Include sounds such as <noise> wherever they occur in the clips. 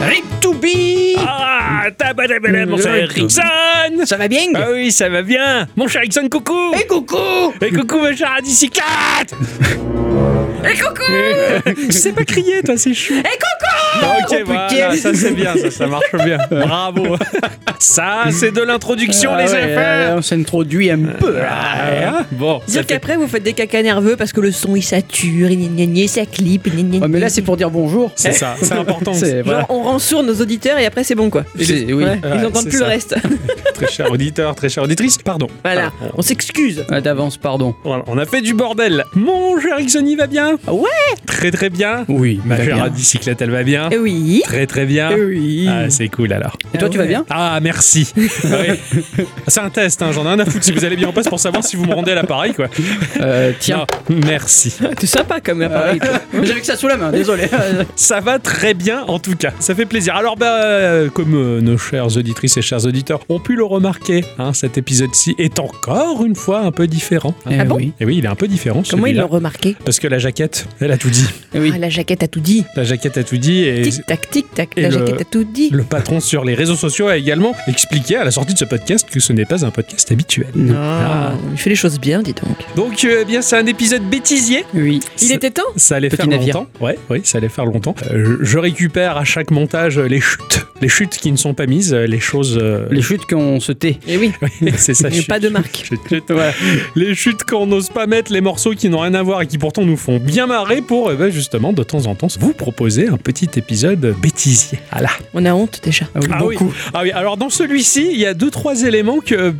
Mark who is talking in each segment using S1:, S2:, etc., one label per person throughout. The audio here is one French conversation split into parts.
S1: Rick Toubi
S2: Ah, tabadabada, mon cher
S1: Rick Tobin.
S2: Rickson
S1: Ça va bien
S2: Ah oui, ça va bien Mon cher Rickson, coucou
S1: Et coucou
S2: Et coucou, ma chère Adicyclate
S3: Et coucou
S2: <laughs> Tu sais pas crier, toi, c'est chou Ah,
S3: Et coucou
S2: Ok,
S1: putain.
S2: voilà, ça c'est bien, ça, ça marche bien. Bravo Ça, c'est de l'introduction,
S4: Ah
S2: les
S1: ouais,
S2: affaires
S1: euh, On s'introduit un peu. là.
S2: Ouais, hein Bon, ça
S3: Dire
S2: fait...
S3: qu'après vous faites des cacas nerveux parce que le son il sature, il gna gna gna, ça clip, il gna gna
S1: Ouais, mais là,
S3: gna.
S1: c'est pour dire bonjour.
S2: C'est ça, c'est important.
S1: C'est
S3: Genre,
S1: voilà.
S3: on rend sourd nos auditeurs et après c'est bon quoi.
S1: C'est- oui.
S3: Ouais,
S2: Ouais,
S3: ils entendent
S2: c'est
S3: plus
S2: ça. <laughs>
S3: le reste.
S2: Très cher auditeur, très chère auditrice, pardon.
S3: voilà, on s'excuse.
S1: Ah, D'avance, pardon.
S2: Voilà, on a fait du bordel. Mon cher Rickson, il va bien
S3: Ouais.
S2: Très très bien.
S1: Oui,
S2: Ma chère Adicyclate, elle va bien
S3: Eh <laughs> Oui.
S2: Très très bien.
S1: Eh Oui.
S2: Ah, c'est cool alors.
S1: Et toi, tu vas bien
S2: Ah, merci. Ah oui. C'est un test, hein, j'en ai un à foutre si vous allez bien en passe pour savoir si vous me rendez à l'appareil, quoi.
S1: Euh, Tiens. Ah
S2: Non, merci.
S3: T'es sympa
S2: Ah,
S3: comme appareil. toi.
S1: J'avais que ça sous la main,
S2: <laughs>
S1: désolé.
S2: Ça va très bien, en tout cas. Ça fait plaisir. Alors, bah, euh, comme euh, nos chères auditrices et chers auditeurs ont pu le remarquer, hein, cet épisode-ci est encore une fois un peu différent.
S1: Eh
S3: bon
S1: oui.
S2: Et oui, il est un peu différent.
S3: Comment ils
S2: celui-là.
S3: l'ont remarqué
S2: Parce que la jaquette, elle a tout dit.
S1: Eh oui.
S3: Ah, La jaquette a tout dit.
S2: La jaquette a tout dit et
S3: Tic tac tic tac.
S2: et
S3: La
S2: le-
S3: jaquette a tout dit.
S2: le patron sur les réseaux sociaux a également expliqué à la sortie de ce podcast que ce n'est pas un podcast habituel.
S3: Ah, il fait les choses bien, dis donc.
S2: Donc, euh, eh bien, c'est un épisode bêtisier.
S1: Oui.
S3: Il était temps.
S2: Ça allait
S1: Petit
S2: faire
S1: navire.
S2: longtemps. Ouais, oui, ça allait faire longtemps. Euh, je- je récupère à chaque montage euh, les chutes, les chutes qui ne sont pas mises, euh, les choses. euh, <laughs>
S1: Les chutes qu'on se tait.
S3: Et oui.
S2: Eh Oui,
S1: <laughs>
S2: c'est ça.
S3: Mais
S2: chute,
S3: pas de marque.
S2: chute, chute. Les chutes qu'on n'ose pas mettre, les morceaux qui n'ont rien à voir et qui pourtant nous font bien marrer pour eh ben, justement de temps en temps vous proposer un petit épisode bêtisier. Voilà.
S3: On a honte déjà.
S1: Ah oui,
S2: Ah oui.
S1: beaucoup.
S2: Ah oui, alors dans celui-ci, il y a deux trois éléments que euh,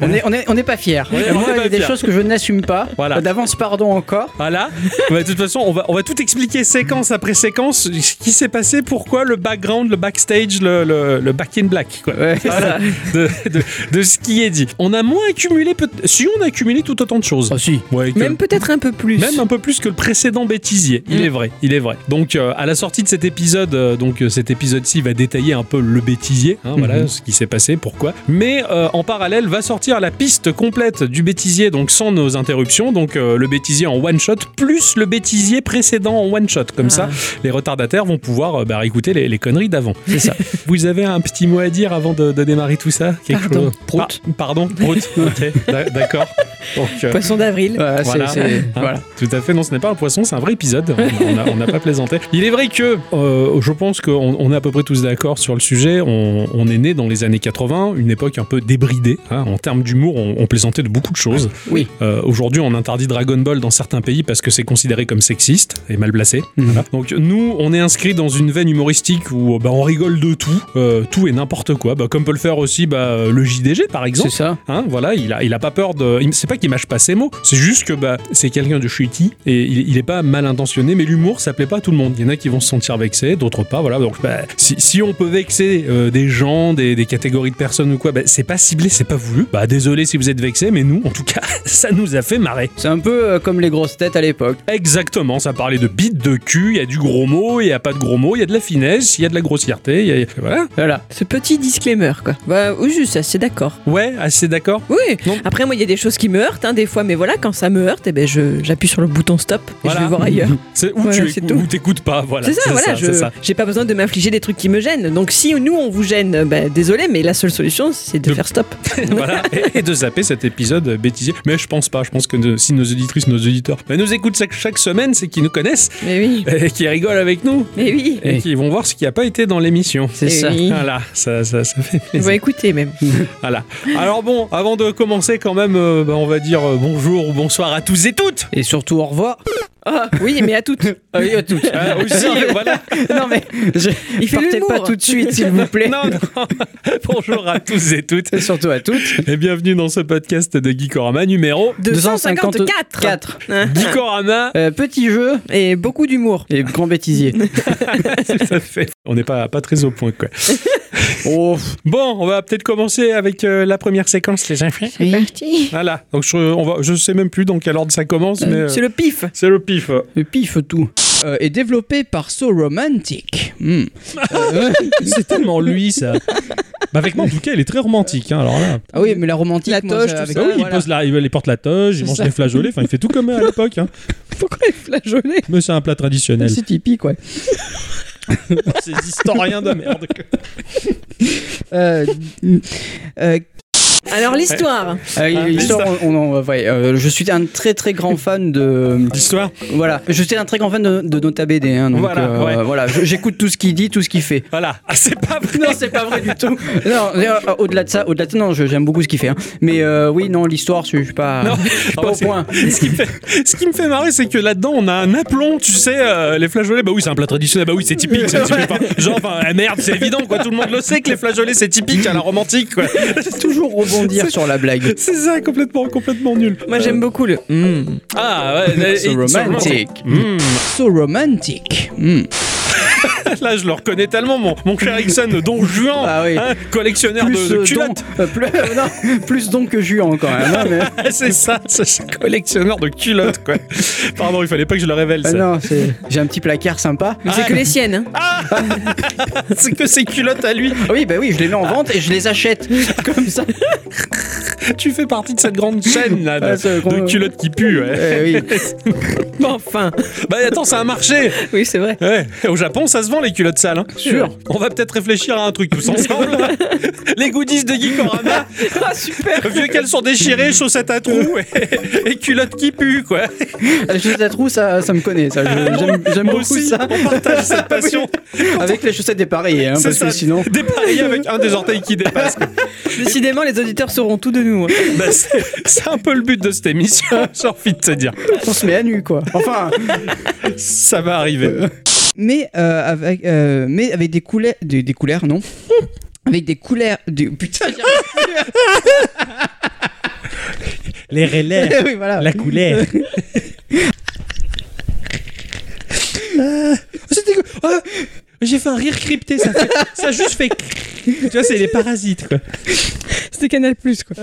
S1: On n'est on est, on est pas fiers.
S2: On est- on
S1: Moi,
S2: est
S1: il y
S2: pas
S1: a des
S2: fiers.
S1: choses que je n'assume pas.
S2: Voilà.
S1: D'avance, pardon encore.
S2: <laughs> voilà. Bah, de toute façon, on va on va tout expliquer séquence après séquence ce qui s'est passé, pourquoi le background, le backstage, le le, le back in black quoi.
S1: <laughs> Ouais.
S2: Voilà. De, de- de ce qui est dit. On a moins accumulé peut si on a accumulé tout autant de choses.
S1: Ah si.
S2: Ouais, que-
S3: Même peut-être un peu plus.
S2: Même un peu plus que le précédent bêtisier. Il
S3: Mm.
S2: est vrai, il est vrai. Donc euh, à la sortie de cet épisode, euh, donc euh, cet épisode-ci va détailler un peu le bêtisier, hein, voilà
S1: Mhm.
S2: ce qui s'est passé, pourquoi. Mais euh, en parallèle va sortir la piste complète du bêtisier, donc sans nos interruptions, donc euh, le bêtisier en one shot plus le bêtisier précédent en one shot. Comme
S3: Ah.
S2: ça, les retardataires vont pouvoir euh, bah, écouter les, les conneries d'avant. C'est ça. <laughs> Vous avez un petit mot à dire avant de, de démarrer tout ça Quelque
S3: Pardon.
S2: chose
S1: Prout.
S2: Par- pardon. Prout. Ok. d'a- D'accord. Donc, euh,
S3: Poisson d'avril.
S1: Voilà, c'est-
S2: <laughs> Voilà.
S1: c'est-
S2: Hein,
S1: voilà.
S2: Tout à fait, non, ce n'est pas un poisson, c'est un vrai épisode. On n'a- On n'a pas plaisanté. Il est vrai que euh, je pense qu'on on est à peu près tous d'accord sur le sujet. On, on est né dans les années 80, une époque un peu débridée. hein. En termes d'humour, on, on plaisantait de beaucoup de choses.
S1: Oui.
S2: Euh, Aujourd'hui, on interdit Dragon Ball dans certains pays parce que c'est considéré comme sexiste et mal placé.
S1: Mm.
S2: Voilà. Donc nous, on est inscrit dans une veine humoristique où euh, bah, on rigole de tout, euh, tout et n'importe quoi. Bah, comme peut le faire aussi bah, le JDG par exemple.
S1: C'est ça.
S2: Hein, voilà, il a, il a pas peur de. il- C'est pas qu'il mâche pas ses mots, c'est juste que bah, c'est quelqu'un de shitty et il, il est pas mal intentionné, mais l'humour ça plaît pas à tout le monde. Il y en a qui vont se sentir vexés, d'autres pas, voilà. Donc bah, si, si on peut vexer euh, des gens, des, des catégories de personnes ou quoi, bah, c'est pas ciblé, c'est pas voulu. Bah désolé si vous êtes vexés, mais nous, en tout cas, <laughs> ça nous a fait marrer.
S1: C'est un peu euh, comme les grosses têtes à l'époque.
S2: Exactement, ça parlait de bite, de cul, il y a du gros mot, il y a pas de gros mots, il y a de la finesse, il y a de la grossièreté, il y a. Voilà.
S1: Voilà.
S3: Ce petit disclaimer, quoi. Bah, au juste, c'est d'accord.
S2: Ouais, assez d'accord.
S3: Oui.
S2: Non.
S3: Après, moi, il y a des choses qui me heurtent, hein, des fois, mais voilà, quand ça me heurte, eh ben, je, j'appuie sur le bouton stop et
S2: Voilà.
S3: je vais voir ailleurs.
S2: C'est- Ou
S3: Voilà,
S2: tu
S3: c'est
S2: écou-
S3: tout.
S2: ou t'écoutes pas, <laughs> voilà.
S3: c'est ça, voilà,
S2: c'est
S3: je, j'ai pas besoin de m'infliger des trucs qui me gênent. Donc, si nous, on vous gêne, bah, désolé, mais la seule solution, c'est de
S2: De- <laughs>
S3: faire stop.
S2: voilà, et, et de zapper cet épisode bêtisier. Mais je pense pas, je pense que nos- si nos auditrices, nos auditeurs bah, nous écoutent chaque, chaque semaine, c'est qu'ils nous connaissent
S3: Mais oui,
S2: et qu'ils rigolent avec nous
S3: mais oui.
S2: et
S1: Oui.
S2: qu'ils vont voir ce qui n'a pas été dans l'émission.
S1: C'est
S3: Eh
S1: ça.
S3: oui.
S2: Voilà, ça, ça, ça fait
S3: Ils vont
S2: plaisir. <laughs>
S3: écouter même.
S2: Voilà. Alors bon, avant de commencer quand même, euh, bah, on va dire euh, bonjour ou bonsoir à tous et toutes.
S1: Et surtout au revoir.
S3: Ah, oui, mais à
S2: <laughs>
S3: toutes.
S1: Ah oui, à
S4: <laughs>
S1: toutes.
S2: Euh, aussi, voilà.
S1: non mais <laughs> je...
S3: Il fait
S1: partez
S3: l'humour.
S1: pas tout de suite, s'il vous <laughs> plaît.
S2: Non, non. <laughs> bonjour à tous et toutes
S1: Et surtout à toutes.
S2: et bienvenue dans ce podcast de Geekorama numéro
S3: 254.
S1: 254.
S3: Hein.
S1: <laughs>
S2: Geekorama.
S1: Euh, petit jeu
S3: Et beaucoup d'humour.
S1: et grand
S4: <laughs>
S1: bêtisier.
S2: Ça fait- On n'est pas, pas très au point quoi.
S1: oh, pff,
S2: Bon, on va peut-être commencer avec euh, la première séquence, les enfants.
S3: C'est parti.
S2: Voilà. Donc je, on va, je sais même plus dans quel ordre ça commence, mais euh,
S3: C'est le pif.
S2: c'est le pif.
S1: le pif tout. Euh, est développé par So Romantic. Hmm. Euh,
S2: <laughs> C'est tellement lui ça. Bah, avec moi en tout cas, il est très romantique. hein, alors là,
S1: ah oui, mais la romantique.
S3: La
S1: moi,
S3: toge,
S1: ça-
S3: tout
S1: avec-
S3: ça, Ah oui, il
S2: il,
S3: voilà. pose
S2: porte la
S1: il
S2: toge, il
S1: C'est mange
S2: mange
S1: ça.
S2: les
S1: les
S2: flageolets. Enfin, il fait tout
S4: <laughs>
S2: comme à
S1: <laughs>
S2: l'époque. hein.
S1: Pourquoi il flageolait
S2: Mais c'est un plat traditionnel.
S1: C'est typique, ouais.
S2: Ces historiens de merde.
S4: Euh, euh,
S3: Alors l'histoire.
S1: Ah,
S4: euh,
S2: mais
S4: l'histoire,
S2: ça-
S4: on- on en- ouais, euh, je suis un très très grand fan de.
S2: L'histoire
S4: Voilà, je suis un très grand fan de, de Nota Bene, hein, donc
S2: Voilà,
S4: euh,
S2: ouais.
S4: voilà, je- j'écoute tout ce qu'il dit, tout ce qu'il fait.
S2: Voilà. Ah, c'est pas vrai.
S4: Non, c'est pas vrai du tout. Non, euh, au-delà de ça, au-delà de ça, non, je- j'aime beaucoup ce qu'il fait. hein. Mais euh, oui, non, l'histoire, je je suis pas,
S2: Non.
S4: je suis
S2: Ah, moi,
S4: pas au
S2: <laughs> c'est-
S4: point.
S2: Ce qui me fait, ce qui me fait marrer, c'est que là-dedans, on a un aplomb, tu sais, euh, les flageolets, bah oui, c'est un plat traditionnel, bah oui, c'est typique, c'est typique. Enfin, genre, enfin, ah, merde, c'est évident, quoi, tout le monde le sait que les flageolets, c'est typique à la romantique, quoi.
S4: Toujours rebondir sur la blague.
S2: C'est ça, complètement, complètement nul.
S3: Moi j'aime beaucoup le.
S4: Hmm.
S3: Mm.
S2: Ah,
S4: <laughs>
S2: ouais,
S4: So
S2: et-
S4: romantic.
S2: Hmm.
S4: So romantic. Hmm.
S2: Là, je le reconnais tellement, mon, mon cher Ixon, Don Juan,
S4: Ah oui.
S2: hein, collectionneur de,
S4: Plus
S2: de
S4: euh, don,
S2: culottes.
S4: euh, plus, euh, non, plus don que juan quand même. hein,
S2: <laughs>
S4: mais-
S2: Ah, c'est ça, ça, c'est collectionneur de culottes, quoi. Pardon, il fallait pas que je le révèle,
S4: Ah
S2: ça.
S4: non, c'est- j'ai un petit placard sympa.
S2: Ah.
S3: Mais C'est que les siennes. hein.
S2: c'est que ces culottes à lui.
S4: Ah Oui, bah oui, je les mets en vente et je les achète
S2: Ah.
S4: <laughs> comme
S2: <laughs>
S4: ça.
S2: Tu fais partie de cette grande chaîne, là, de,
S4: Ah, c'est
S2: de
S4: grand-
S2: culottes qui puent, ouais.
S4: Eh oui.
S3: Bon, enfin.
S2: Bah attends, c'est un marché
S3: Oui, c'est
S2: <laughs>
S3: vrai.
S2: Ouais, au Japon, ça se vend les culottes sales. Hein.
S4: Sûr.
S2: On va peut-être réfléchir à un truc tous ensemble. <laughs> les goodies de Geekorama,
S3: Ah, super.
S2: vieux qu'elles sont déchirées, chaussettes à trous et, et culottes qui puent, quoi.
S4: La chaussette à trous, ça, ça me connaît. ça. Je- J'aime j'aime
S2: Moi
S4: beaucoup
S2: aussi,
S4: ça.
S2: on partage cette passion.
S4: Avec les chaussettes dépareillées, hein,
S2: C'est
S4: parce
S2: ça,
S4: que sinon.
S2: dépareillé avec un des orteils qui dépasse. <laughs> quoi.
S3: Décidément, les auditeurs sauront tout de nous. hein.
S2: Bah, c'est c'est un peu le but de cette émission, <laughs> j'ai envie de te dire.
S4: on se met à nu quoi. Enfin,
S2: Ça va arriver.
S4: mais euh, avec euh, mais avec des couleurs des, des couleurs non avec des couleurs des- putain j'y arrive
S5: Les relais,
S2: <laughs>
S4: plus. <laughs> oui voilà.
S5: la couleur.
S2: C'était quoi Ah, J'ai fait un rire crypté, ça, fait- ça a juste fait. <laughs> Tu vois, c'est les parasites, quoi.
S4: C'était Canal Plus quoi.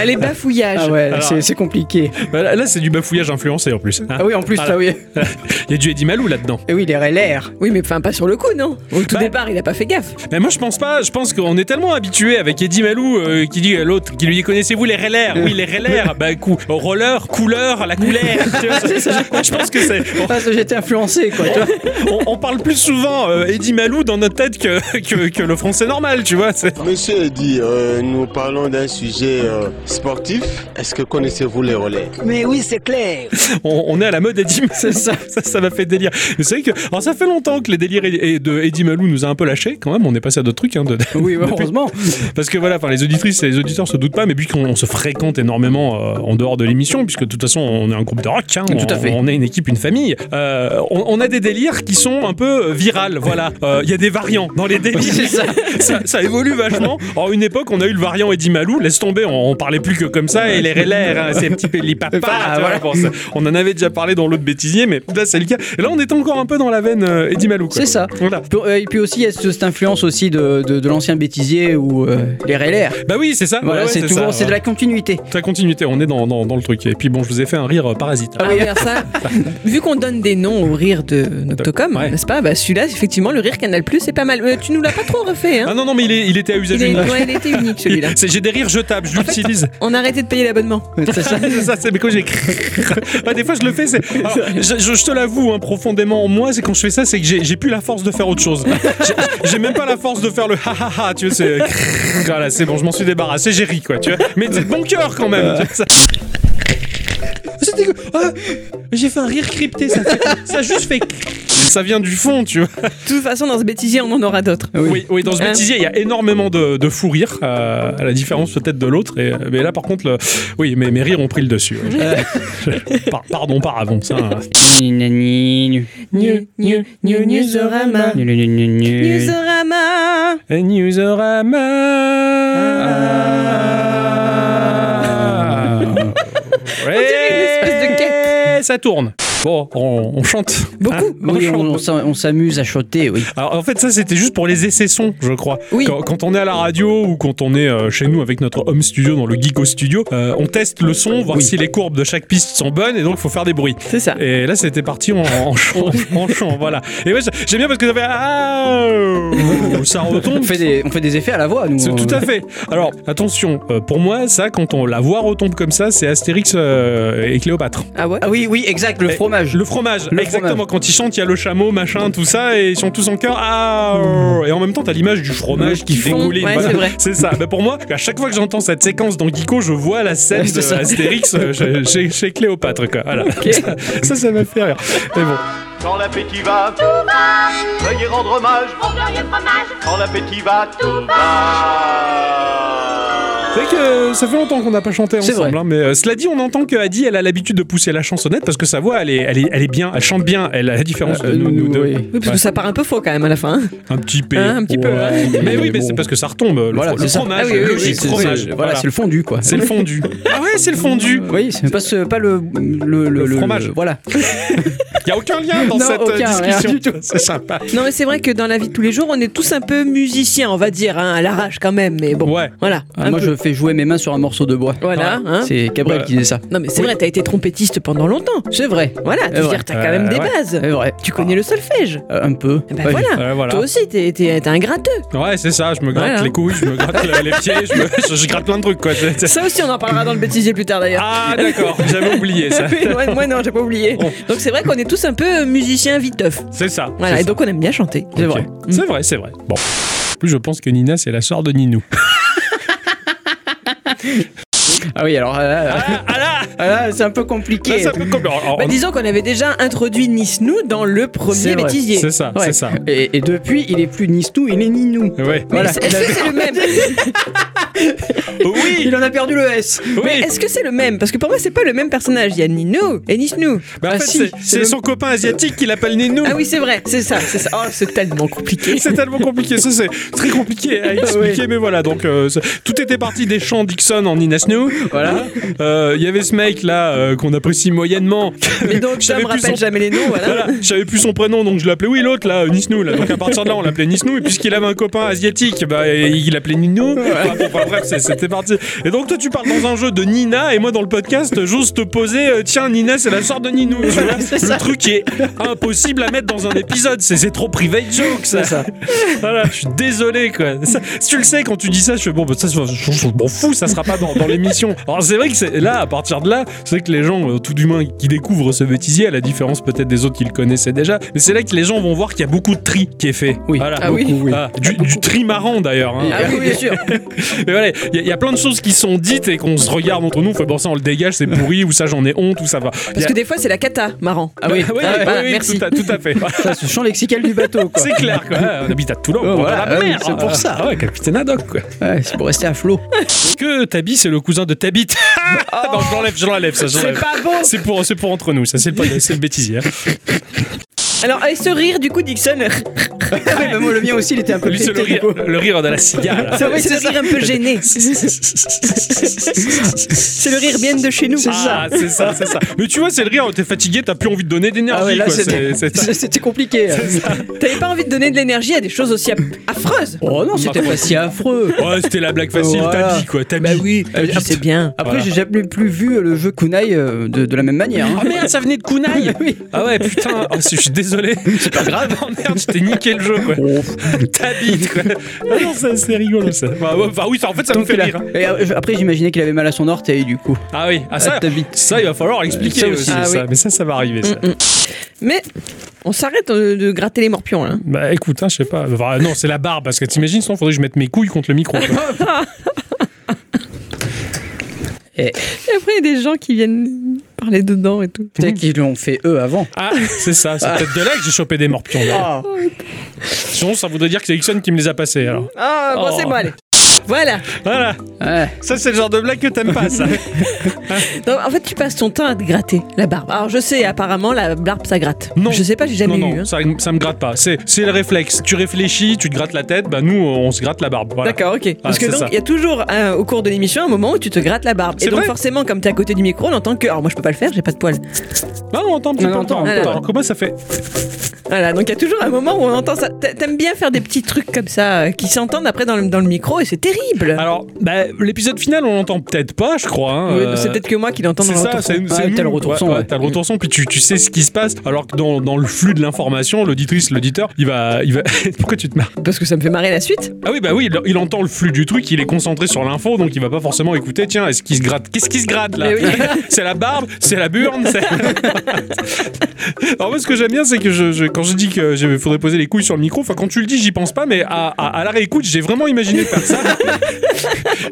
S3: Allez, bafouillage.
S4: ah ouais,
S2: Alors-
S4: c'est- c'est compliqué.
S2: Bah, là, là, c'est du bafouillage influencé en plus. hein.
S4: Ah oui en plus
S2: Voilà.
S4: là oui.
S2: <laughs> Il y a du Eddie Malou là-dedans.
S4: Et oui les RLR.
S3: Oui, mais enfin, pas sur le coup, non Au tout
S2: Bah-
S3: départ, il a pas fait gaffe.
S2: Mais moi je pense pas, je pense qu'on est tellement habitué avec Eddie Malou euh, qui dit à l'autre, qui lui dit connaissez-vous les relais Oui les relais, bah cou roller, couleur, la
S4: <laughs>
S2: couleur. Tu vois, c'est- moi, je pense que c'est...
S4: Ah, ça, J'étais influencé quoi. tu vois.
S2: On, on parle plus souvent euh, Eddie Malou dans notre tête que, que, que le français normal, tu vois. c'est-
S6: Monsieur Eddy, euh, nous parlons d'un sujet euh, sportif. Est-ce que connaissez-vous les relais
S7: Mais oui, c'est clair.
S2: On, on est à la mode Eddie Malou. C'est ça. <laughs> ça, ça m'a fait délire. Vous savez que... Alors ça fait longtemps que les délires et- et de Eddie Malou nous a un peu lâchés quand même, on est passé à d'autres trucs. Hein, de-
S4: Oui
S2: <laughs> depuis-
S4: heureusement.
S2: Parce que voilà, enfin, les auditrices et les auditeurs se doutent pas, mais vu qu'on on se fréquente énormément euh, en dehors de l'émission, puisque de toute façon on est un groupe de rock, hein, on,
S4: Tout à fait.
S2: on est une équipe, une famille, euh, on, on a des délires qui sont un peu euh, virales,
S4: <laughs>
S2: voilà. Euh, Il y a des variants dans les
S4: C'est
S2: délires,
S4: ça.
S2: <laughs> ça, ça évolue vachement. En une époque, on a eu le variant Eddie Malou, laisse tomber, on, on parlait plus que comme ça, et les relais, hein, c'est un petit peu les papas,
S4: Ah,
S2: tu vois,
S4: <laughs> voilà.
S2: bon, ça- on en avait déjà parlé dans l'autre bêtisier, mais là c'est le cas. Et là on est encore un peu dans la veine euh, Eddie Malou. quoi.
S4: C'est ça.
S2: Voilà.
S4: Puis, euh, Et puis aussi, il y a ce- cette influence aussi de, de, de l'ancien bêtisier ou euh, les RLR.
S2: Bah oui, c'est ça.
S4: Voilà,
S2: Ouais, ouais,
S4: c'est
S2: ça,
S4: toujours, c'est
S2: ouais.
S4: de la continuité.
S2: Ta continuité, on est dans, dans, dans le truc. Et puis bon, je vous ai fait un rire euh, parasite.
S3: Ah oui, alors ça, vu qu'on donne des noms au rire de Noctocom,
S2: Ouais.
S3: n'est-ce pas bah Celui-là, effectivement, le rire Canal Plus, c'est pas mal. Euh, tu nous l'as pas trop refait,
S2: Ah
S3: hein
S2: non, non, mais il, est- il était à usage
S3: il, est-
S2: unique.
S3: ouais, il était unique celui-là.
S2: <laughs> C'est- J'ai des rires jetables, je l'utilise.
S3: On a arrêté de payer l'abonnement.
S4: C'est ça.
S2: c'est <laughs> ça, c'est mais quand j'ai. <laughs> Bah, des fois, je le fais. c'est- Alors, je, je- je te l'avoue, hein, profondément en moi, c'est quand je fais ça, c'est que j'ai j'ai plus la force de faire autre <laughs> chose. J'ai- J'ai même pas la force de faire le ha ha ha. Tu vois, c'est. <laughs> Voilà, c'est bon, je m'en suis débarrassé, j'ai ri, quoi. Tu vois. Mais c'est de bon cœur quand même. tu vois, ça. C'était quoi Ah, J'ai fait un rire crypté, ça, fait- ça juste fait. Ça vient du fond, tu vois.
S3: De toute façon, dans ce bêtisier, on en aura d'autres.
S4: Oui.
S2: Oui, oui, dans ce
S3: Hein.
S2: bêtisier, il y a énormément de, de fous rires, euh, à la différence peut-être de l'autre. et- Mais là, par contre, le- oui, mes, mes rires ont pris le dessus. ouais.
S3: Euh.
S2: <laughs> Par- pardon par avance. hein.
S3: New, new, new, newsorama. Newsorama.
S2: Newsorama. Ouais,
S3: dirait une espèce de
S2: Ah. Ça tourne. Bon, on, on chante.
S3: Beaucoup.
S4: Oui, on, on s'am- on s'amuse à chanter, oui.
S2: Alors, en fait, ça, c'était juste pour les essais sons, je crois.
S3: Oui.
S2: Quand, quand on est à la radio ou quand on est euh, chez nous avec notre home studio dans le Geeko Studio, euh, on teste le son, voir
S4: Oui.
S2: si les courbes de chaque piste sont bonnes et donc il faut faire des bruits.
S3: C'est ça.
S2: Et là, c'était parti en, en chant, en chant, voilà. Et moi, j'aime bien parce que ça fait ah, oh, ça
S4: On <laughs>
S2: retombe.
S4: fait, des, on fait des effets à la voix, nous. euh.
S2: C'est tout à fait. Alors attention, euh, pour moi, ça, quand on la voix retombe comme ça, c'est Astérix euh, et Cléopâtre.
S3: Ah ouais
S4: Ah oui, oui, exact, le
S2: Et-
S1: fromage.
S2: Le fromage,
S1: Le
S2: exactement.
S1: fromage.
S2: Quand ils chantent, il y a le chameau, machin, tout ça, et ils sont tous en chœur. Ah oh. Et en même temps, t'as l'image du fromage qui
S3: Qui fond,
S2: dégouline.
S3: ouais, c'est vrai.
S2: C'est ça. Bah, pour moi, à chaque fois que j'entends cette séquence dans Geeko, je vois la scène
S3: Ouais, c'est
S2: de
S3: ça.
S2: Astérix euh, chez, chez- chez Cléopâtre. Quoi. Voilà. Ça, ça, ça m'a fait rire. Mais bon.
S8: Quand l'appétit va, tout va. Veuillez rendre hommage au glorieux fromage. Quand l'appétit va, tout va.
S2: C'est vrai que euh, ça fait longtemps qu'on n'a pas chanté
S3: C'est
S2: ensemble,
S3: vrai.
S2: hein, mais euh, cela dit, on entend que Adi, elle a l'habitude de pousser la chansonnette parce que sa voix, elle est, elle est, elle est bien, elle chante bien, elle a la différence de
S1: Euh,
S2: nous, nous deux.
S1: oui.
S3: Oui, parce
S2: Ouais.
S3: que ça part un peu faux quand même à la fin. hein.
S2: Un petit peu.
S3: Hein, un petit peu,
S2: Ouais,
S3: ouais.
S2: Mais oui, mais
S4: bon.
S2: c'est parce que ça retombe. Le,
S4: Voilà,
S2: fro- le
S4: c'est ça.
S2: fromage,
S3: Ah oui, oui, oui,
S2: logique,
S4: c'est-
S2: fromage.
S4: c'est-
S2: voilà.
S4: Voilà, c'est le fondu, quoi.
S2: C'est le fondu. Ah ouais, c'est le fondu.
S4: Oui, c'est
S1: Pas, ce- pas le, le,
S2: Le fromage.
S1: voilà.
S2: Il y a aucun lien dans
S3: Non,
S2: cette euh,
S3: aucun, rien
S2: discussion.
S3: du tout.
S2: C'est sympa.
S3: Non, mais c'est vrai que dans la vie de tous les jours, on est tous un peu musiciens, on va dire, hein, à l'arrache quand même, mais bon.
S2: Ouais.
S3: Voilà.
S4: Ah,
S3: un
S4: moi,
S3: peu.
S4: je fais jouer mes mains sur un morceau de bois.
S3: Voilà. hein.
S4: C'est Gabriel
S2: Bah.
S4: qui disait ça.
S3: Non, mais c'est vrai, t'as été trompettiste pendant longtemps.
S4: C'est vrai.
S3: Voilà, tu
S4: C'est
S3: veux
S4: vrai.
S3: dire, t'as quand même
S2: Euh,
S3: des
S2: ouais.
S3: bases.
S4: C'est vrai.
S3: Tu connais le solfège.
S4: Euh, un peu.
S3: Eh Ben
S4: Ouais.
S3: voilà.
S2: Ouais, Euh, voilà.
S3: Toi aussi, t'es t'es- t'es
S2: <laughs>
S3: un gratteux.
S2: Ouais, c'est ça. Je me gratte
S3: Voilà.
S2: les couilles, je me gratte le- les pieds, je, me- je- je gratte plein de trucs, quoi. C'est- c'est-
S3: Ça aussi, on en parlera dans le bêtisier plus tard d'ailleurs.
S2: Ah, d'accord. J'avais oublié Ah, ça.
S3: <laughs> Oui, moi, moi, non, j'ai pas oublié. Donc c'est vrai qu'on est tous un peu musiciens viteuf.
S2: C'est ça.
S3: Voilà,
S2: c'est
S3: et donc on aime bien chanter.
S2: Ok. C'est vrai, c'est vrai. Bon. En plus, je pense que Nina, c'est la sœur de Ninou.
S4: Ah oui, alors euh, là, euh,
S2: Ah, ah là
S4: ah là, c'est un peu compliqué.
S2: Là, c'est un peu comme- alors,
S3: Bah,
S2: on-
S3: disons qu'on avait déjà introduit Nice Nous dans le
S4: C'est
S3: premier
S4: vrai.
S3: bêtisier.
S2: C'est ça,
S4: Ouais.
S2: c'est ça.
S4: Et, et depuis, il est plus Nistou, il est Ninou.
S2: Ouais.
S3: Mais
S4: Voilà.
S3: c'est- Est-ce que c'est le même
S2: <laughs> Oui,
S4: Il en a perdu le S.
S3: Mais
S2: oui.
S3: est-ce que c'est le même Parce que pour moi, c'est pas le même personnage. Il y a Ninou et Nice Nous.
S2: Bah, en
S4: Ah,
S2: fait,
S4: si,
S2: c'est-
S4: c'est
S2: c'est
S4: le-
S2: son copain asiatique qui l'appelle Ninou.
S3: Ah oui, c'est vrai, c'est ça, c'est ça. Oh, c'est
S2: <laughs>
S3: tellement compliqué. Ah
S2: C'est tellement compliqué, ça c'est très compliqué à expliquer, mais voilà, donc euh, ça- tout était parti des chants Dixon en Nina Snow. Voilà. Euh, Il y avait ce mec là euh, qu'on apprécie moyennement.
S3: Mais donc, ça
S2: J'avais
S3: me
S2: plus son-
S3: rappelle jamais les noms, voilà.
S2: Voilà, je savais plus son prénom donc je l'appelais oui l'autre là, euh, Nisnou là. Donc à partir de là on l'appelait Nisnou et puisqu'il avait un copain asiatique, bah et il l'appelait Ninou. Enfin, bon, enfin, bref, c'est- c'était parti. Et donc toi tu parles dans un jeu de Nina et moi dans le podcast j'ose te poser euh, tiens Nina c'est la sœur de Ninou. tu vois. le truc qui est impossible à mettre dans un épisode, <laughs> c'est c'est trop private joke ça. <laughs> voilà, je suis désolé quoi. Ça, si tu le sais quand tu dis ça, je fais bon bah, ça je, je- je m'en fous, ça sera pas dans, dans l'émission. Alors c'est vrai que c'est là à partir de là, c'est vrai que les gens euh, tout du moins qui découvrent ce bêtisier à la différence peut-être des autres qui le connaissaient déjà, mais c'est là que les gens vont voir qu'il y a beaucoup de tri qui est fait.
S4: Oui.
S2: Voilà.
S3: Ah oui.
S4: Beaucoup, oui.
S2: Ah, du, du tri marrant d'ailleurs. hein.
S3: Ah oui, bien sûr.
S2: <laughs> Mais voilà, il y, a- il y a plein de choses qui sont dites et qu'on se regarde entre nous. On fait bon ça on le dégage, c'est pourri ou ça j'en ai honte ou ça va. Il y
S3: Parce
S2: a-
S3: que des fois, c'est la cata, marrant.
S4: Ah oui.
S2: Ah <laughs> oui,
S3: Ah oui,
S2: oui,
S3: voilà,
S2: oui,
S3: merci.
S2: Tout à, tout à fait.
S4: Ça, ce champ lexical du bateau, quoi.
S2: C'est clair, quoi. Ouais, On habite à Toulon,
S4: Oh,
S2: on va
S4: voilà,
S2: à la
S4: ah oui,
S2: mer.
S4: c'est pour ça.
S2: Ah ouais, capitaine Haddock, quoi.
S4: Ouais, c'est pour rester à flot.
S2: Que Tabi, c'est le cousin de Tabit. <laughs> Ah, non, je l'enlève, je l'enlève, ça, je l'enlève.
S3: pas bon
S2: C'est pour, c'est pour entre nous, ça, c'est le, c'est le
S4: <laughs>
S2: bêtisier. hein.
S3: Alors, et ce rire, du coup, Dixon,
S4: <laughs> Ah oui, bah, moi, le mien aussi, il était un peu
S2: Lui, c'est le
S4: pété,
S2: rire,
S4: du coup.
S2: le rire de la cigale.
S3: c'est le rire un
S2: <laughs>
S3: peu gêné. C'est le rire bien de chez
S4: <laughs>
S3: nous.
S4: C'est ça.
S2: Ah, c'est ça, c'est ça. Mais tu vois, c'est le rire, t'es fatigué, t'as plus envie de donner d'énergie,
S4: Ah ouais, là,
S2: quoi.
S4: c'était
S2: c'est-
S4: <laughs>
S2: c'est-
S4: c'était compliqué. hein.
S3: T'avais pas envie de donner de l'énergie à des choses aussi aff- affreuses.
S4: Oh non, c'était pas si affreux.
S2: Ouais, c'était la blague facile,
S4: Voilà.
S2: Tabi, quoi. Tabi.
S4: Bah oui.
S2: Euh,
S4: Après,
S2: c'est
S3: bien.
S2: Voilà.
S4: j'ai jamais plus vu le jeu Kunai euh, de, de la même manière. hein.
S2: Oh merde, ça venait de Kunai
S4: <laughs> Oui.
S2: <laughs> Ah ouais, putain, oh, je suis désolé. C'est pas grave. Oh merde, je t'ai niqué le jeu, quoi. T'habites, quoi. Oh. Ah non, ça, c'est rigolo, ça. Bah, ouais, bah oui, ça, en fait, ça
S4: Donc,
S2: me fait
S4: il a-
S2: rire. hein.
S4: et, euh, après, j'imaginais qu'il avait mal à son orteil, du coup.
S2: Ah oui, ah,
S4: Ah,
S2: ça,
S4: t'habites.
S2: ça, il va falloir expliquer
S4: ça aussi.
S2: aussi,
S3: Ah
S2: ça.
S3: oui.
S2: Mais ça, ça va arriver, ça.
S3: Mais on s'arrête euh, de gratter les morpions, là.
S2: Bah écoute, hein, je sais pas. Enfin, non, c'est la barbe, parce que t'imagines, sinon, faudrait que je mette mes couilles contre le micro. quoi.
S3: Et après, il y a des gens qui viennent parler dedans et tout.
S4: Peut-être qu'ils l'ont fait eux avant.
S2: <laughs> Ah, c'est ça, c'est peut-être de là que j'ai chopé des morpions. d'ailleurs.
S4: Ah,
S2: Sinon, ça voudrait dire que c'est Ixon qui me les a passés, alors.
S3: Ah, bon,
S2: Oh.
S3: c'est bon, allez. Voilà.
S2: Voilà,
S4: ouais.
S2: ça, c'est le genre de blague que t'aimes pas, <laughs> ça.
S3: Donc, en fait, tu passes ton temps à te gratter la barbe. Alors, je sais, apparemment, la barbe, ça gratte.
S2: Non.
S3: Je sais pas, j'ai jamais
S2: non,
S3: eu.
S2: non,
S3: hein.
S2: ça, ça me gratte pas. C'est c'est le réflexe. Tu réfléchis, tu te grattes la tête, bah nous, on se gratte la barbe. Voilà. Ah,
S3: D'accord, ok. Parce que
S2: c'est
S3: donc,
S2: ça.
S3: il y a toujours euh, au cours de l'émission un moment où tu te grattes la barbe. Et
S2: C'est
S3: donc,
S2: vrai.
S3: forcément, comme t'es à côté du micro, on entend que. Alors, moi, je peux pas le faire, j'ai pas de poils.
S2: Non, non, on entend un petit
S4: Non,
S2: peu.
S4: on entend,
S2: on
S4: on
S2: entend.
S4: entend.
S2: Alors, comment ça fait
S3: Voilà, donc il y a toujours un moment où on entend ça. T'a- T'aimes bien faire des petits trucs comme ça euh, qui s'entendent après dans le, dans le micro et c'est terrible.
S2: Alors, bah, l'épisode final, on l'entend peut-être pas, je crois. hein,
S3: Oui,
S2: euh,
S3: C'est peut-être que moi qui l'entends
S2: C'est
S3: dans le
S2: ça,
S3: retour.
S2: c'est
S4: Ouais,
S2: c'est
S4: t'as le
S2: nous,
S4: retour
S2: ouais,
S4: son,
S2: ouais,
S4: ouais.
S2: T'as le retour son, puis tu, tu sais ce qui se passe. Alors que dans, dans le flux de l'information, l'auditrice, l'auditeur, il va, il va. <laughs> Pourquoi tu te marres
S3: Parce que ça me fait marrer la suite.
S2: Ah oui, bah oui, il, il entend le flux du truc, il est concentré sur l'info, donc il va pas forcément écouter. Tiens, est-ce qu'il se gratte Qu'est-ce qui se gratte là
S3: Eh oui.
S2: <laughs> C'est la barbe, c'est la burne. c'est- <laughs> Alors moi, ce que j'aime bien, c'est que je, je- quand je dis que je- faudrait poser les couilles sur le micro, enfin quand tu le dis, j'y pense pas, mais à, à- à la réécoute, j'ai vraiment imaginé faire ça. <laughs>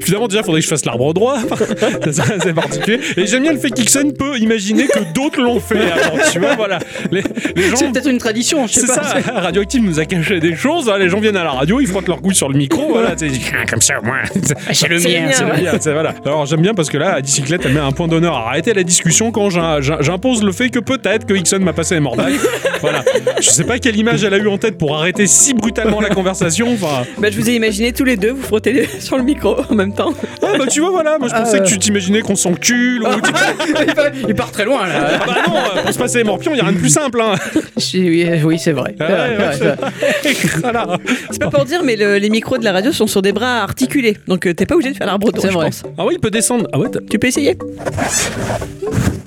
S2: Finalement, déjà, faudrait que je fasse l'arbre droit. <laughs> Ça, c'est assez particulier. Et j'aime bien le fait qu'Ixon peut imaginer que d'autres l'ont fait avant. Tu vois, voilà. Les, les gens
S4: C'est peut-être une tradition, je sais
S2: Oh. c'est
S4: pas.
S2: ça, <laughs> Radioactive nous a caché des choses. hein, Les gens viennent à la radio, ils frottent leur couille sur le micro. voilà,
S4: <laughs>
S2: c'est Ah, comme ça, moi.
S4: Ah,
S2: C'est le
S3: mien,
S2: c'est
S3: ouais.
S2: le mien. c'est- Voilà. Alors j'aime bien parce que là, à bicyclette, elle met un point d'honneur à arrêter la discussion quand j'in- j'in- j'impose le fait que peut-être que Hickson m'a passé un
S4: <laughs>
S2: mordaille. voilà. Je sais pas quelle image elle a eu en tête pour arrêter si brutalement la conversation. Enfin,
S3: Bah, je vous ai imaginé tous les deux vous frotter les- <laughs> sur le micro en même temps.
S2: ah, bah tu vois, voilà. Moi je pensais que tu t'imaginais qu'on s'encule
S4: <laughs>
S2: ou. tu-
S4: <laughs> il, part, il part très loin là.
S2: <laughs> Ah bah non, euh, pour se passer les morpions, il y a rien de plus simple. Hein.
S4: Je suis- Oui, oui, c'est vrai.
S2: Ah <laughs>
S4: C'est
S2: ouais,
S4: vrai,
S2: ouais,
S4: c'est vrai.
S2: <laughs> voilà.
S3: C'est pas pour dire, mais le- les micros de la radio sont sur des bras articulés. Donc euh, t'es pas obligé de faire l'arbre droit,
S4: C'est
S3: je
S4: vrai.
S3: pense.
S2: Ah ouais, il peut descendre. Ah ouais, t'as-
S3: Tu peux essayer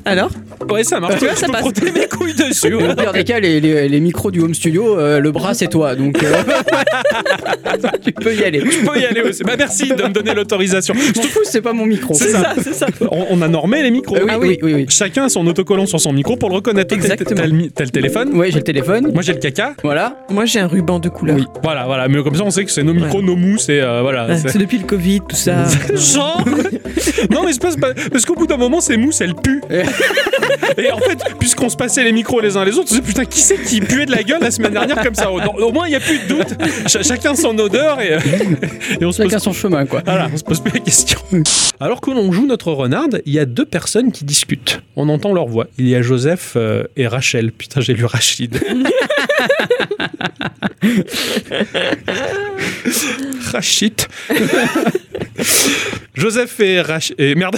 S3: Alors
S2: ouais ça marche.
S3: Tu vois,
S2: Je
S3: ça
S2: peux
S3: passe.
S2: frotter mes couilles dessus. hein. ouais.
S4: Au pire des cas, les, les- les micros du home studio, euh, le bras c'est toi, donc euh, <laughs> tu peux y aller.
S2: Je peux y aller aussi. Bah merci de me donner l'autorisation.
S4: Je te fous, c'est pas mon micro.
S2: C'est ça.
S3: <laughs> c'est ça.
S2: On, on a normé les micros.
S4: Euh, oui, oui, oui, oui.
S2: Ah Chacun a son autocollant sur son micro pour le reconnaître. Toi, t'as-
S3: Exactement.
S2: T'as le, mi- t'as le téléphone.
S4: Ouais, j'ai le téléphone.
S2: Moi j'ai le caca.
S4: Voilà.
S3: Moi j'ai un ruban de couleur.
S2: Voilà, voilà. Mais comme ça on sait que c'est nos micros, nos mousses et euh, voilà.
S3: Ouais,
S2: c'est-
S3: c'est depuis le Covid, Ah, tout ça.
S2: <laughs> Genre Non mais je passe pas. Parce qu'au bout d'un moment ces mousses elles puent. Et en fait, puisqu'on se passait les micros les uns les autres, on se disait, putain qui c'est qui puait de la gueule la semaine dernière comme ça Au, au moins il n'y a plus de doute. Cha- chacun son odeur et, <laughs> et on se pose
S4: Chacun son chemin, quoi.
S2: Voilà, on se pose plus la question. Alors que l'on joue notre renarde, il y a deux personnes qui discutent. On entend leur voix. Il y a Joseph euh, et Rachel. Putain, j'ai lu Rachid. Rachid. Joseph et Rachid. Et merde.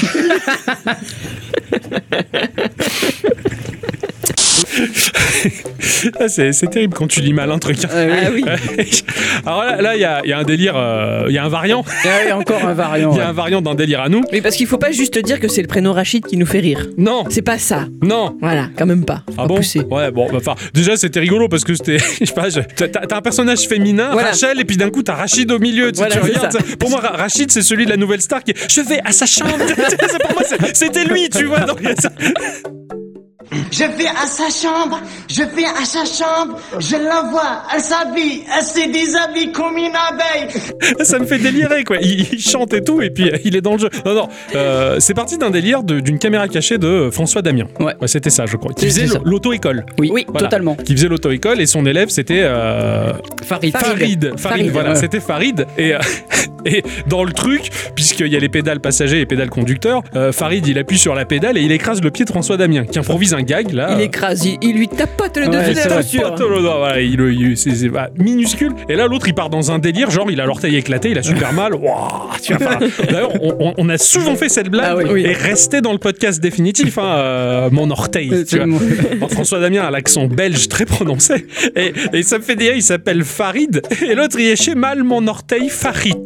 S2: Ah, c'est c'est terrible quand tu lis mal un truc. hein.
S3: Ah oui.
S2: <laughs> Alors là, là, il y a- il y, a un délire, euh, il y a un variant.
S4: Ah oui, encore un variant.
S2: Il y a
S4: ouais.
S2: un variant d'un délire à nous.
S3: Mais parce qu'il faut pas juste dire que c'est le prénom Rachid qui nous fait rire.
S2: Non,
S3: C'est pas ça.
S2: non.
S3: Voilà, quand même pas. Faut
S2: Ah
S3: pas
S2: bon
S3: pousser.
S2: Ouais, bon, bah, enfin, déjà c'était rigolo parce que c'était. <laughs> Je sais pas, je- t'as- t'as un personnage féminin,
S3: Voilà.
S2: Rachel, et puis d'un coup t'as Rachid au milieu. Tu,
S3: Voilà,
S2: tu
S3: c'est
S2: regardes,
S3: ça.
S2: ça. Pour moi, Ra- Rachid, c'est celui de la nouvelle star qui est. Je vais à sa chambre. <laughs> C'est- pour moi, c'est- c'était lui, tu vois. donc, ça-
S9: Je vais à sa chambre, je vais à sa chambre, je la vois, elle s'habille, elle se déshabille comme une abeille.
S2: ça me fait délirer quoi. Il, il chante et tout et puis euh, il est dans le jeu. Non non, euh, c'est parti d'un délire de- d'une caméra cachée de euh, François Damien.
S4: Ouais.
S2: c'était ça je crois. Qui
S4: C'est-
S2: faisait
S4: c'est ça.
S2: l'auto-école.
S4: Oui,
S3: Oui,
S2: Voilà.
S4: totalement.
S2: Qui faisait l'auto-école et son élève c'était euh,
S4: Farid.
S2: Farid. Farid,
S3: Farid,
S2: voilà,
S4: ouais.
S2: c'était Farid. Et, euh, <laughs> et dans le truc, puisqu'il y a les pédales passagers et les pédales conducteurs, euh, Farid il appuie sur la pédale et il écrase le pied de François Damien qui improvise un gag là.
S3: Il écrase, il, il lui tapote le
S4: Ouais,
S3: dessus de
S4: c'est
S3: la
S4: vrai.
S3: chaussure.
S2: Pote, le- voilà, il- il- c'est c'est- bah, minuscule. Et là, l'autre, il part dans un délire, genre il a l'orteil éclaté, il a super mal. Ouah, tu vois, enfin,
S4: <laughs>
S2: D'ailleurs, on, on- on a souvent fait cette blague
S4: Ah oui, oui.
S2: et resté dans le podcast définitif. hein, euh, mon orteil.
S4: Euh,
S2: tu
S4: c'est
S2: vois. <laughs>
S4: mon-
S2: Bon, François Damien a l'accent belge très prononcé et, et ça me fait dire il s'appelle Farid et l'autre il est chez mal mon orteil Farid.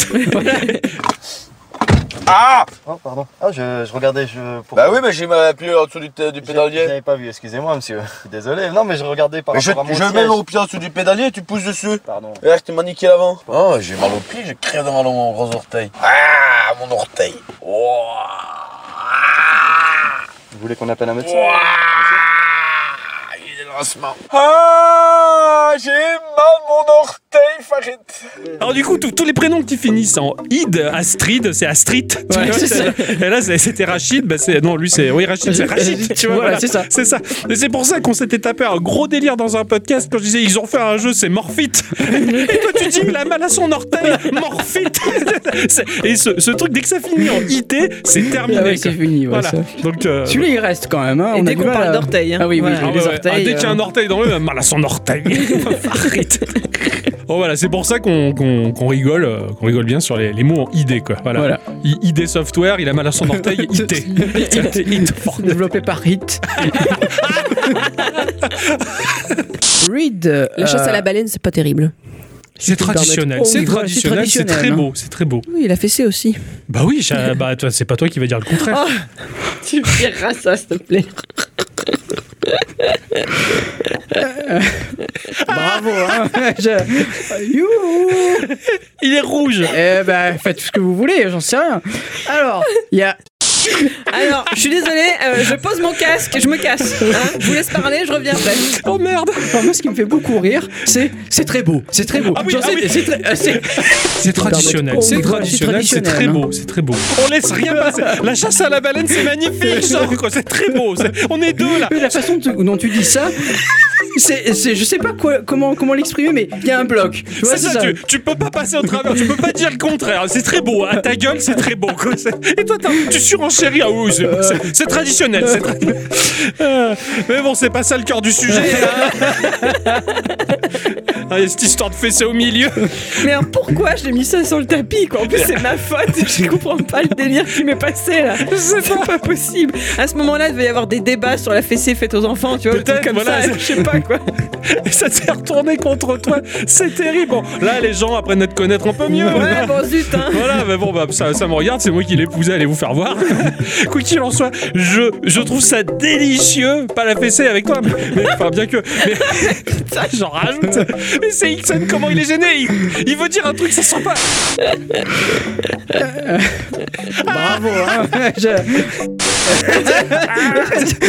S10: Oh, pardon. Ah, je, je regardais. Je, pour...
S11: Bah oui, mais j'ai mal appuyé en dessous du, du
S10: J'avais
S11: pédalier.
S10: j'avais pas vu, excusez-moi monsieur. <laughs> Désolé, non mais je regardais par
S11: Mais je,
S10: rapport à mon
S11: je
S10: siège.
S11: mets mon pied en dessous du pédalier et tu pousses dessus.
S10: Pardon.
S11: Et là, je t'ai maniqué l'avant. Oh, j'ai mal au pied, j'ai crève de mal au mon gros orteil. Ah, mon orteil. Oh.
S10: Vous voulez qu'on appelle un médecin
S11: Ah, j'ai mal mon orteil, Farid.
S2: Alors du coup tous- tous les prénoms qui finissent en id, Astrid, c'est Astrid. tu
S4: Ouais,
S2: vois,
S4: c'est
S2: c'est- Et là c'est- c'était Rachid, bah, c'est non lui c'est oui Rachid, c'est
S4: <laughs>
S2: Rachid. Tu vois,
S4: Voilà, c'est ça.
S2: C'est ça. Et c'est pour ça qu'on s'était tapé un gros délire dans un podcast quand je disais ils ont fait un jeu c'est Morphite. Et toi tu dis il a mal à son orteil, Morphite. <laughs> C'est- Et ce, ce truc dès que ça finit en it, c'est terminé.
S4: Ah ouais, c'est
S2: quoi.
S4: fini. ouais,
S2: Voilà.
S4: ça.
S2: Donc euh,
S4: Celui-là, il reste quand même. hein,
S3: Et
S4: on a
S3: dès
S4: du
S3: qu'on
S4: mal
S3: parle
S4: à-
S3: d'orteil, hein.
S4: Ah oui, oui,
S3: Voilà.
S4: les
S2: Ah ouais, ouais.
S4: orteils.
S2: Ah, dès qu'il y a
S4: euh,
S2: un orteil dans le ah, mal à son orteil. Arrête. Oh voilà, c'est pour ça qu'on qu'on- qu'on rigole, euh, qu'on rigole bien sur les, les mots en ID quoi. Voilà.
S4: Voilà.
S2: I- ID software, il a mal à son orteil, IT. <laughs> IT.
S4: Développé par Hit.
S3: Reed.
S4: euh,
S12: La chasse à la baleine, c'est pas terrible.
S3: Si
S2: C'est
S3: tu me permets.
S2: traditionnel,
S3: Oh,
S2: c'est
S3: oui, voilà, c'est
S2: traditionnel, c'est
S3: traditionnel,
S2: très
S3: hein.
S2: beau, c'est très beau.
S12: Oui, il a fessé aussi.
S2: Bah oui, ça- bah, toi, c'est pas toi qui vas dire le contraire.
S12: tu verras ça, s'il te plaît.
S4: Bravo, hein. Je- <laughs> Youhou.
S2: Ah, Il est rouge.
S4: Eh ben, faites tout ce que vous voulez, j'en sais rien. Alors, il y a.
S3: Alors, je suis désolée, euh, je pose mon casque et je me casse. hein. je vous laisse parler, je reviens après.
S2: Oh merde
S4: Alors, moi, ce qui me fait beaucoup rire, c'est c'est très beau, c'est très beau.
S2: Ah oui,
S4: Genre,
S2: ah
S4: c'est-
S2: oui.
S4: c'est très- euh, c'est-
S2: C'est traditionnel, c'est traditionnel, c'est très beau, c'est très beau. On laisse rien passer. La chasse à la baleine, c'est magnifique, genre, quoi, c'est très beau. c'est- On est deux là.
S4: Mais Euh, la façon dont tu- dont tu dis ça, c'est, c'est- je sais pas quoi- comment, comment l'exprimer, mais il y a un bloc. Tu vois,
S2: C'est ça,
S4: <laughs>
S2: Tu, tu peux pas passer au travers, tu peux pas dire le contraire. C'est très beau, à ta gueule, c'est très beau. quoi. C'est- Et toi, t'as- tu surenchéris. Ah oui, c'est- c'est- c'est traditionnel. c'est tra- <laughs> Euh, Mais bon, c'est pas ça le cœur du sujet. <laughs> hein. Ah, il y a cette histoire de fessée au milieu. <laughs>
S3: Mais alors, pourquoi j'ai mis ça sur le tapis quoi En plus, c'est ma faute. Je comprends pas le délire qui m'est passé là. C'est pas. possible. À ce moment-là, il devait y avoir des débats sur la fessée faite aux enfants, tu vois, ou des trucs
S2: Peut-être,
S3: comme
S2: voilà,
S3: ça.
S2: c'est-
S3: Je sais
S2: <laughs>
S3: pas quoi.
S2: Et ça s'est retourné contre toi. C'est terrible. Bon, là, les gens apprennent à te connaître un peu mieux.
S3: Ouais, bon zut, hein.
S2: Voilà, mais bon, bah, ça, ça me regarde, c'est moi qui l'épousais, allez vous faire voir. <laughs> Quoi qu'il en soit, je, je trouve ça délicieux, pas la fessée avec toi, mais mais, enfin, bien que. Mais <laughs> ça, j'en rajoute. Mais c'est Ixon, comment il est gêné il, il veut dire un truc, ça sent pas.
S4: Bravo, hein. Je-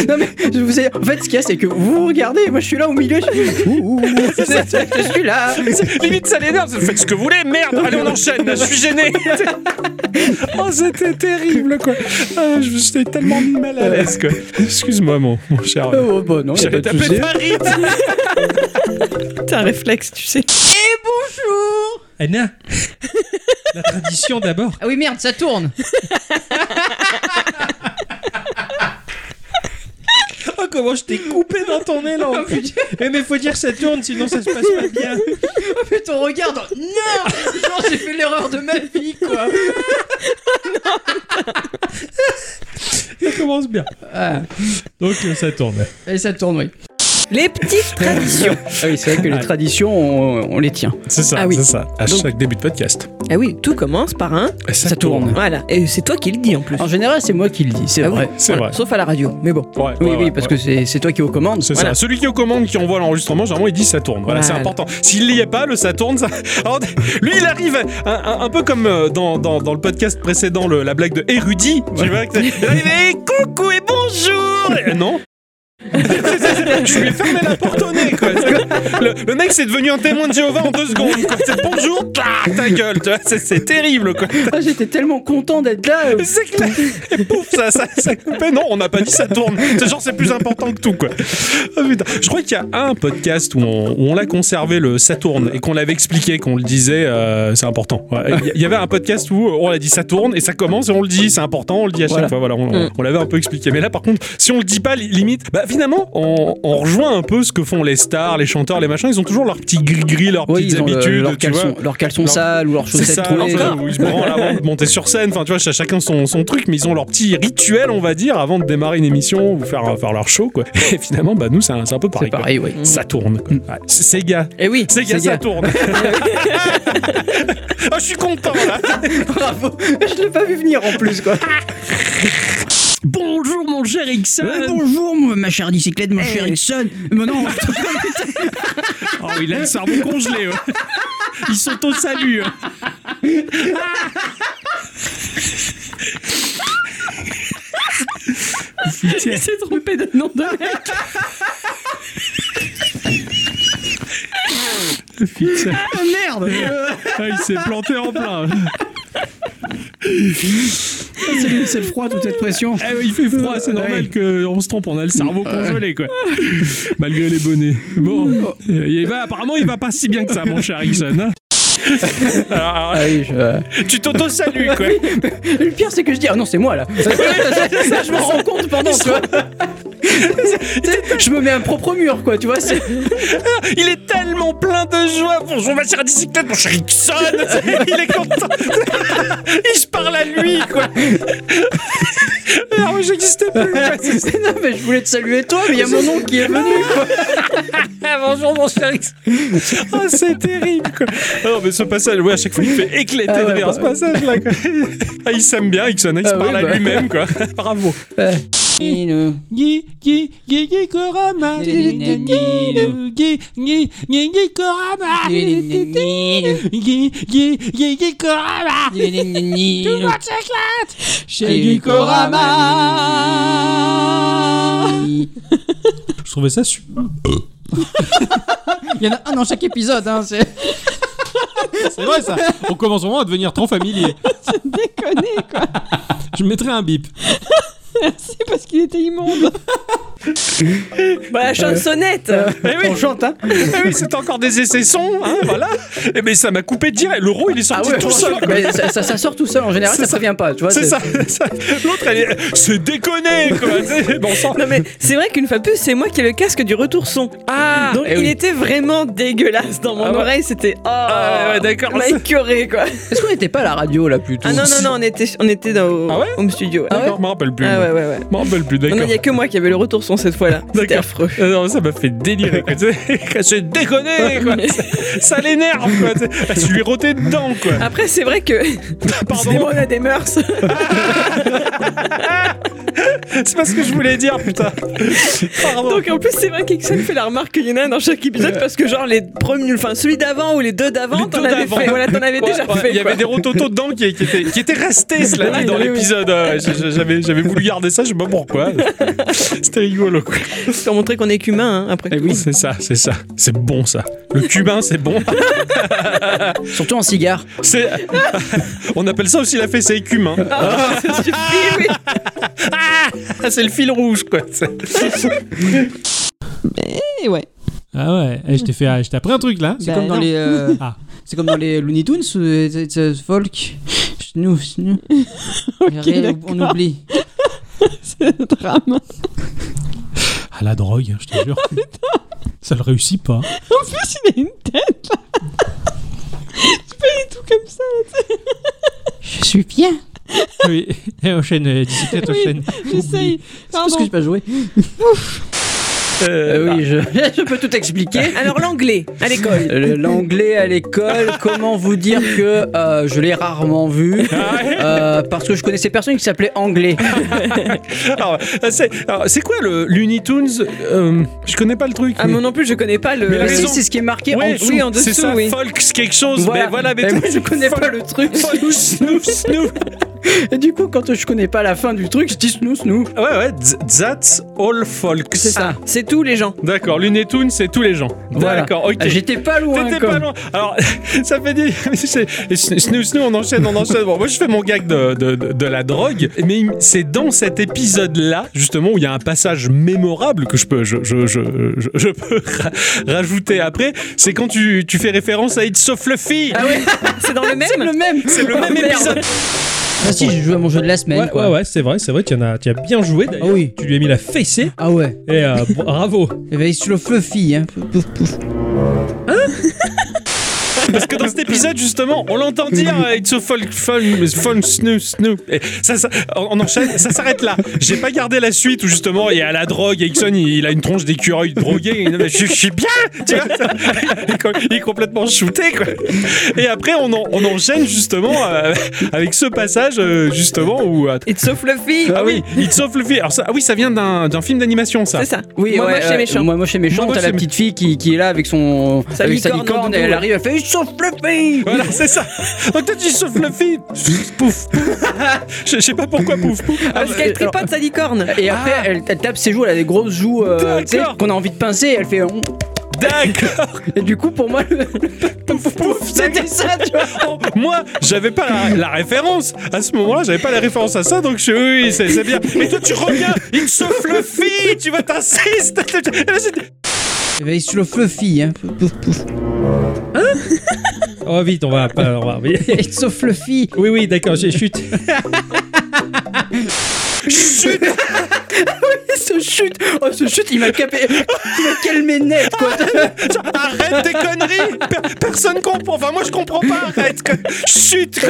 S4: non mais je vous ai... en fait ce qu'il y a c'est que vous vous regardez moi je suis là au milieu je suis, Ouh, ouh, ouh, <laughs> c'est ça, je suis là
S2: C'est- Limite, ça l'énerve, faites ce que vous voulez, merde, allez, on enchaîne, là, je suis gêné. <laughs> oh, c'était terrible, quoi. Ah, je me suis tellement mis mal à l'aise, quoi. Excuse-moi, mon, mon cher.
S4: oh, bah non y a
S2: J'avais
S4: pas de
S2: tapé
S4: souci.
S2: Paris.
S3: T'as un réflexe, tu sais.
S12: Et bonjour
S13: Anna, <laughs> la tradition d'abord.
S1: Ah oui, merde, ça tourne.
S13: <laughs> Oh, comment je t'ai coupé dans ton élan Eh, Mais faut dire ça tourne, sinon ça se passe pas bien.
S1: Oh putain, regarde. Non, genre j'ai fait l'erreur de ma vie quoi.
S13: <laughs> Ça commence bien.
S1: Ah.
S13: Donc euh, ça tourne.
S1: Et ça tourne, oui.
S3: Les petites traditions.
S4: ah oui c'est vrai que les traditions on, on les tient
S2: C'est ça,
S3: Ah oui.
S2: c'est ça. À
S3: Donc-
S2: chaque début de podcast.
S3: Ah oui, tout commence par un.
S2: Ça,
S4: tourne.
S3: Voilà, et c'est toi qui le dis en plus.
S4: en général c'est moi qui le dis c'est
S3: Ah oui,
S4: vrai
S2: C'est
S3: voilà,
S2: vrai.
S3: Sauf à la radio, mais bon.
S2: Ouais,
S4: oui
S2: ouais,
S4: oui
S2: ouais,
S4: parce
S2: ouais.
S4: que c'est, c'est toi qui aux commandes
S2: C'est ça. Celui qui est aux commandes, qui envoie l'enregistrement, généralement, il dit ça tourne. Voilà, c'est
S3: Voilà.
S2: important. S'il n'y est pas, le ça tourne. ça- <laughs> Alors, lui, il arrive un, un- un peu comme euh, dans, dans- dans le podcast précédent, le- la blague de érudit. Tu vois, que c'est- il arrive, Eh, coucou et bonjour. Et- non. <laughs> Je lui ai fermé la porte au nez, quoi. Le, le mec, c'est devenu un témoin de Jéhovah en deux secondes. quoi. C'est bonjour, ah, ta gueule, tu vois, c'est- c'est terrible, quoi.
S4: <laughs> Ah, j'étais tellement content d'être là <laughs> euh,
S2: C'est clair. <laughs> Et pouf, ça, ça, ça coupait. Non, on n'a pas dit ça tourne. C'est genre, c'est plus important que tout, quoi. Oh, putain. Je crois qu'il y a un podcast où on, où on l'a conservé, le ça tourne, et qu'on l'avait expliqué, qu'on le disait, euh, c'est important. Ouais. Il y- il y avait un podcast où on l'a dit ça tourne, et ça commence, et on le dit, c'est important, on le dit à chaque
S4: Voilà. Mm.
S2: fois. Voilà, on, on- on l'avait un peu expliqué. Mais là, par contre, si on le dit pas, li- limite, bah finalement, on, on rejoint un peu ce que font les stars, les chanteurs, les machins. Ils ont toujours leur petit gris-gris, leurs
S4: oui,
S2: petites
S4: ils ont le-
S2: habitudes,
S4: leur
S2: tu
S4: caleçon,
S2: vois.
S4: leur caleçon
S2: Leur-
S4: sale ou leurs
S2: C'est
S4: chaussettes
S2: ça,
S4: trouées.
S2: enfin, où ils se branlent avant de monter sur scène. Enfin, tu vois, ch- chacun son, son truc, mais ils ont leur petit rituel, on va dire, avant de démarrer une émission ou faire, euh, faire leur show, quoi. <laughs> Et finalement, bah, nous, c'est un, c'est un peu pareil.
S4: C'est pareil,
S2: quoi.
S4: oui. Mm.
S2: Ça tourne, quoi. Ouais, c'est- Sega.
S3: Et Eh oui,
S2: Sega,
S4: Sega.
S2: ça tourne.
S4: <laughs>
S2: <laughs> Ah, je suis content, là.
S4: Bravo, je l'ai pas vu venir
S2: Ah,
S4: en plus quoi.
S13: Bonjour mon cher Ixon.
S2: Euh,
S4: bonjour ma chère bicyclette,
S3: Eh
S4: mon cher Ixon. Mais non,
S13: Oh, il a le cerveau congelé. ouais. Ils sont au salut. hein.
S3: Il s'est trompé de nom de mec.
S13: Putain.
S4: merde.
S13: Ah, il s'est planté en plein.
S4: <laughs> C'est le, c'est le froid, toute cette pression.
S13: Eh oui, il fait froid, c'est normal qu'on se trompe, on a le cerveau congelé, quoi. Malgré les bonnets. Bon, euh, il va, apparemment, il va pas si bien que ça, mon cher Ixon. hein. <laughs> Alors, alors,
S4: Ah oui, je-
S2: tu t'auto-salues, quoi.
S4: Le pire, c'est que je dis, ah non, c'est moi là. <laughs> Là, je me rends compte pendant, tu <laughs> vois. Je me mets un propre mur, quoi, tu vois. c'est-
S2: Il est tellement plein de joie. Bonjour, ma chère bicyclette, mon cher Ixon. Il est content. Et je parle à lui, quoi. Alors, j'existais plus. quoi.
S4: non, mais je voulais te saluer toi, mais il y a mon nom qui est venu, quoi.
S2: Ah, la vengeance, mon cher X. Oh, c'est terrible, quoi. Ah non, mais ce passage, ouais, à chaque fois, il fait éclater
S4: Ah ouais,
S2: de rire
S4: bah-
S2: ce passage, là, quoi. Ah, il s'aime bien, Ixon, hein, il se
S4: Ah oui,
S2: parle à
S4: bah.
S2: lui-même, quoi. Bravo.
S13: Guy, Guy, Guy, Guy Corama. Guy, Guy, Guy, Guy Corama. Guy, Guy, Guy, Guy Corama. Tout le monde s'éclate chez Guy Corama.
S2: Je trouvais ça super.
S4: Il y en a un dans chaque épisode. Hein, c'est
S13: C'est vrai, ça. On commence vraiment à devenir trop
S2: <laughs>
S13: familier.
S3: Déconné, quoi.
S13: Je mettrai un bip.
S3: Merci parce qu'il était immonde. bah, la chansonnette.
S2: Euh,
S3: Eh
S2: On chante, hein oui, c'est encore des essais sons, hein, voilà. Et mais ça m'a coupé de dire, et l'euro, il est
S4: <laughs>
S13: Ah
S2: sorti tout seul. quoi.
S4: Ah mais ça, ça- ça sort tout seul en général,
S2: C'est
S4: ça,
S2: ça.
S4: prévient pas. Tu vois,
S2: C'est ça, ça. L'autre, elle est. C'est déconné,
S13: <laughs>
S2: quoi. C'est- Bon sang.
S3: Non mais c'est vrai qu'une fois de plus c'est moi qui ai le casque du retour son.
S2: Ah
S3: Donc
S4: eh
S3: il
S4: oui.
S3: était vraiment dégueulasse dans mon
S4: Ah ouais.
S3: oreille, c'était oh
S2: Ah ouais, ouais, d'accord.
S3: m'a écœuré quoi.
S4: Est-ce qu'on n'était pas à la radio là plutôt
S3: Ah non non non on était on était dans au
S2: Ah ouais
S3: home studio.
S2: Ah ouais Je m'en rappelle plus.
S3: Ah ouais, ouais, ouais.
S2: Je m'en rappelle plus,
S3: Non,
S2: d'accord.
S3: non, il y a que moi qui avait le retour son cette fois-là. C'était
S2: D'accord.
S3: affreux.
S2: Ah Non, ça m'a fait délirer. Quoi.
S3: <laughs>
S2: C'est <laughs> déconné, quoi. Ça, ça l'énerve, quoi. Ah, Tu lui rotais dedans, quoi.
S3: Après c'est vrai que
S2: <laughs> Pardon.
S3: on a des mœurs.
S2: C'est pas ce que je voulais dire, putain. Pardon.
S3: Donc en plus c'est vrai qu'Ixon fait la remarque qu'il y en a un dans chaque épisode parce que genre les premiers, enfin celui d'avant ou les deux d'avant,
S2: Les
S3: t'en
S2: deux
S3: avais
S2: d'avant.
S3: fait, voilà t'en avais
S2: Ouais,
S3: déjà
S2: ouais,
S3: fait.
S2: Il y
S3: quoi. Ah, bah
S2: avait des rototos dedans qui, qui étaient, qui étaient restés, cela dit, dans
S3: Oui, oui.
S2: l'épisode. Ouais, je- je- J'avais j'avais voulu garder ça, je sais pas
S3: <laughs>
S2: pourquoi. C'était rigolo, quoi.
S3: C'est pour montrer qu'on est qu'humain hein, après.
S2: Eh oui, c'est ça, c'est ça. C'est bon, ça. Le cubain, c'est
S3: <laughs>
S2: bon.
S4: Surtout en cigare.
S2: C'est... <laughs> On appelle ça aussi la fessée cumin.
S3: Ah, ça suffit, oui.
S2: Ah, c'est le fil rouge, quoi. C'est-
S3: Et ouais.
S13: Ah ouais, eh, je t'ai fait, je t'ai appris un truc là.
S14: C'est
S3: Bah,
S15: Bah,
S14: comme dans
S13: non.
S14: les.
S3: <laughs>
S14: euh,
S13: Ah.
S14: C'est comme dans les Looney Tunes, euh, it's a folk. Snoo,
S3: <laughs>
S14: snoo. Rien, on
S3: d'accord.
S14: oublie.
S3: C'est le drame.
S13: Ah la drogue, je te jure.
S2: <laughs>
S13: Ça le réussit pas.
S3: En plus, il a une tête là. C'est pas du tout comme ça.
S13: Je suis bien. Oui, et enchaîne, euh, bicyclette,
S3: Oui,
S15: <laughs>
S13: enchaîne.
S3: J'essaye.
S14: Parce que j'ai
S3: Pardon.
S14: pas joué.
S2: Euh,
S4: Euh, oui, je, <laughs> je peux tout expliquer.
S3: Alors l'anglais à l'école.
S4: Le- L'anglais à l'école, comment vous dire que euh, je l'ai rarement vu
S3: Ah
S4: euh, parce que je connaissais personne qui s'appelait anglais.
S2: Alors, euh, c'est, alors, c'est quoi le Looney Tunes Euh, Je connais pas le truc.
S3: Ah
S2: mais-
S3: moi non plus je connais pas le.
S2: Mais la
S4: Parce que
S2: raison-
S4: c'est ce qui est marqué
S2: Ouais,
S4: en dessous.
S3: oui, en dessous,
S2: c'est ça,
S3: oui.
S2: Folks quelque chose.
S4: Voilà.
S2: Mais voilà, mais,
S4: Mais moi, je connais pas le truc.
S2: Folks, snoop, snoop.
S4: Et du coup, quand je connais pas la fin du truc, je dis snoo snoo.
S2: Ouais, ouais, th- that's all folks.
S3: C'est ça. C'est tous les gens.
S2: D'accord, Looney Tunes, c'est tous les gens.
S4: Voilà.
S2: D'accord, ok.
S4: Ah, J'étais pas loin.
S2: T'étais
S4: quoi.
S2: pas loin. Alors, <laughs> ça fait dire. Snoo Snoo, on enchaîne, on enchaîne. Bon, moi, je fais mon gag de, de, de- de la drogue, mais il- c'est dans cet épisode-là, justement, où il y a un passage mémorable que je peux, je, je, je, je- je peux <laughs> ra- rajouter après. C'est quand tu, tu fais référence à It's so Fluffy.
S3: Ah ouais. C'est dans le même.
S4: C'est le même.
S2: <laughs> C'est le même épisode.
S14: Ah si, j'ai joué à mon jeu de la semaine.
S13: Ouais,
S14: quoi.
S13: ouais, ouais, c'est vrai, c'est vrai, tu en as, tu as bien joué d'ailleurs.
S14: Ah oui.
S13: Tu lui as mis la fessée
S14: Ah ouais.
S13: et euh, bravo.
S4: Eh
S14: Il
S4: ben,
S14: va sur le fluffy. Hein. Pouf, pouf, pouf.
S2: Parce que dans cet épisode, justement, on l'entend dire euh, It's so fun, fun, fun, snoo, snoo. Et ça, ça- on on enchaîne, ça s'arrête là. J'ai pas gardé la suite où, justement, il y a la drogue. Ixon, il, il a une tronche d'écureuil drogué. Il- mais Je je suis bien tu vois, ça- il est com- Il est complètement shooté, quoi. Et après, on, en- on enchaîne, justement, euh, avec ce passage, euh, justement, où. euh,
S3: It's so fluffy.
S2: ah oui, It's so fluffy. Alors ça, ah oui, ça vient d'un d'un film d'animation, ça.
S3: C'est ça.
S4: Oui,
S3: Ah. moi,
S4: ouais,
S3: moi je suis
S4: euh,
S3: méchant.
S4: Moi, moi, je suis méchant.
S2: Moi, moi,
S4: T'as
S2: je
S4: la
S2: suis-
S4: petite fille qui, qui est là avec son.
S3: Sa
S4: avec sa
S3: licorne
S4: licorne,
S3: doudou,
S4: elle
S3: ouais.
S4: arrive, elle fait Ils sont fluffy
S2: Voilà, c'est ça. Donc toi, tu souffles le fil. Pouf, pouf. Je je sais pas pourquoi pouf, pouf. Ah,
S3: Parce qu'elle tripote sa licorne.
S4: Et après, elle, elle tape ses joues, elle a des grosses joues euh, tu sais,
S2: D'accord.
S4: qu'on a envie de pincer, et elle fait. Hum.
S2: D'accord.
S4: Et du coup, pour moi, le-
S2: Pouf, pouf.
S4: c'était ça, tu vois.
S2: Oh, <laughs> Moi, j'avais pas la, la référence. À ce moment-là, j'avais pas la référence à ça, donc je oui, oui, c'est c'est bien. Et toi, tu reviens, il souffle le fil, tu vas t'insistes. Et là, j'étais-
S14: Il va sur le fluffy.
S4: <laughs>
S14: Hein. Pouf, pouf, pouf.
S13: <laughs> Oh vite, on va pas, on va. Oui,
S14: It's so fluffy.
S13: oui, oui, d'accord, j'ai
S2: <laughs>
S13: chute.
S2: Chut
S4: ce chute, oh, ce chute, il m'a capé. Il m'a calmé net, quoi.
S2: Arrête tes conneries Per- Personne comprend. Enfin, moi, je comprends pas. Arrête. Que... Chut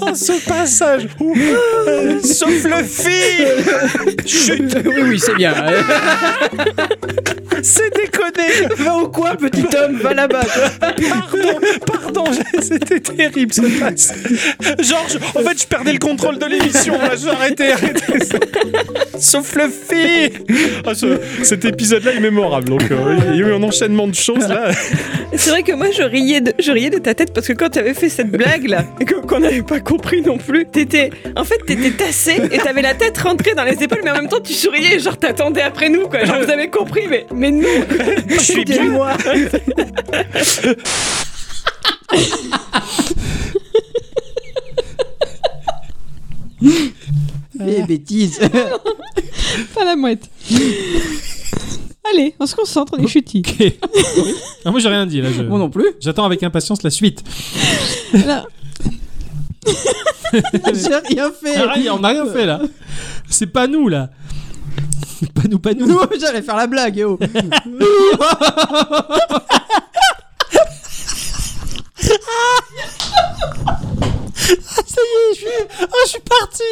S2: Oh, ce passage Ouh.
S13: <laughs>
S2: Euh, Sauf le fil Chut Ah.
S4: oui, oui, c'est bien.
S2: C'est déconné
S3: connais.
S4: Va au coin, petit homme, va là-bas.
S2: Pardon, pardon, j'ai- c'était terrible ce passe. Georges, en fait, je perdais le contrôle de l'émission. là, J'ai arrêté, arrêté. Sauf le fait. Ah, ce- cet épisode-là est mémorable. Donc, euh, il y a eu un enchaînement de choses là.
S3: C'est vrai que moi je riais, de, je riais de ta tête parce que quand t'avais fait cette blague là, <laughs> et que- qu'on n'avait pas compris non plus, t'étais. En fait, t'étais tassé et t'avais la tête rentrée dans les épaules, mais en même temps tu souriais, genre t'attendais après nous quoi. Genre vous avez compris, mais, mais nous. Ah
S2: Je suis bien.
S3: moi.
S4: Eh,
S14: Les bêtises.
S15: Pas la mouette. Allez, on se concentre, on est chutis.
S13: Ah, moi j'ai rien dit là. Je... Moi non plus. J'attends avec impatience la suite.
S15: Alors,
S14: J'ai rien
S1: <laughs>
S14: fait.
S13: Ah, rien, on n'a rien fait là. C'est pas nous là. Pas nous, pas nous.
S14: Non, j'allais faire la blague, yo.
S13: Ah, ça y est, je suis, ah, je suis parti.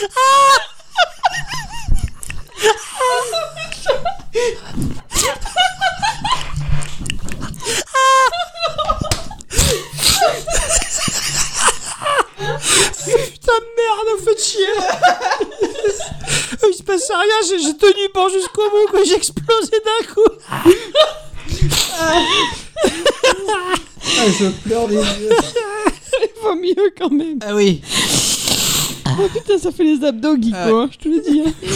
S13: Ah Ah. Putain, merde, faut te chier. Il se passe rien, j'ai j'ai tenu bon jusqu'au bout, quoi, j'ai explosé d'un coup.
S14: Ah, je pleure des yeux.
S15: il vaut mieux quand même.
S14: Ah oui.
S15: Oh putain, ça fait les abdos, Guico,
S14: Ah ouais.
S15: hein, je te le dis. hein.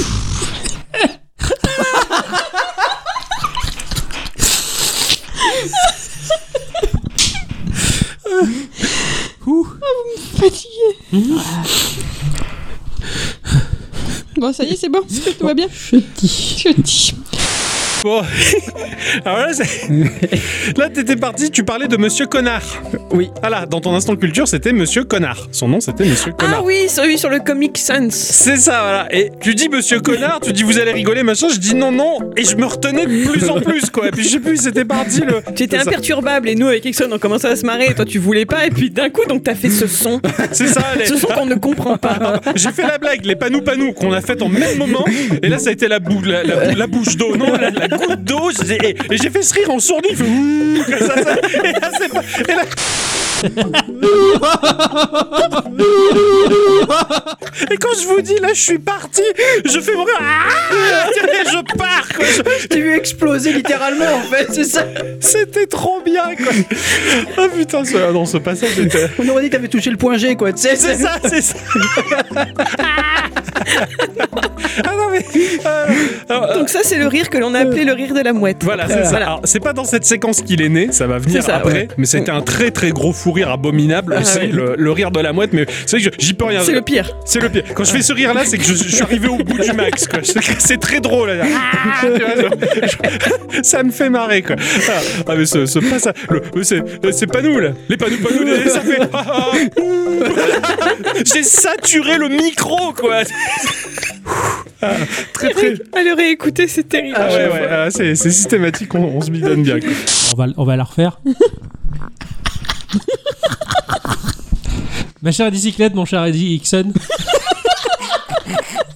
S13: Ouh.
S15: Ah, vous me fatiguez.
S14: Ah.
S15: bon, ça y est, c'est bon, c'est que tout va bien. Je dis. Je dis.
S2: Bon. Alors là, Ah c'est-
S3: <laughs>
S2: là, t'étais parti, tu parlais de Monsieur Connard. Oui. Ah là, dans ton instant culture, c'était Monsieur Connard. Son nom, c'était Monsieur Connard.
S3: Ah oui, celui sur le Comic Sans.
S2: C'est ça, voilà. Et tu dis Monsieur Connard, tu dis vous allez rigoler, machin. Je dis non, non. Et je me retenais de plus en plus, quoi. Et puis je sais plus, c'était parti le.
S3: Tu étais
S2: Ça-
S3: imperturbable et nous avec Ixon on commençait à se marrer et toi tu voulais pas et puis d'un coup donc t'as fait ce son.
S2: C'est ça, les-
S3: Ce son qu'on ne comprend pas.
S2: J'ai fait la blague, les panous panous qu'on a faite en même moment, et là ça a été la, boue, la, la- la bouche d'eau, non, la, la goutte d'eau, j'ai- et, et j'ai fait ce rire en sourdine, il fait ouh, comme ça, ça, et là c'est pas. Et là... Et quand je vous dis là, je suis parti, je fais mon rire, ah, et je pars quoi. Je
S4: t'ai vu exploser littéralement en fait, c'est ça.
S2: C'était trop bien quoi. Ah putain, ce, ah non, ce passage était.
S4: On aurait dit que t'avais touché le point G quoi, tu sais.
S2: C'est ça, c'est ça. Ah non, mais.
S3: Donc ça c'est le rire que l'on a appelé le rire de la mouette.
S2: Voilà, c'est ça. Alors, c'est pas dans cette séquence qu'il est né, ça va venir
S3: C'est ça,
S2: après,
S3: ouais.
S2: mais c'était un très très gros fou rire abominable
S3: Ah,
S2: aussi,
S3: ouais.
S2: le, le rire de la mouette, mais c'est vrai que je- j'y peux rien.
S3: C'est le pire.
S2: C'est le pire. Quand je fais ce rire là, c'est que je, je suis arrivé au bout du max, quoi. C'est c'est très drôle. là. Ah, tu vois, je- <laughs> ça me fait marrer, quoi. Ah, ah, mais ce, ce passage- le- le- c'est euh, c'est pas nous là. Les panneaux, panneaux, les- ça fait. <laughs> ah, ah, ouh. J'ai saturé le micro, quoi. <laughs> Ah, très très.
S3: À le réécouter c'est terrible.
S2: Ah ouais, ouais, ah, c'est c'est systématique, on, on se bidonne bien. quoi.
S13: On va, on va la
S2: <laughs>
S13: refaire. ma chère bicyclette, mon cher Eddie Hickson.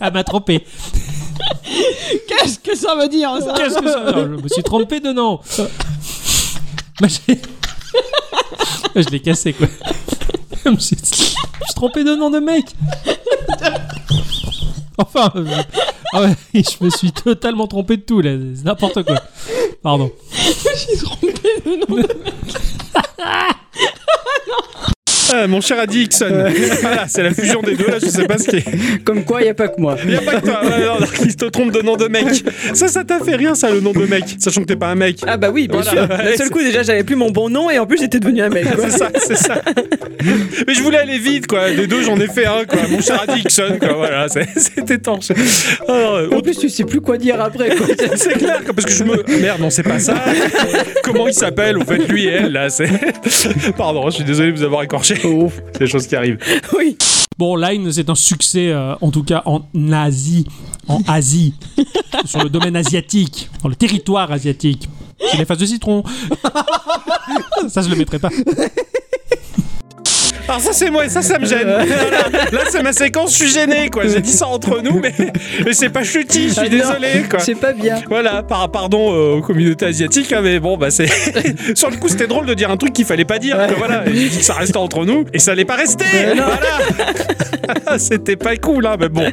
S13: Ah, m'a trompé.
S15: Qu'est-ce que ça veut dire ça
S13: Qu'est-ce que ça Non, Je me suis trompé de nom. Ma chère- Je l'ai cassé, quoi. Je me suis, je me suis trompé de nom de mec. Enfin, euh, ah ouais, je me suis totalement trompé de tout, là. C'est n'importe quoi. Pardon.
S15: Je suis trompée de nom de
S2: Ah, mon cher Adi Hickson. voilà, c'est la fusion des deux, là, je sais pas ce qui est.
S4: Comme quoi, il a pas que moi.
S2: Y a pas que toi, ouais, non, non, il te trompe de nom de mec. Ça, ça t'a fait rien, ça, le nom de mec, sachant que t'es pas un mec.
S3: Ah bah oui, bien sûr. D'un seul coup déjà j'avais plus mon bon nom et en plus j'étais devenu un mec. quoi.
S2: <laughs> C'est ça, c'est ça. Mais je voulais aller vite, quoi. Des deux, j'en ai fait un, quoi. Mon cher Adi Hickson, quoi. Voilà, c'est- c'était torché. en
S4: plus, tu sais plus quoi dire après, quoi.
S2: C'est clair, quoi, parce que je me. Merde, non, c'est pas <laughs> ça. Comment il s'appelle, au fait, lui et elle, là, c'est. <laughs> Pardon, je suis désolé de vous avoir écorché. <laughs> C'est des choses qui arrivent.
S3: Oui.
S13: Bon, Line, c'est un succès, euh, en tout cas en Asie, en
S2: <laughs>
S13: Asie, sur le domaine asiatique, dans le territoire asiatique.
S2: <laughs>
S13: C'est les faces de citron. Ça, je le mettrai pas.
S2: Alors ça c'est moi et ça
S13: <laughs>
S2: ça me gêne. Voilà. Là c'est ma séquence, je suis gêné quoi. J'ai dit ça entre nous mais, mais c'est pas chutis, je suis
S4: Ah non,
S2: désolé quoi.
S4: c'est pas bien.
S2: Voilà, par, pardon euh, aux communautés asiatiques hein, mais bon bah c'est <laughs> sur le coup c'était drôle de dire un truc qu'il fallait pas dire. quoi, voilà, Et j'ai dit que ça restait entre nous et ça allait pas rester. Voilà. <laughs> c'était pas cool hein, mais bon.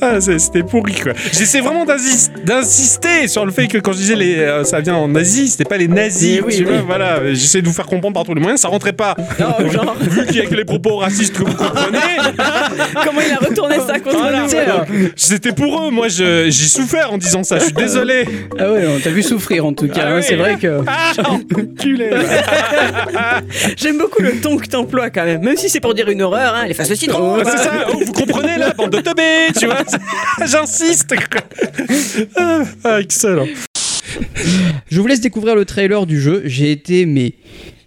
S2: Ah, c'est- c'était pourri quoi. J'essaie vraiment d'insis- d'insister sur le fait que quand je disais les euh, ça vient en Asie, c'était pas les nazis,
S4: Eh Oui, oui,
S2: tu vois,
S4: oui.
S2: voilà, j'essaie de vous faire comprendre par tous les moyens, ça rentrait pas. <laughs>
S4: genre.
S2: Vu qu'il y a que les propos racistes que vous comprenez.
S4: <laughs>
S3: Comment il a retourné ça contre
S2: voilà,
S3: nous
S2: donc, C'était pour eux, moi je- j'ai souffert en disant ça, je suis désolé.
S4: Ah ouais, on t'a vu souffrir en tout cas,
S2: Ah
S4: hein,
S2: oui.
S4: c'est vrai que.
S3: J'aime beaucoup le ton que t'emploies quand même, même si c'est pour dire une horreur, hein, les faces de citron.
S2: C'est ça, oh, vous comprenez là, bande de teubés, tu vois. <laughs> J'insiste. quoi. Ah, ah, excellent.
S1: Je vous laisse découvrir le trailer du jeu. J'ai été, mais.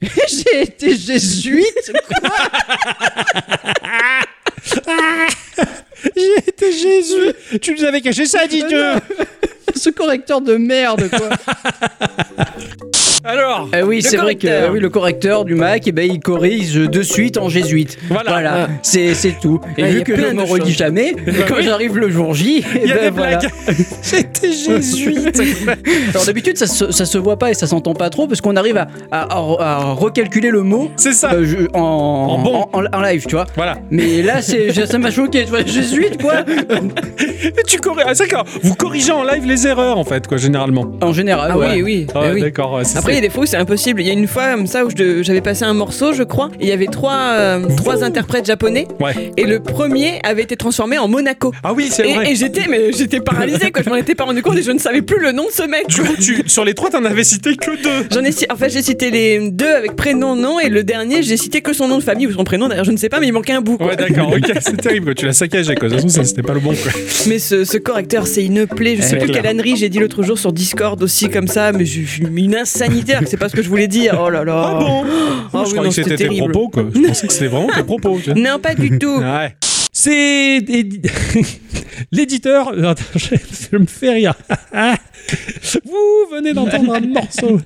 S1: <laughs> J'ai été jésuite <laughs>
S2: J'ai été Jésus Tu nous avais caché ça, dis-tu
S1: Ce correcteur de merde, quoi
S2: Alors,
S3: Eh
S4: Ah oui,
S1: le
S4: c'est vrai que
S1: correcteur.
S4: ah oui, le correcteur du Mac, eh ben, il corrige de suite en jésuite. Voilà, c'est c'est tout. Et
S2: Ah, il y
S4: vu
S2: a
S4: que
S2: plein
S4: je
S2: de
S4: me redis
S2: choses.
S4: jamais,
S2: Bah
S4: quand
S2: oui.
S4: j'arrive le jour J, eh
S2: Il y a
S4: ben,
S2: des
S4: voilà.
S3: <laughs>
S2: blagues. J'étais jésuite.
S4: Alors d'habitude, ça, se- ça se voit pas et ça s'entend pas trop parce qu'on arrive à, à- à- à recalculer le
S2: <laughs>
S4: mot. euh,
S2: C'est ça.
S4: en, en,
S2: bon.
S4: en- en live, tu vois.
S2: Voilà.
S4: Mais là, c'est ça m'a choqué. Tu vois, jésuite quoi.
S2: Mais tu corri- ah, c'est d'accord. Vous corrigez en live les erreurs en fait, quoi, généralement.
S4: En général,
S3: Ah oui, oui.
S2: Ah,
S3: Eh
S2: ouais,
S3: oui.
S2: D'accord. ouais, c'est
S3: Après, il y a des fois où c'est impossible. Il y a une fois comme ça où je de- j'avais passé un morceau, je crois, et il y avait trois, euh, trois interprètes japonais.
S2: Ouais.
S3: Et le premier avait été transformé en Monaco.
S2: Ah oui, c'est vrai.
S3: Et, et j'étais, mais j'étais paralysé, quoi. Je m'en étais pas rendu compte et je ne savais plus le nom de ce mec.
S2: Du coup, tu, sur les trois, t'en avais cité que deux.
S3: J'en ai, ci- en fait, j'ai cité les deux avec prénom, nom, et le dernier, j'ai cité que son nom de famille ou son prénom. D'ailleurs, je ne sais pas, mais il manquait un bout. quoi.
S2: Ouais, d'accord, ok, <laughs> c'est terrible, quoi. tu l'as saccagé, quoi. De toute façon, ça, c'était pas le bon,
S3: Ah
S2: quoi.
S3: Mais ce, ce correcteur, c'est une plaie. Je
S2: Eh,
S3: sais plus
S2: clair.
S3: quelle ânerie j'ai dit l'autre jour sur Discord aussi, comme ça, mais j'ai j'ai mis une insanité alors que c'est pas ce que je voulais dire. Oh là là.
S2: Ah bon
S3: Ah
S2: je
S3: oui,
S2: croyais
S3: non,
S2: que c'était tes
S3: terrible.
S2: propos, quoi. Je pensais que c'était vraiment tes propos, tu vois.
S3: Non, pas du
S2: <laughs>
S3: tout.
S2: Ouais. C'est édi- <laughs> l'éditeur. <laughs> Attends, je... je me fais rire. <laughs> Vous venez d'entendre un morceau.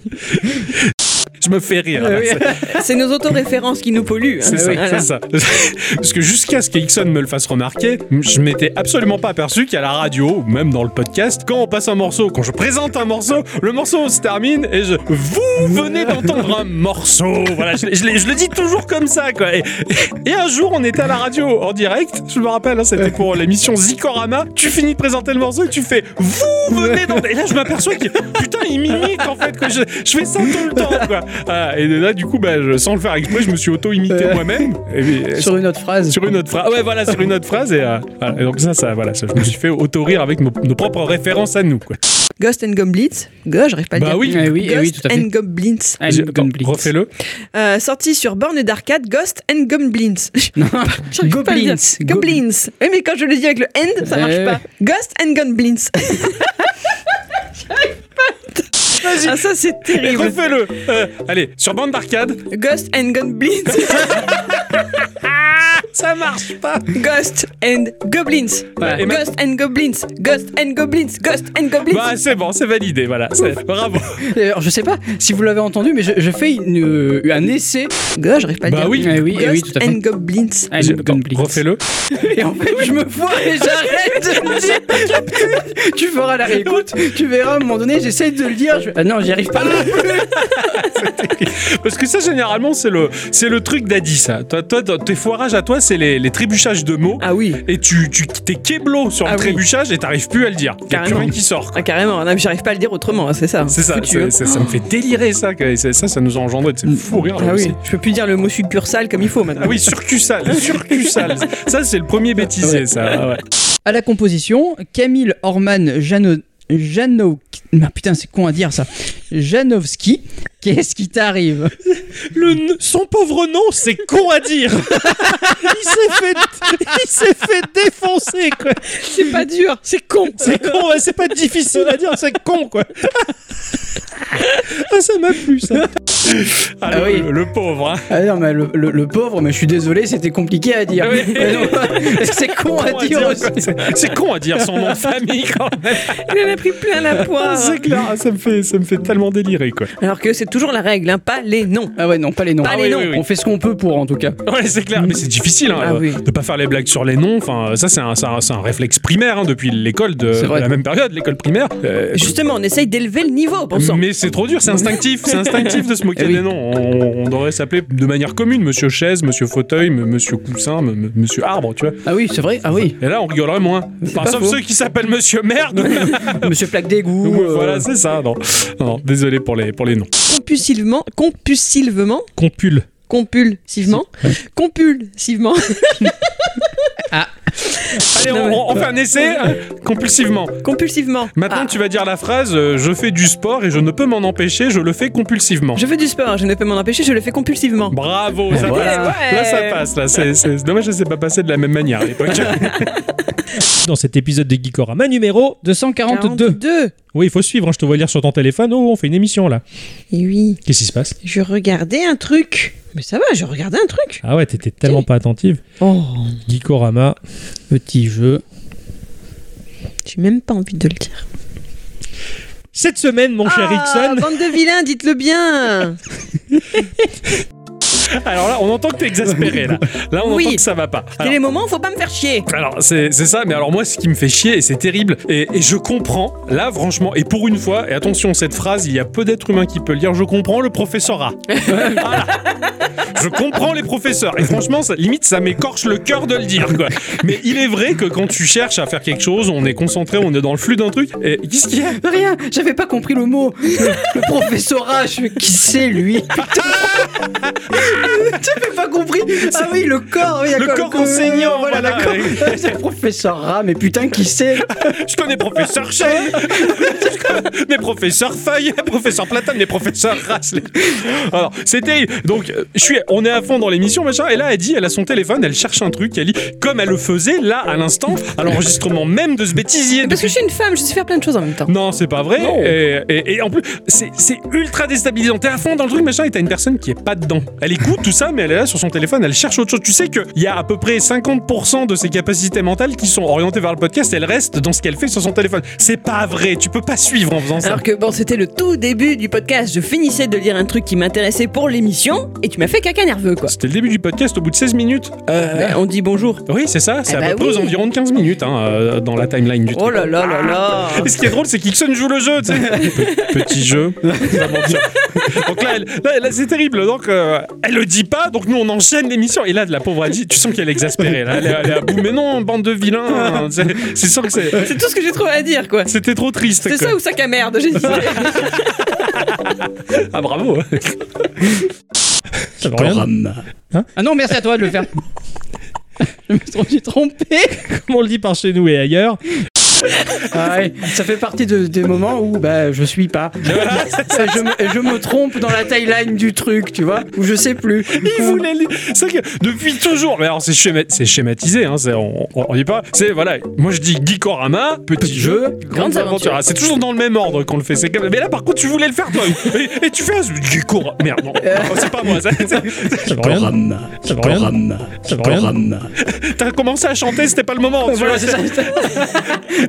S2: Je me fais rire. là,
S3: Ah oui.
S2: c'est-
S3: <laughs> C'est nos autoréférences qui nous polluent. hein.
S2: C'est ça,
S3: Voilà.
S2: c'est ça. <laughs> Parce que jusqu'à ce qu'Ixon me le fasse remarquer, je m'étais absolument pas aperçu qu'à la radio, ou même dans le podcast, quand on passe un morceau, quand je présente un morceau, le morceau se termine et je. Vous venez d'entendre un morceau Voilà, je, l'ai- je l'ai- je le dis toujours comme ça, quoi. Et, et un jour, on était à la radio en direct, je me rappelle, hein, c'était pour l'émission Zikorama, tu finis de présenter le morceau et tu fais Vous venez d'entendre. Et là, je m'aperçois que. Putain, il m'imite en fait, quoi. Je, je fais ça tout le temps, quoi. Ah, et là, du coup, bah, je- sans le faire exprès, je me suis auto-imité
S4: Euh.
S2: moi-même. Et puis, euh,
S4: Sur une autre phrase.
S2: sur une autre phrase. Ouais, voilà, sur une autre phrase. Et, euh, voilà. Et donc ça, ça, voilà, ça, je me suis fait auto-rire avec nos, nos propres références à nous. Quoi.
S3: Ghost and Goblins. Ghost, j'arrive pas à
S2: Bah
S3: dire.
S2: oui.
S4: Eh oui, eh
S3: Ghost
S4: oui, tout à fait. Ah,
S3: and Goblins.
S2: J'ai- attends, Refais-le.
S3: Euh, sorti sur borne d'arcade Ghost and Goblins. <laughs> J'arrive pas à le dire.
S4: Goblins.
S3: Goblins. Oui, mais quand je le dis avec le end, ça marche
S4: Eh
S3: pas. Ghost and Goblins. <laughs> ah, ça, c'est
S2: Et
S3: terrible.
S2: refais-le. Euh, allez, sur bande d'arcade.
S3: Ghost and Goblins.
S2: ça marche pas.
S3: Ghost and Goblins.
S4: Bah,
S2: Ouais. Et ma-
S3: Ghost and Goblins. Ghost and Goblins. Ghost and Goblins.
S2: Bah c'est bon, c'est validé. Voilà. c'est- Bravo.
S4: Alors, je sais pas si vous l'avez entendu, mais je, je fais une, euh, un essai.
S3: Gars, j'arrive pas à
S4: Bah
S3: dire.
S4: oui. Eh oui, eh oui,
S3: Ghost
S4: tout à fait.
S3: and Goblins.
S4: <laughs> Ah,
S2: J'ai-
S4: une
S2: attends,
S4: complice.
S2: Refais-le.
S4: Et en fait, je me vois et j'arrête de le dire. Tu feras la réécoute, tu verras à un moment donné, j'essaye de le dire. je- Ah non, j'y arrive pas.
S3: <laughs>
S2: Parce que ça, généralement, c'est le, c'est le truc d'Adi, ça. Toi, toi, dans tes foirages à toi, c'est les, les trébuchages de mots.
S3: <laughs> Ah oui.
S2: Et tu, tu t'es kéblo sur
S3: Ah
S2: le
S3: oui.
S2: trébuchage et t'arrives plus à le dire. Y a plus
S3: Carrément.
S2: rien qui sort.
S3: Ah, carrément, non, mais j'arrive pas à le dire autrement, hein, c'est ça.
S2: C'est ça,
S3: Foutu, hein.
S2: c'est- c'est- ça me fait délirer ça, que- c'est- ça, ça nous a engendré de ces fous rires. là,
S3: Ah
S2: aussi.
S3: oui, je peux plus dire le mot succursale comme il faut maintenant.
S2: Ah oui, surcussal, surcussal. Ça, c'est le premier bêtisier, ça. ouais.
S1: À la composition, Camille Orman Jano... Jano... Ah, putain, c'est con à dire ça. Janowski, qu'est-ce qui t'arrive
S2: Le n- son pauvre nom, c'est con à dire.
S13: Il s'est fait, il s'est fait défoncer, quoi.
S3: C'est pas dur, c'est con.
S2: C'est con, ouais, c'est pas difficile à dire, c'est con, quoi. Ah, ça m'a plu, ça. Ah, le,
S4: Ah oui.
S2: le- le pauvre, hein.
S4: Ah non, mais le, le- le pauvre, mais je suis désolé, c'était compliqué à dire.
S2: Oui.
S4: Ah non, C'est con à dire aussi.
S2: quoi. C'est- C'est con à dire
S1: <laughs>
S2: son nom de famille quand même.
S3: Il en a pris plein la
S1: Ah.
S3: poire.
S2: <laughs> ah, C'est clair, ça me fait, ça me fait tellement délirer quoi.
S3: Alors que c'est toujours la règle, hein, pas les noms.
S1: Ah ouais, non, pas les noms.
S3: Pas
S2: Ah
S3: les
S2: oui,
S3: noms.
S2: oui, oui.
S1: On fait ce qu'on peut pour, en tout cas.
S2: Ouais, c'est clair, mais c'est difficile hein,
S1: Ah
S2: euh,
S1: oui.
S2: de pas faire les blagues sur les noms. Enfin, ça, c'est un, c'est un- c'est un réflexe primaire hein, depuis l'école de,
S1: C'est vrai.
S2: de la même période, l'école primaire. Euh,
S3: Justement, on essaye d'élever le niveau, bon sang.
S2: Mais c'est trop dur, c'est instinctif, c'est instinctif de se moquer
S1: Eh oui.
S2: des noms. On, on devrait s'appeler de manière commune, Monsieur Chaise, Monsieur Fauteuil, m- Monsieur Coussin, m- m- Monsieur Arbre, tu vois.
S1: Ah oui, c'est vrai, ah <laughs> oui.
S2: Et là, on rigolerait moins. Enfin,
S1: pas
S2: sauf
S1: faux.
S2: ceux qui s'appellent Monsieur
S1: <laughs>
S2: Merde.
S1: Monsieur Plaque d'égout.
S2: Ouais,
S1: euh,
S2: Voilà, c'est ça. Non. non, désolé pour les, pour les noms.
S3: Compulsivement, compulsivement,
S2: Compule.
S3: compulsivement, compulsivement. <laughs>
S2: Allez, on, on- on fait un essai hein, compulsivement.
S3: Compulsivement. Ah.
S16: Ah.
S2: Maintenant, tu vas dire la phrase euh, Je fais du sport et je ne peux m'en empêcher, je le fais compulsivement.
S3: Je fais du sport, je ne peux m'en empêcher, je le fais compulsivement.
S16: Eh,
S2: Bravo, ça
S3: Ouais.
S2: passe.
S3: Ouais.
S2: Là, ça passe. Là, c'est, c'est- c'est dommage, ça s'est pas passé de la même manière à l'époque.
S16: <laughs> Dans cet épisode de Geekorama numéro
S1: 242.
S16: Oui, il faut suivre, hein, je te vois lire sur ton téléphone. Oh, on fait une émission là.
S12: Et oui,
S16: Qu'est-ce qui se passe
S12: je regardais un truc. Mais ça va, je regardais un truc.
S16: Ah ouais, t'étais tellement pas attentive.
S12: Oh,
S16: Geekorama, petit jeu.
S12: j'ai même pas envie de le dire.
S16: Cette semaine, mon cher
S12: Ah,
S16: Ixon.
S12: bande de vilains, dites-le bien.
S2: Alors là, on entend que t'es exaspéré. Là, là on
S3: Oui.
S2: entend que ça va pas.
S3: C'est
S2: Alors,
S3: les moments où faut pas me faire chier.
S2: alors, c'est, c'est ça, mais alors moi, ce qui me fait chier, et c'est terrible, et, et je comprends, là, franchement, et pour une fois, et attention, cette phrase, il y a peu d'êtres humains qui peut le lire, je comprends le professorat. Voilà. Je comprends les professeurs, et franchement, ça- limite, ça m'écorche le cœur de le dire, quoi. Mais il est vrai que quand tu cherches à faire quelque chose, on est concentré, on est dans le flux d'un truc, et qu'est-ce qu'il y a
S4: Rien, j'avais pas compris le mot. Le, le professorat, je fais, qui c'est lui Putain J'avais pas compris. Ah oui, le corps, oui,
S2: Le
S4: d'accord,
S2: corps enseignant, voilà.
S4: voilà, d'accord. C'est le professorat, mais putain, qui c'est
S2: Je connais professeur
S3: <laughs>
S2: Chez, mes professeurs Feuille, professeur Platane, mes professeurs Rasse. les- Alors, c'est terrible. Donc, euh, je suis, on est à fond dans l'émission, machin, et là, elle dit, elle a son téléphone, elle cherche un truc, elle lit, comme elle le faisait là, à l'instant, à l'enregistrement même de ce bêtisier.
S3: Parce que je suis une femme, je sais faire plein de choses en même temps.
S2: Non, c'est pas vrai.
S3: Non.
S2: Et, et- et en plus, c'est c'est ultra déstabilisant. T'es à fond dans le truc, machin, et t'as une personne qui est pas dedans. Elle écoute tout ça, mais elle est là sur son téléphone, elle cherche autre chose. Tu sais qu'il y a à peu près 50% de ses capacités mentales qui sont orientées vers le podcast, et elle reste dans ce qu'elle fait sur son téléphone. C'est pas vrai. Tu peux pas suivre en faisant ça.
S3: Alors que bon, c'était le tout début du podcast, je finissais de lire un truc qui m'intéressait pour l'émission et tu m'as fait caca nerveux quoi.
S2: C'était le début du podcast au bout de 16 minutes.
S3: Ben, on dit bonjour.
S2: Oui, c'est ça. C'est
S3: Eh
S2: à
S3: bah
S2: peu près aux
S3: oui.
S2: environs de 15 minutes hein, euh, dans la timeline du
S3: Oh
S2: truc.
S3: là là là là.
S2: Et ce qui est drôle, c'est qu'Ixon joue le jeu, tu
S3: <laughs>
S2: sais. Pe- Petit <laughs> jeu. Ça m'en tient. donc là, elle- là, là, c'est terrible. Donc, euh, elle le dit pas, donc nous, on enchaîne l'émission. Et là, de la pauvre a dit, tu sens qu'elle est exaspérée. Là. Elle, est- elle est à bout. Mais non, bande de vilains. hein. C'est c'est sûr que c'est.
S3: C'est tout ce que j'ai trouvé à dire quoi.
S2: C'était trop triste.
S3: C'est
S2: quoi.
S3: ça ou sac à merde, j'ai dit.
S1: <laughs>
S2: Ah, bravo. Ça veut rien Hein dire.
S1: Geekorama. ah non, merci à toi de
S2: <laughs>
S1: le faire. Je me suis trompé.
S16: Comme on le dit par chez nous et ailleurs.
S4: Ah ouais, ça fait partie de- des moments où bah, je
S2: <laughs>
S4: suis pas. Et je, me, et je me trompe dans la timeline du truc, tu vois, où je sais plus.
S2: Il voulait lui- C'est vrai que depuis toujours. Mais alors c'est schéma- c'est schématisé, hein, c'est- on, on, on dit pas. C'est voilà. Moi je dis Geekorama, petit jeu, grande aventure.
S4: aventures.
S2: C'est toujours dans le même ordre qu'on le fait. C'est comme- Mais là par contre tu voulais le faire toi. et, et tu fais un- Geekor. Merde non. Non, c'est pas moi. ça- c'est-
S16: Euh. Ça veut rien. Ça veut rien. Ça veut rien.
S2: T'as commencé à chanter, c'était pas le moment. tu
S4: Voilà,
S2: vois.
S4: c'est ça.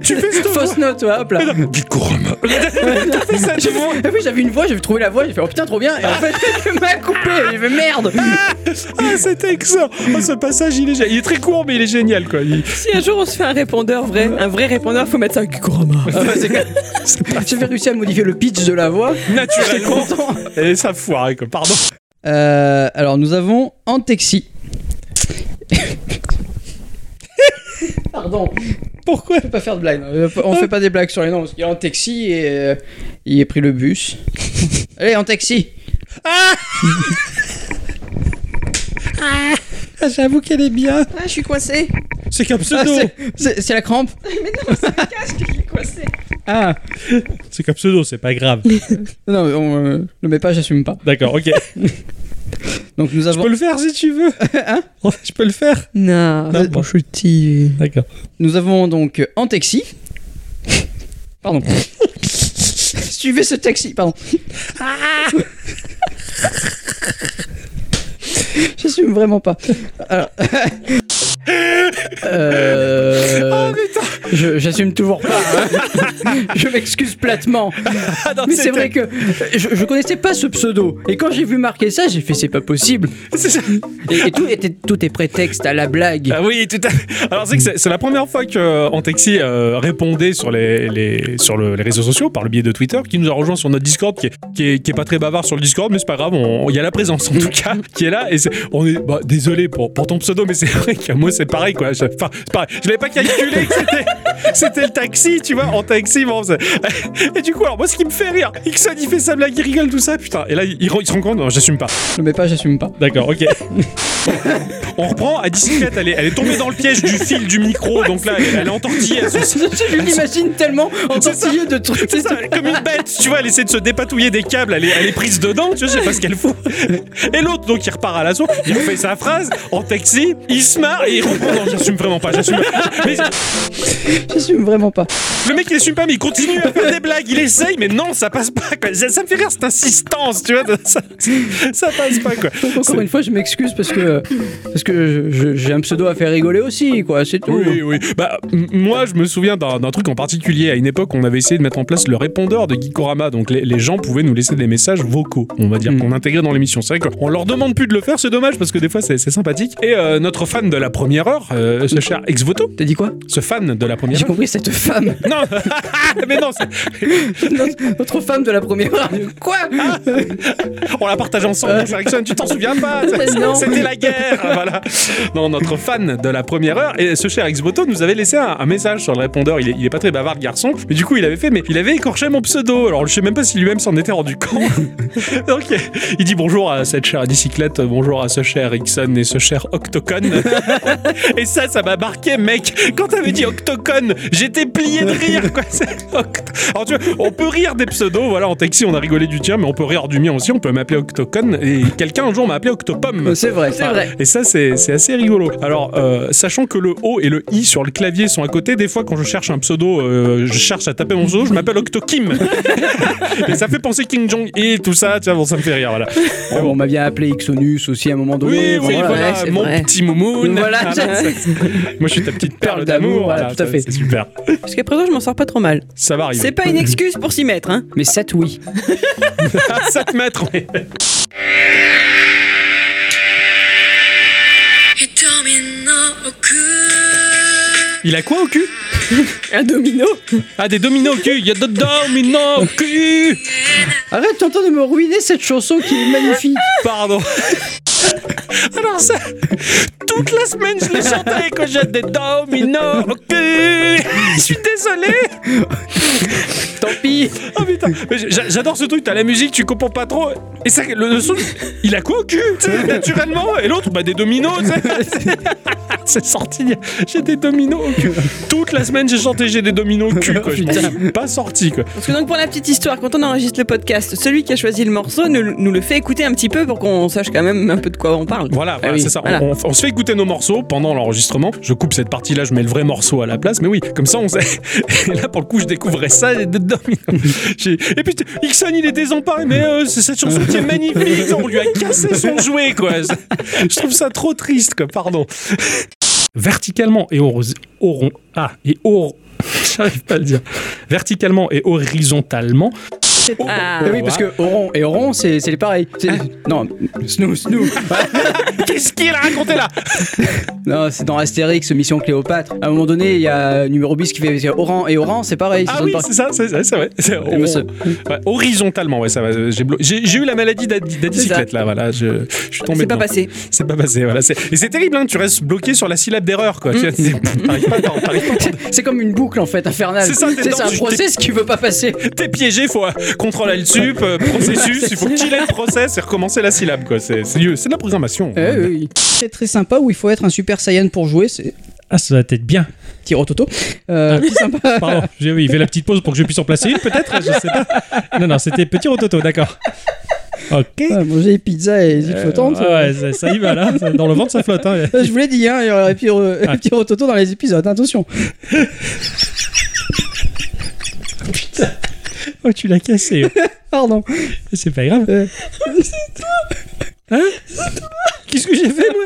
S2: tu fais ce
S4: Fausse note, ouais, hop là.
S2: Geekorama. <laughs> T'as fait ça, tu
S4: J'ai vu-
S2: vois.
S4: ah oui, j'avais une voix, j'avais trouvé la voix, j'ai fait oh putain, trop bien. Et en fait, <laughs> le mec a coupé, j'ai fait merde.
S2: Ah, c'était excellent. Oh, ce passage il est, gé- il est très court mais il est génial quoi. Il-
S3: Si un jour on se fait un répondeur vrai, un vrai répondeur, faut mettre ça à Kikorama.
S4: Ah bah, c'est que-
S1: Ah,
S4: J'avais réussi à modifier le pitch de la voix. J'étais
S2: Naturellement.
S4: content.
S2: Et ça foire quoi. Pardon.
S1: Euh, alors, nous avons
S3: <laughs>
S1: Antexi. Pardon. Pourquoi On peut pas faire de blagues. Euh, On fait pas des blagues sur les noms. Parce qu'il est en taxi et euh, il a pris le
S3: <laughs>
S1: bus. Allez, en taxi.
S3: Ah!
S1: Ah!
S16: J'avoue qu'elle est bien.
S12: Ah, je suis coincée.
S16: C'est comme
S1: Ah,
S16: pseudo.
S1: c'est- c'est c'est la
S3: <laughs>
S1: crampe.
S12: Mais non, c'est le casque qui est coincé.
S1: Ah.
S16: C'est comme pseudo, c'est pas grave.
S1: Non, mais on euh, le met pas, j'assume pas.
S16: D'accord, ok.
S1: Donc nous
S16: Je
S1: avons.
S16: peux le faire si tu veux.
S1: Hein
S16: Je peux le faire.
S3: Ah. <laughs>
S12: Non,
S16: Non, bon. D'accord.
S1: Nous avons donc euh, en taxi.
S16: <laughs>
S1: Pardon. Suivez ce taxi, pardon.
S16: Ah.
S1: J'assume vraiment pas. Alors,
S4: Euh,
S16: Oh,
S2: Putain,
S4: Je- J'assume toujours pas. hein. je m'excuse platement. Mais c'est vrai que je, je connaissais pas ce pseudo. Et quand j'ai vu marquer ça, j'ai fait c'est pas possible. Et, et tout était tout est prétexte à la blague.
S2: Ah oui, tout à... Alors c'est que c'est c'est la première fois que euh, Antexi euh, répondait sur les, les- sur le- les réseaux sociaux par le biais de Twitter, qui nous a rejoint sur notre Discord, qui est, qui est- qui est pas très bavard sur le Discord, mais c'est pas grave, on- il y a la présence en tout cas qui est là. Et c'est- on est bah, désolé pour, pour ton pseudo, mais c'est vrai qu'à moi c'est pareil quoi. Je, enfin, c'est pareil. Je l'avais pas calculé que c'était- c'était <laughs> le taxi, tu vois, en taxi. Bon, c'est- <laughs> et du coup, alors moi ce qui me fait rire, Ixon il fait sa blague, il rigole tout ça, putain. Et là il, il re- il se rend compte, non, j'assume pas.
S4: Ah,
S1: Je mets pas, j'assume pas.
S2: D'accord, ok. <laughs> On reprend à bicyclette, elle est, elle est tombée dans le piège du fil du micro, donc là, elle, elle est entortillée. Elle se...
S4: <laughs> Je l'imagine tellement entortillée de trucs.
S2: C'est ça, elle est comme une bête, tu vois, elle essaie de se dépatouiller des câbles, elle est, elle est prise dedans, tu vois, je sais pas ce qu'elle fout. Et l'autre, donc, il repart à l'assaut, il refait sa phrase en taxi, il se marre et il reprend. Non, j'assume vraiment pas, j'assume. Mais
S1: J'assume vraiment pas.
S2: le mec, il assume pas, mais il continue à faire des blagues, il essaye, mais non, ça passe pas, quoi. Ça, ça me fait rire cette insistance, tu vois, ça, ça passe pas, quoi.
S4: Donc, encore une fois, je m'excuse parce que parce que je- je- j'ai un pseudo à faire rigoler aussi, quoi. C'est tout.
S2: Oui, oui. Bah, m- moi, je me souviens d'un d'un truc en particulier. À une époque, on avait essayé de mettre en place le répondeur de Geekorama. Donc, les, les gens pouvaient nous laisser des messages vocaux, on va dire, qu'on intégrait dans l'émission. C'est vrai qu'on leur demande plus de le faire, c'est dommage parce que des fois, c'est c'est sympathique. Et euh, notre fan de la première heure, euh, ce cher ex-voto.
S4: T'as dit quoi
S2: Ce fan de la première
S4: J'ai
S2: heure.
S4: compris cette femme.
S2: Non, mais non.
S4: <laughs>
S2: <laughs>
S4: Notre, notre femme de la première heure. Quoi
S2: On la partage ensemble, Jackson, tu t'en souviens pas
S4: Mais
S2: <laughs>
S4: non.
S2: C'était la guerre ah, Voilà. Non, notre fan de la première heure, et ce cher Xboto nous avait laissé un, un message sur le répondeur. Il est, il est pas très bavard, le garçon, mais du coup, il avait fait, mais il avait écorché mon pseudo. Alors, je sais même pas si lui-même s'en était rendu compte. <laughs> Donc, il dit bonjour à cette chère bicyclette, bonjour à ce cher Ixon et ce cher Octocon. et ça, ça m'a marqué, mec. Quand t'avais dit Octocon, j'étais plié de rire, quoi. <laughs> C'est Oct- Alors, tu vois, on peut rire des pseudos, voilà, en taxi, on a rigolé du tien, mais on peut rire du mien aussi, on peut m'appeler Octocon. Et quelqu'un un jour m'a appelé Octopom.
S4: Ah, C'est vrai, c'est vrai.
S2: Et ça, c'est c'est assez rigolo. Alors, euh, sachant que le O et le I sur le clavier sont à côté, des fois, quand je cherche un pseudo, euh, je cherche à taper mon pseudo, je m'appelle Octokim. et ça fait penser King Jong et tout ça, tu vois, bon, ça me fait rire, voilà.
S4: Bon, on m'a bien appelé Ixonus aussi à un moment donné.
S2: Oui, oui, voilà,
S4: c'est
S2: mon
S4: vrai.
S2: petit moumoune.
S4: Voilà,
S3: Ah.
S2: c'est- Moi, je suis ta petite perle d'amour.
S4: voilà,
S2: voilà,
S4: tout à
S2: ça,
S4: fait.
S2: C'est super.
S3: Parce qu'à présent, je m'en sors pas trop mal.
S2: Ça va arriver.
S3: C'est pas une excuse pour s'y mettre, hein.
S4: Mais 7 oui.
S2: 7 mètres, oui. Il a quoi au cul
S3: Un domino
S2: Ah, des dominos au cul Il y a des dominos au cul
S4: Arrête, t'es en train de me ruiner cette chanson qui est magnifique.
S2: Pardon. <laughs> Alors ça, toute la semaine je l'ai chanté quand j'ai des dominos au cul. Je suis désolé.
S4: Tant pis.
S2: Oh putain, Mais j'a- j'adore ce truc. T'as la musique, tu comprends pas trop. Et ça, le, le son, il a quoi au cul tu sais, Naturellement. Et l'autre, bah des dominos. tu sais. <laughs> C'est sorti. J'ai des dominos au cul. Toute la semaine j'ai chanté j'ai des dominos au cul. Quoi. Je m'en suis pas sorti quoi.
S3: Parce que donc pour la petite histoire, quand on enregistre le podcast, celui qui a choisi le morceau nous, nous le fait écouter un petit peu pour qu'on sache quand même un peu de quoi on parle. Ah
S2: Voilà, voilà, c'est ça. On- On, on se fait écouter nos morceaux pendant l'enregistrement. Je coupe cette partie-là, je mets le vrai morceau à la place. Mais oui, comme ça, on sait. <laughs> Et là, pour le coup, je découvrais ça. Et, dedans, <laughs> j'ai- et puis, Ixon, il est désemparé. Mais euh, c'est cette chanson qui est magnifique. On lui a cassé son jouet, quoi. Je trouve ça trop triste, quoi. Pardon. Verticalement et horiz- horon- Ah, et hor- <laughs> J'arrive pas à le dire. Verticalement et horizontalement. Oh,
S4: Ah oui, parce que Oron et Oron, c'est c'est les pareils. C'est- Non,
S2: <laughs>
S4: Snoo, Snoo.
S2: Qu'est-ce qu'il a raconté là
S4: Non, c'est dans Astérix, Mission Cléopâtre. À un moment donné, il y a numéro 10 qui fait Oran et Oran, c'est pareil.
S2: Ah
S4: sonne
S2: oui,
S4: pareil.
S2: c'est ça, c'est ça, c'est vrai. C'est-
S4: Et monsieur.
S2: Ouais, horizontalement, ouais, ça va. J'ai blo- J'ai j'ai eu la maladie d'adicyclette, là, voilà. Je, je suis tombé.
S3: C'est pas
S2: dedans.
S3: passé.
S2: C'est pas passé, voilà. c'est- Et c'est terrible, hein, tu restes bloqué sur la syllabe d'erreur, quoi. Tu vois, c'est- T'arrives pas, t'en- t'arrives pas.
S4: C'est comme une boucle en fait infernale.
S2: C'est ça, t'es
S4: Tu sais,
S2: dans-
S4: c'est un
S2: tu-
S4: process qui veut
S2: <laughs>
S4: pas passer.
S2: T'es piégé, faut euh, contrôler le sup, euh, processus, il faut que tu le process et recommencer la syllabe, quoi. C'est c'est c'est de la programmation. hein.
S4: Eh
S1: C'est très sympa où il faut être un super saiyan pour jouer. C'est
S16: Ah, ça doit être bien.
S1: Tiro Toto. Euh,
S2: Ah
S1: très
S2: <laughs>
S1: sympa.
S16: Pardon, j'ai oui, fait la petite pause pour que je puisse en placer une, peut-être Je sais pas. Non, non, c'était petit rototo, d'accord. Ok.
S1: Ah, manger pizza et zut
S16: Euh,
S1: flottante.
S16: ah ouais, ça, ça y va là. Ça- Dans le ventre, ça flotte. hein.
S1: Je vous l'ai dit, hein, il y aura pire, euh, <laughs>
S16: Ah.
S1: pire Toto dans les épisodes, attention.
S16: Oh, tu l'as cassé.
S2: <laughs>
S1: Pardon.
S16: C'est pas grave.
S1: Euh,
S16: Hein Qu'est-ce que j'ai fait, moi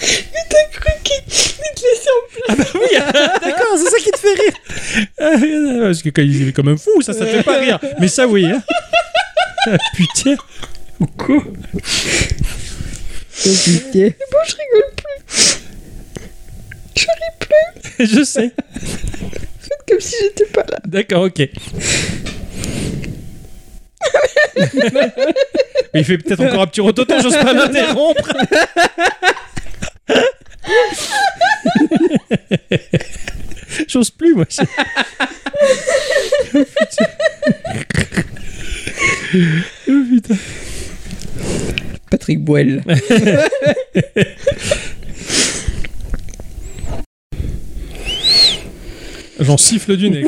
S12: t'as cru qu'il te laissait en place.
S16: Ah bah oui, d'accord, c'est ça qui te fait rire. Euh, Parce que quand il est comme un fou, ça, ça te fait pas rire. Mais ça, oui. hein. Ah, putain. Quoi
S1: putain.
S12: C'est bon, je rigole plus. Je ris plus.
S16: <laughs> Je sais.
S12: Faites <laughs> comme si j'étais pas là.
S16: D'accord,
S12: <laughs>
S16: ok. Il fait peut-être encore un petit rototo, j'ose
S12: <laughs>
S16: pas m'interrompre. j'ose plus, moi. c'est- Oh, putain. Oh, putain.
S1: Patrick Boel.
S16: J'en siffle du nez.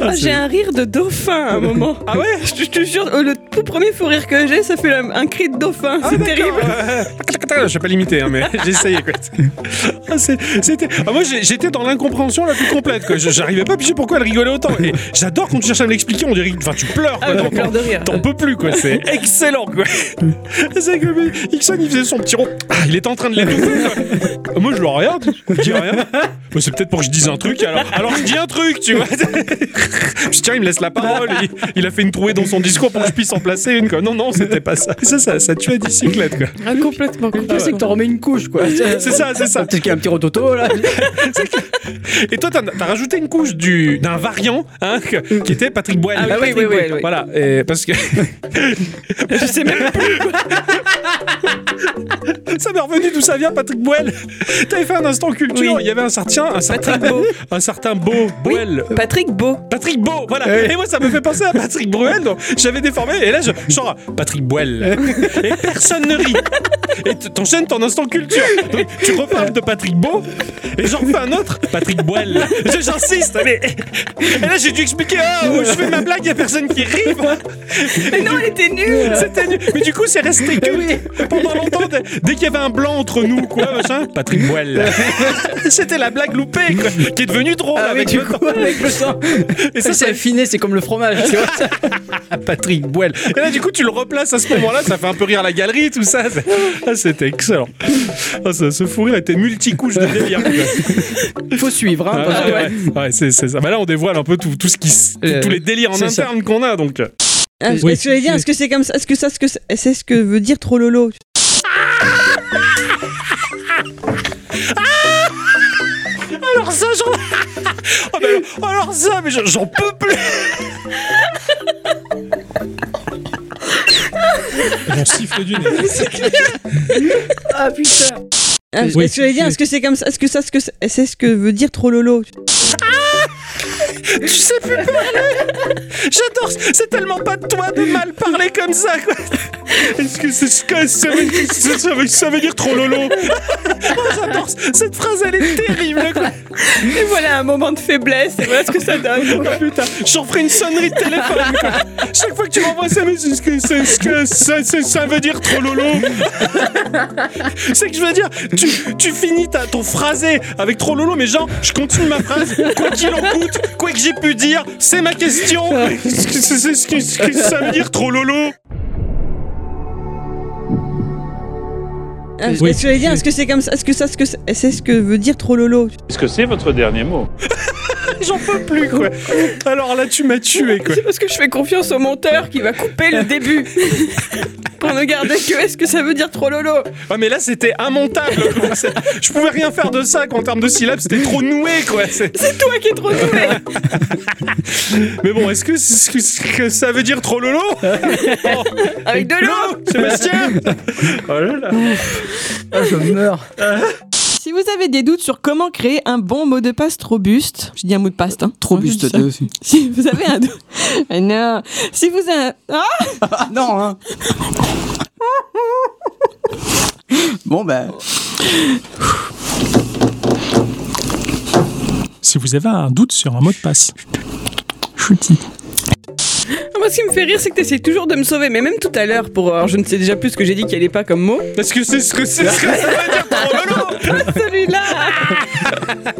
S3: Ah, j'ai un rire de dauphin à un moment. Ah ouais <laughs> Je te- je te jure, euh, le tout premier fou rire que j'ai, ça fait le- un cri de dauphin. C'est terrible.
S2: Je vais pas l'imiter, hein, mais <laughs> j'ai essayé. Quoi. Ah, c'est- c'était... ah, moi, j'ai- j'étais dans l'incompréhension la plus complète. Quoi. Je- J'arrivais pas à piger pourquoi elle rigolait autant. Et j'adore quand tu cherches à me l'expliquer, on dirait que enfin, tu pleures.
S3: Ah,
S2: Quoi,
S3: je
S2: T'en-
S3: pleure de rire.
S2: T'en peux plus, quoi. C'est <laughs> excellent, quoi. c'est que mais, Ixon, il faisait son petit rond. Ah, il était en train de l'étouffer, quoi. Ah, Moi, je le regarde, je dis rien. Bah, c'est peut-être pour que je dise un truc, alors, alors je dis un truc, tu vois. <laughs> Puis tiens, il me laisse la parole. Il, il a fait une trouée dans son discours pour que je puisse en placer une, quoi. Non, non, c'était pas ça. Ça, ça, ça tue la bicyclette, quoi.
S4: Ah, complètement.
S2: Ah,
S4: c'est
S2: ouais.
S4: que t'en remets une couche, quoi.
S2: C'est ça, c'est ça.
S4: Peut-être qu'il y a un petit rototo, là.
S2: Et toi, t'as t'as rajouté une couche du- d'un variant hein, que- qui était Patrick Boyle.
S3: Ah oui,
S2: Patrick
S3: oui, oui,
S2: Boyle,
S3: oui.
S2: Voilà, et parce que.
S3: <laughs> Je sais même plus. quoi.
S2: <laughs> Ça m'est revenu d'où ça vient, Patrick Boyle. T'avais fait un instant culture, il y avait un certain. Un certain
S3: Patrick Beau.
S2: <laughs> Un certain Beau Boyle.
S3: Patrick Beau.
S2: Patrick Beau, voilà.
S3: Ouais.
S4: Eh.
S2: Et moi, ça me fait penser à Patrick Bruel. donc J'avais déformé, et là, je. Genre, Patrick Boyle.
S4: Eh.
S2: Et personne ne rit. Et t- t'enchaînes ton instant culture. Donc, tu reparles de Patrick Beau, et j'en fais un autre, Patrick Boyle. Je- J'insiste, mais. Et là, j'ai dû expliquer, ah, je fais ma blague, il y a personne qui rit.
S3: Mais non, elle était nulle.
S2: C'était nul. Mais du coup, c'est resté culte pendant longtemps. Dès- Dès qu'il y avait un blanc entre nous, quoi, machin. Patrick
S4: <laughs>
S2: Boyle. C'était la blague loupée, quoi, qui est devenue drôle
S4: Ah oui,
S2: avec,
S4: du
S2: le
S4: coup,
S2: temps.
S4: avec le temps.
S2: Et ça,
S4: c'est affiné, c'est comme le fromage, tu vois.
S2: Patrick Boyle. Et là, du coup, tu le replaces à ce moment-là, ça fait un peu rire la galerie, tout ça. C'est- Ah, C'était excellent. Ah, ça- ce fou rire était multicouche de
S16: <laughs>
S2: délire.
S4: <laughs>
S16: Ah,
S4: Faut suivre, hein.
S2: Ah, ouais, ouais. Ouais, c'est c'est ça. Bah, là, on dévoile un peu tout, tout ce qui, s-
S4: Euh,
S2: tous les délires en
S4: c'est ça.
S2: interne qu'on a, donc.
S12: Ah,
S2: Oui,
S12: ce que j'allais dire,
S2: tu-
S12: est-ce que c'est comme ça Est-ce que ça, ce que c'est c'est ce que veut dire trop lolo
S2: Alors ça, j'en. <laughs> Oh, mais alors, alors ça, mais j'en- j'en peux plus
S16: J'en siffle du nez.
S12: Ah putain
S16: Oui,
S12: Est-ce que j'allais dire,
S16: c'est-
S12: est-ce que c'est comme ça Est-ce que ça, ce que c'est c'est ce que veut dire trop lolo
S2: <laughs> Je sais plus parler J'adore C'est tellement pas de toi de mal parler comme ça, quoi Est-ce que c'est ce que ça veut, ça- ça veut- ça veut dire trop lolo <laughs> Oh, J'adore Cette phrase, elle est terrible, quoi
S3: Et voilà un moment de faiblesse. Et voilà ce que
S2: <laughs>
S3: ça donne.
S2: Oh, putain, j'en ferai une sonnerie de téléphone. quoi. Chaque fois que tu m'envoies ça, mais c'est ce que, c'est ce que ça, ça- ça veut dire trop lolo. c'est que je veux dire, tu, tu finis ta, ton phrasé avec trop lolo, mais genre, je continue ma phrase, quoi qu'il en coûte, quoi que j'ai pu dire, c'est ma question. C'est c'est ce que, ce que ça veut dire trop lolo.
S12: Ah,
S2: Oui.
S12: Est-ce que j'allais dire, est-ce que c'est comme ça Est-ce que ça, ce que c'est c'est ce que veut dire trop lolo
S2: Est-ce que c'est votre dernier mot J'en peux plus, quoi. Alors là, tu m'as tué, quoi.
S3: C'est parce que je fais confiance au monteur qui va couper le début.
S12: <laughs>
S3: Pour ne garder que est-ce que ça veut dire trop lolo
S2: Ouais, Ah, mais là, c'était immontable. quoi. C'est- Je pouvais rien faire de ça qu'en termes de syllabes, c'était trop noué, quoi. C'est
S3: C'est toi qui es trop doué
S2: Mais bon, est-ce que, ce que- ce que ça veut dire trop lolo Oh,
S3: Avec de l'eau
S2: Sébastien <laughs> Oh là là
S4: je meurs.
S15: Si vous avez des doutes sur comment créer un bon mot de passe trop buste, je dis un mot de passe, hein.
S14: Trop
S15: Ouais, je dis
S14: buste
S15: ça.
S14: 2 aussi.
S15: <laughs> Si vous avez un doute. Ah non. Si vous avez. Ah
S14: Non, hein. Bon, bah.
S17: Si vous avez un doute sur un mot de passe, chutis.
S3: Ah, Moi, ce qui me fait rire, c'est que t'essayes toujours de me sauver, mais même tout à l'heure, pour. Alors, je ne sais déjà plus ce que j'ai dit qui allait pas comme mot.
S2: Parce que c'est ce que c'est ce que ça veut dire trop
S15: Oh,
S2: lolo
S15: <laughs>
S3: Celui-là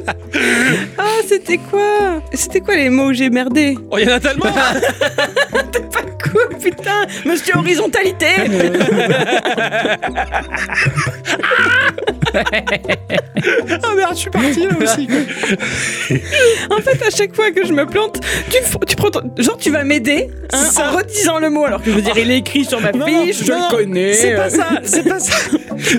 S3: Ah, c'était quoi C'était quoi les mots où j'ai merdé
S2: Ah, Oh, il y en a tellement
S3: T'es pas cool, putain, monsieur horizontalité
S2: Ah merde, je suis parti là aussi.
S3: En fait, à chaque fois que je me plante, tu, f- tu prends ton- genre tu vas m'aider hein, en redisant le mot alors que je veux dire il est écrit sur ma
S2: Non,
S3: fiche, je
S2: non,
S3: le connais.
S2: C'est pas ça, c'est pas ça.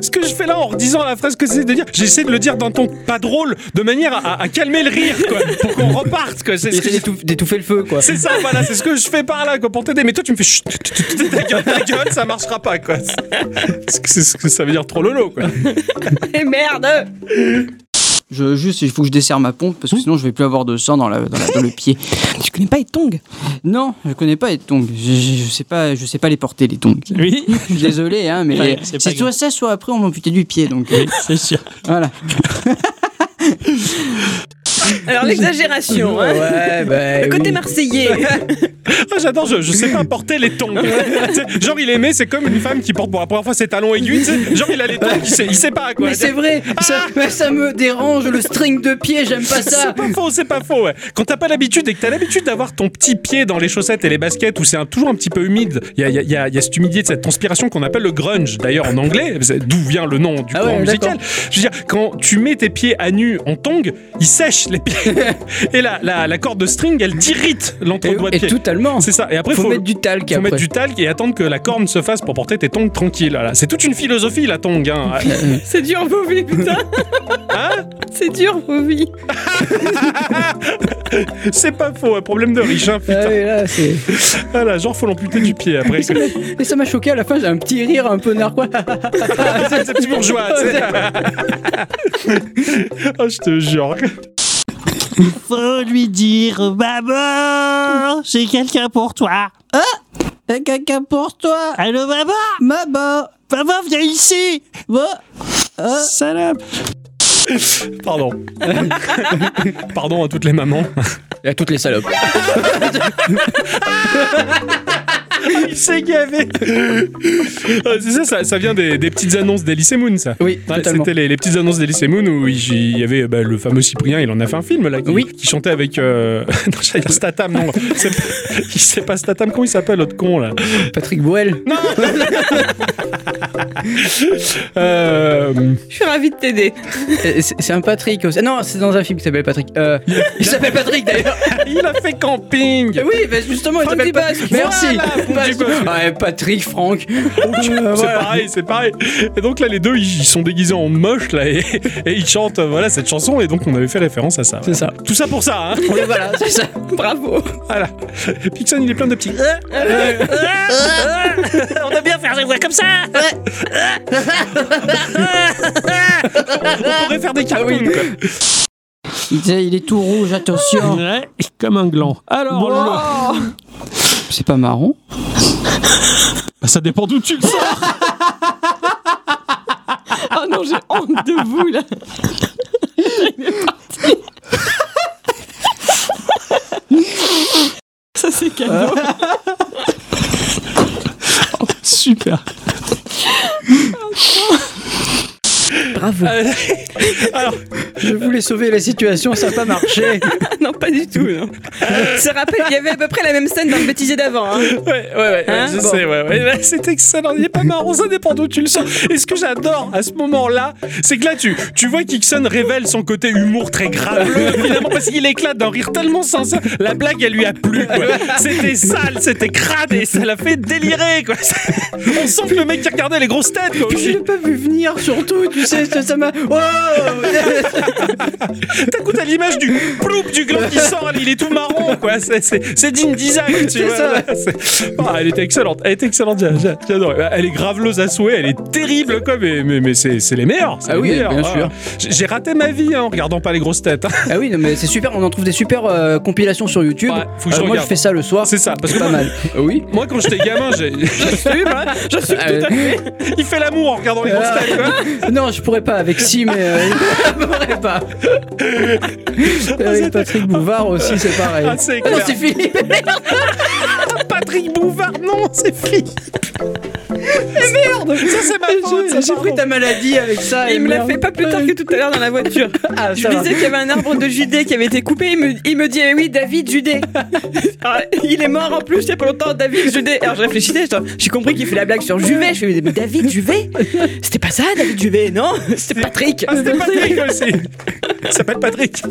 S2: Ce que je fais là en redisant la phrase que c'est de dire, j'essaie de le dire d'un ton pas drôle, de manière à, à calmer le rire, quoi, pour qu'on reparte, quoi. C'est ce <laughs> que je-
S4: d'étouffer le feu, quoi.
S2: C'est ça, voilà, c'est ce que je fais par là, quoi, pour t'aider. Mais toi, tu me fais chut, chut, chut, chut, ta gueule, ta gueule, ça marchera pas, quoi. C'est c'est ce que ça veut dire trop lolo, quoi.
S3: Et merde
S14: Je, juste, il faut que je desserre ma pompe parce que sinon je vais plus avoir de sang dans, la, dans, la- dans le pied.
S12: Tu connais pas Etong
S14: Non, je connais pas les tongs. Je, je- je sais pas, je sais pas les porter les tongs.
S16: Oui.
S14: Désolé, hein, mais
S16: Ouais, c'est
S14: c'est
S16: pas grave.
S14: soit ça, soit après on m'amputait du pied. Donc euh,
S16: Oui, c'est sûr.
S14: voilà.
S4: <laughs>
S3: Alors l'exagération, hein.
S4: Ouais, bah,
S3: le côté
S4: oui.
S3: marseillais. <laughs>
S2: Ah, j'adore, je, je sais pas porter les tongs. Tu sais, genre, il aimait, c'est comme une femme qui porte pour la première fois ses talons aiguilles, tu sais. genre, il a les tongs, il sait, il sait pas, quoi.
S4: Mais c'est vrai, Ah. ça, mais ça me dérange, le string de pied, j'aime pas ça.
S2: C'est pas faux, c'est pas faux. ouais. Quand t'as pas l'habitude et que t'as l'habitude d'avoir ton petit pied dans les chaussettes et les baskets où c'est un- toujours un petit peu humide, il y a, il y a- il y a- il y a cette humidité, cette transpiration qu'on appelle le grunge d'ailleurs en anglais, c'est d'où vient le nom du
S4: Ah
S2: courant
S4: ouais,
S2: musical. Je veux dire, quand tu mets tes pieds à nu en tongs, ils sèchent les
S4: <laughs>
S2: pieds. et la, la, la corde de string, elle t'irrite l'entre-doigt de
S4: Et
S2: pied.
S4: totalement.
S2: C'est ça. Et après,
S4: Faut
S2: faut
S4: mettre du talc
S2: Faut
S4: après.
S2: mettre du talc et attendre que la corne se fasse pour porter tes tongs tranquilles. Voilà. C'est toute une philosophie la tong. <laughs> hein.
S3: <laughs> C'est dur vos vies, putain. C'est dur vos vies.
S2: c'est pas faux, un problème de riche. Hein, putain. Ah là, genre faut l'amputer du pied après.
S4: Et ça m'a choqué à la fin, j'ai un petit rire un peu narquois.
S2: C'est c'est petit bourgeois. tu sais. <laughs> oh, je te jure.
S13: Faut lui dire Maman, j'ai quelqu'un pour toi. Hein T'as quelqu'un pour toi Allô, maman Maman Maman, viens ici Salope
S2: <laughs> Pardon. Pardon à toutes les mamans.
S4: Et à toutes les salopes.
S2: Il s'est gavé. <laughs> Ah, c'est ça, ça, ça vient des, des petites annonces des lycées Moon, ça.
S4: Oui,
S2: Ouais,
S4: totalement.
S2: C'était les, les petites annonces des lycées Moon où il il y avait bah, le fameux Cyprien, il en a fait un film là, qui, qui chantait avec. euh, <laughs> non, j'allais dire Statam, non. C'est pas- <laughs> Il sait pas Statam, comment il s'appelle l'autre con là
S4: Patrick Boel.
S2: Non Euh,
S3: Je suis ravi de t'aider. <laughs>
S4: Euh, C'est c'est un Patrick aussi. Ah Non, c'est dans un film qui s'appelle Patrick. Euh, il s'appelle Patrick d'ailleurs.
S2: Il a fait camping.
S4: <laughs> Oui, bah, justement, il
S3: Franck
S4: s'appelle Patrick.
S3: Dubosc.
S4: Merci.
S3: Voilà, Franck
S4: Pas- Ouais, Patrick, Franck. Euh,
S2: C'est
S4: voilà.
S2: pareil, c'est pareil. Et donc là, les deux, ils ils sont déguisés en moche là et, et ils chantent euh, voilà cette chanson et donc on avait fait référence à ça.
S4: C'est ça.
S2: Tout ça pour ça. Hein.
S4: Et voilà, c'est ça.
S3: Bravo.
S2: Voilà. Pixon, il est plein de petits.
S13: <laughs> On aime bien faire des voix comme ça
S2: On pourrait faire des
S4: Ah
S2: cartoons. quoi.
S14: Il, disait, il est tout rouge, attention.
S17: Ouais, comme un gland. Alors, le-
S14: C'est pas marrant.
S17: Bah, ça dépend d'où tu le sors.
S12: Oh non, j'ai honte de vous là. Ça c'est cadeau.
S17: Super.
S4: Bravo.
S2: Alors,
S4: je voulais sauver la situation, ça n'a pas marché.
S3: non, pas du tout. Non. Ça rappelle, il y avait à peu près la même scène dans le bêtisier d'avant. hein.
S2: Ouais, ouais, ouais,
S3: Hein
S2: je
S3: Bon.
S2: sais, ouais, ouais. Ouais, <laughs> C'est excellent, il est pas marrant, ça dépend d'où tu le sens. Et ce que j'adore à ce moment-là, c'est que là, tu, tu vois qu'Ixon révèle son côté humour très
S3: <laughs>
S2: graveleux, évidemment, parce qu'il éclate d'un rire tellement sincère. La blague, elle lui a plu, quoi. C'était sale, c'était crade, et ça l'a fait délirer, quoi. <laughs> On sent que le mec qui regardait les grosses têtes, quoi.
S4: Puis je
S2: aussi.
S4: l'ai pas vu venir, surtout, tu sais, ça ça m'a. Oh Wow
S2: T'as goûté à l'image du ploup du gland qui sort, il est tout marron, quoi. C'est- C'est c'est digne d'Isaac, tu
S4: C'est
S2: vois.
S4: ça.
S2: Ouais, c'est- Oh, elle était excellente, elle était excellente, j'a- j'a- j'adore. Elle est graveleuse à souhait, elle est terrible, quoi, mais, mais, mais c'est c'est les meilleurs. c'est
S4: Ah
S2: les
S4: oui,
S2: meilleurs,
S4: bien
S2: ah.
S4: sûr.
S2: J- J'ai raté ma vie hein, en regardant pas les grosses têtes. hein.
S4: Ah oui, non, mais c'est super, on en trouve des super euh, compilations sur YouTube.
S2: Ouais, faut que je
S4: Euh, moi, je
S2: regarde.
S4: fais ça le soir.
S2: C'est ça, parce que
S4: pas
S2: moi-
S4: mal. Ah Oui.
S2: Moi, quand j'étais gamin, j'ai-
S3: J'assume, hein, j'assume
S4: Euh,
S3: tout à fait.
S2: il fait l'amour en regardant les grosses têtes. quoi.
S4: <laughs> non, je pourrais pas avec Si, mais euh,
S2: <laughs>
S4: je <laughs> pourrais pas. Avec Patrick Bouvard aussi, c'est pareil.
S2: Ah, c'est
S4: Ah non,
S2: clair.
S4: c'est Philippe.
S2: Patrick Bouvard, non, c'est fini.
S3: Et merde
S14: Ça, c'est ma faute, ça,
S3: J'ai pris ta maladie avec ça. Il me
S4: Ah,
S3: l'a fait pas plus tard que tout à l'heure dans la
S4: <laughs>
S3: voiture. je
S14: ça va.
S3: disais qu'il y avait un arbre de Judée qui avait été coupé. Il me, il me dit eh oui, David
S4: <laughs>
S3: Judée. Ah, il est mort en plus il y a pas longtemps, David Judée. Alors je réfléchissais, je- j'ai compris qu'il fait la blague sur Juvet. Je fais mais David
S15: <laughs>
S3: Juvet C'était pas ça, David Juvet, non <laughs> C'était Patrick.
S2: Ah,
S4: <laughs>
S2: c'était
S15: <laughs>
S2: Patrick aussi. Il s'appelle Patrick.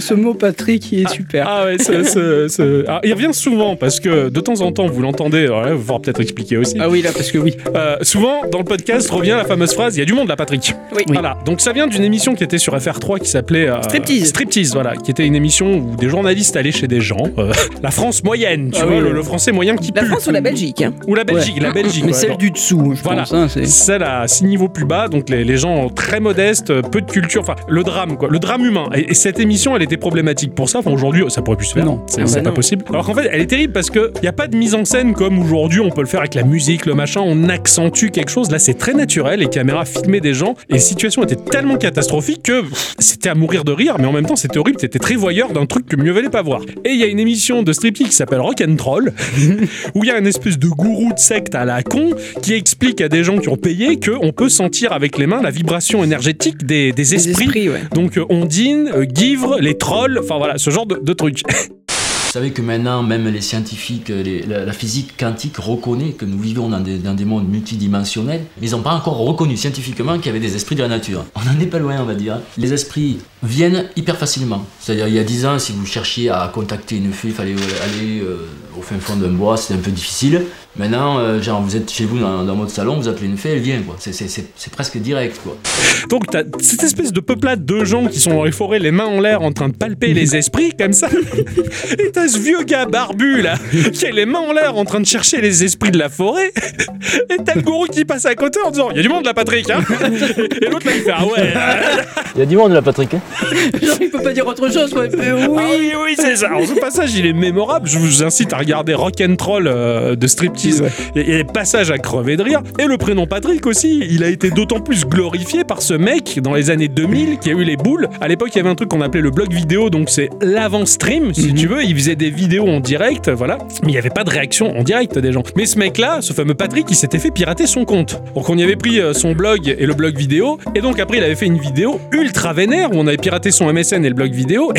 S4: Ce mot Patrick, il est super.
S2: Ah ouais, ce- ce- ce- ah, il revient souvent parce que de temps en temps vous l'entendez, alors là, il va falloir peut-être expliquer aussi. Euh,
S4: Ah oui, là, parce que oui.
S2: souvent dans le podcast revient la fameuse phrase il y a du monde là, Patrick.
S3: Oui.
S2: Voilà, donc ça vient d'une émission qui était sur FR3 qui s'appelait euh,
S3: Striptease.
S2: Striptease, voilà, qui était une émission où des journalistes allaient chez des gens, euh, <laughs> la France moyenne, tu
S3: Ah
S2: vois,
S3: oui,
S2: le,
S3: oui.
S2: le français moyen qui
S3: La
S2: pue.
S3: France ou la Belgique hein
S2: Ou la Belgique, la Belgique.
S4: Mais
S2: ouais,
S4: celle
S2: dans-
S4: du dessous, je
S2: voilà,
S4: pense. hein, c'est-
S2: celle à six niveaux plus bas, donc les, les gens très modestes, euh, peu de culture, enfin le drame quoi, le drame humain. Et, et cette émission, elle était problématique pour ça. Enfin aujourd'hui, ça pourrait plus se faire.
S4: Non.
S2: c'est
S4: Ah
S2: c'est
S4: bah
S2: pas
S4: non.
S2: possible. Alors qu'en fait, elle est terrible parce que y a pas de mise en scène comme aujourd'hui, on peut le faire avec la musique, le machin, on accentue quelque chose. Là, c'est très naturel. Les caméras filmaient des gens et la situation était tellement catastrophique que pff, c'était à mourir de rire, mais en même temps, c'était horrible. T'étais très voyeur d'un truc que mieux valait pas voir. Et il y a une émission de striptease qui s'appelle Rock and
S4: <laughs>
S2: Troll, où il y a un espèce de gourou de secte à la con qui explique à des gens qui ont payé que on peut sentir avec les mains la vibration énergétique des, des esprits. <laughs> Donc euh, ondine, euh, guivre, les trolls, enfin voilà, ce genre de, de trucs.
S18: Vous savez que maintenant, même les scientifiques, les- la, la physique quantique reconnaît que nous vivons dans des, dans des mondes multidimensionnels, mais ils n'ont pas encore reconnu scientifiquement qu'il y avait des esprits de la nature. On n'en est pas loin, on va dire. Les esprits viennent hyper facilement. C'est-à-dire, il y a 10 ans, si vous cherchiez à contacter une fée, il fallait euh, aller euh, au fin fond d'un bois, c'était un peu difficile. Maintenant, euh, genre, vous êtes chez vous dans, dans votre salon, vous appelez une fée, elle vient, quoi. C'est- c'est- C'est c'est presque direct, quoi.
S2: Donc t'as cette espèce de peuplade de gens qui sont dans les forêts, les mains en l'air, en train de palper les esprits comme ça. <laughs> Et t'as ce vieux gars barbu là, qui a les mains en l'air, en train de chercher les esprits de la forêt. Et t'as le gourou qui passe à côté en disant, il y a du monde là, Patrick. Hein Et l'autre là, il fait, ah ouais.
S10: Il y a du monde là, Patrick. Hein
S4: Genre, il peut pas dire autre chose, quoi. Mais oui.
S2: Ah oui, oui, c'est ça. Alors, ce passage, il est mémorable. Je vous incite à regarder Rock and Troll euh, de Striptease. Il y a des passages à crever de rire. Et le prénom Patrick aussi, il a été d'autant plus glorifié par ce mec dans les années 2000 qui a eu les boules. À l'époque, il y avait un truc qu'on appelait le blog vidéo, donc c'est l'avant-stream, si tu veux. Il faisait des vidéos en direct, voilà. Mais il n'y avait pas de réaction en direct des gens. Mais ce mec-là, ce fameux Patrick, il s'était fait pirater son compte. Donc on y avait pris euh, son blog et le blog vidéo. Et donc après, il avait fait une vidéo ultra vénère où on avait piraté son MSN et <laughs> le blog vidéo.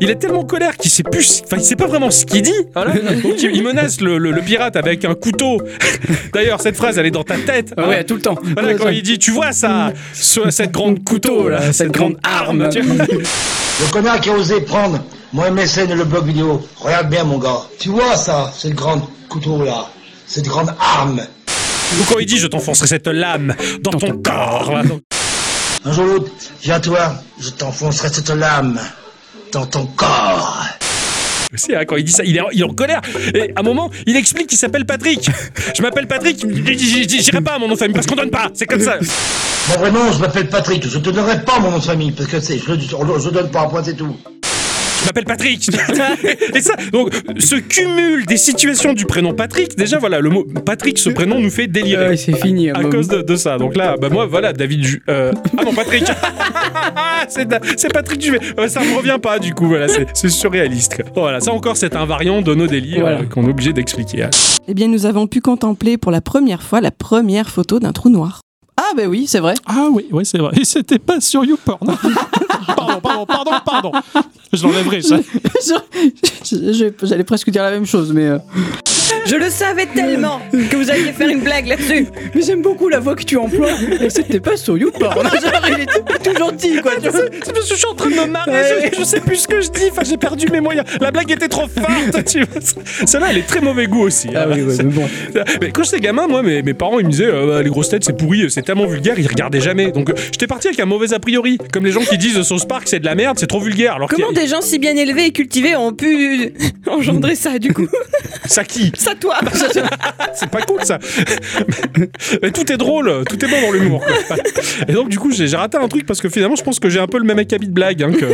S2: il est tellement en colère qu'il sait plus. Enfin, il sait pas vraiment ce qu'il dit. Voilà. Donc il il menace le, le- le pirate avec un couteau. <laughs> D'ailleurs, cette phrase, elle est dans ta tête. hein.
S4: Ah ouais, tout le temps.
S2: Voilà, quand il dit, tu vois ça, ce- cette grande couteau là, cette grande
S4: <laughs>
S2: arme. tu vois.
S9: Le connard qui a osé prendre mon MSN et le blog vidéo. Regarde bien, mon gars. Tu vois ça, cette grande couteau là, cette grande arme.
S2: Ou quand il dit, je t'enfoncerai cette lame dans ton corps. Voilà.
S9: Un jour ou l'autre, viens à toi, je t'enfoncerai cette lame dans ton corps.
S2: C'est hein, quand il dit ça, il est, en- il est en colère. Et à un moment, il explique qu'il s'appelle Patrick. Je m'appelle Patrick, j- j- j'irai pas à mon nom de famille parce qu'on donne pas, c'est comme ça.
S9: Bon, vraiment, je m'appelle Patrick. Je te donnerai pas mon nom de famille parce que c'est, je, je, je donne pas un point, c'est tout.
S2: Je m'appelle Patrick. <laughs> Et ça, donc, ce cumul des situations du prénom Patrick, déjà, voilà, le mot Patrick, ce prénom nous fait délirer.
S4: Ah c'est fini.
S2: euh, À, cause de, de ça. Donc là, bah moi, voilà, David. Ju- euh, ah non, Patrick. c'est da- c'est Patrick Juvet. Euh, Ça me revient pas, du coup, voilà, c'est- c'est surréaliste. quoi. Voilà, ça encore, c'est un variant de nos délires
S15: Voilà.
S2: euh, qu'on est obligé d'expliquer. hein.
S15: Eh bien, nous avons pu contempler pour la première fois la première photo d'un trou noir. Ah
S4: bah <laughs>
S15: ben oui, c'est vrai.
S17: Ah oui, oui, c'est vrai. <laughs> Et c'était pas sur YouPorn. <laughs> pardon, pardon, pardon, pardon. Je l'enlèverai, ça.
S4: Je- je- J'allais presque dire la même chose, mais. euh,
S3: Je le savais tellement que vous alliez faire une blague là-dessus.
S4: Mais j'aime beaucoup la voix que tu emploies. Et c'était pas sur YouPorn. Genre, il est tout gentil, quoi. tu vois.
S2: <laughs> C'est parce que je suis en train de me marrer, je, je sais plus ce que je dis, enfin j'ai perdu mes moyens. La blague était trop forte, tu vois. Celle-là, elle est très mauvais goût aussi.
S4: Ah
S2: hein. <laughs> Mais quand j'étais gamin, moi, mes, mes parents, ils me disaient euh, bah, les grosses têtes, c'est pourri, euh, c'est tellement vulgaire, ils regardaient jamais. Donc euh, j'étais parti avec un mauvais a priori. Comme les gens qui disent euh, Sauce Park, c'est de la merde, c'est trop vulgaire. Alors
S3: Comment
S2: qu'il y a-
S3: des gens si bien élevés et cultivés ont pu <laughs> engendrer ça du coup
S2: Ça qui
S3: Ça toi
S15: Bah,
S2: C'est pas cool ça Mais tout est drôle, tout est bon dans l'humour. quoi. Et donc du coup j'ai j'ai raté un truc parce que finalement je pense que j'ai un peu le même acabit de blague hein, que,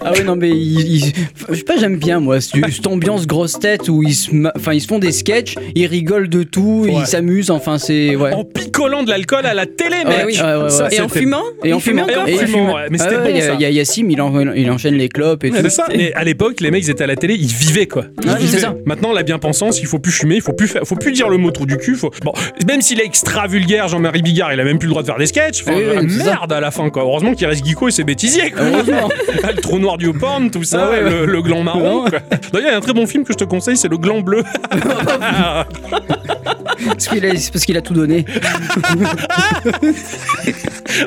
S4: Ah ouais, non, mais ils, ils- je sais pas, j'aime bien moi ce- cette ambiance grosse tête où ils se, ma- enfin, ils se font des sketchs, ils rigolent de tout, ils s'amusent, enfin c'est ouais.
S2: Ah, En picolant de l'alcool à la télé,
S4: Ouais,
S2: mec.
S4: ouais, ouais, ouais.
S2: Ça,
S4: Et en
S2: c'était-
S4: fumant
S2: Et en
S4: Il fumait
S2: fumant.
S4: encore
S2: Et en
S4: Et il
S2: fumant.
S4: fumait.
S2: ouais. Mais
S4: Ah
S2: c'était
S4: ouais,
S2: bon
S4: il y a-
S2: ça.
S4: Il y a Yassim, il, en- il enchaîne les clopes et
S2: Ouais,
S4: tout.
S2: c'est ça. Mais à l'époque, les mecs ils étaient à la télé, ils vivaient quoi. Ils
S4: Ouais, c'est
S2: vivaient.
S4: ça.
S2: Maintenant, la bien-pensance, il faut plus fumer, il faut plus, faire- faut plus dire le mot trou du cul. Faut... Bon, même s'il est extra vulgaire, Jean-Marie Bigard, il a même plus le droit de faire des sketchs. Enfin,
S4: Oui, oui,
S2: euh,
S4: c'est ça.
S2: merde à la fin quoi. Heureusement qu'il reste Guico et ses bêtisiers. Quoi. <laughs> Ah,
S4: Heureusement.
S2: le trou noir du porn, tout ça,
S4: Ah ouais, ouais.
S2: Le, le gland marron. quoi. D'ailleurs, il y a un très bon film que je te conseille, c'est Le Gland Bleu. <laughs>
S4: Parce qu'il a, c'est parce qu'il a tout donné.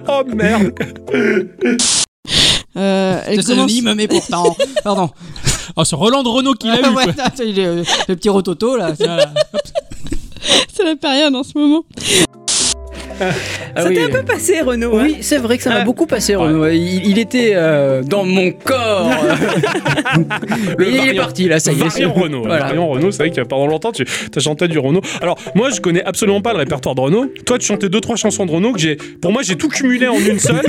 S2: oh merde.
S15: Euh, elle
S14: C'est
S15: commence-
S14: anonyme, mais pourtant. Pardon.
S17: Ah, c'est Roland de Renault qui l'a
S14: Ah
S17: eu.
S14: ouais,
S17: quoi.
S14: attends, il est, euh, le petit rototo là.
S15: C'est la période en ce moment.
S4: Ah
S3: ça
S4: oui.
S3: t'a un peu passé, Renaud. hein
S4: Oui, c'est vrai que ça m'a
S3: Ah.
S4: beaucoup passé, Renaud. Il, il était euh, dans mon corps. <laughs> Mais il est
S2: variant-
S4: parti là, ça y est.
S2: Variant Renault. hein.
S4: Voilà.
S2: Variant Renault, c'est vrai que pendant longtemps, tu as chanté du Renault. Alors, moi, je connais absolument pas le répertoire de Renault. Toi, tu chantais deux, trois chansons de Renault que j'ai. Pour moi, j'ai tout cumulé en une seule.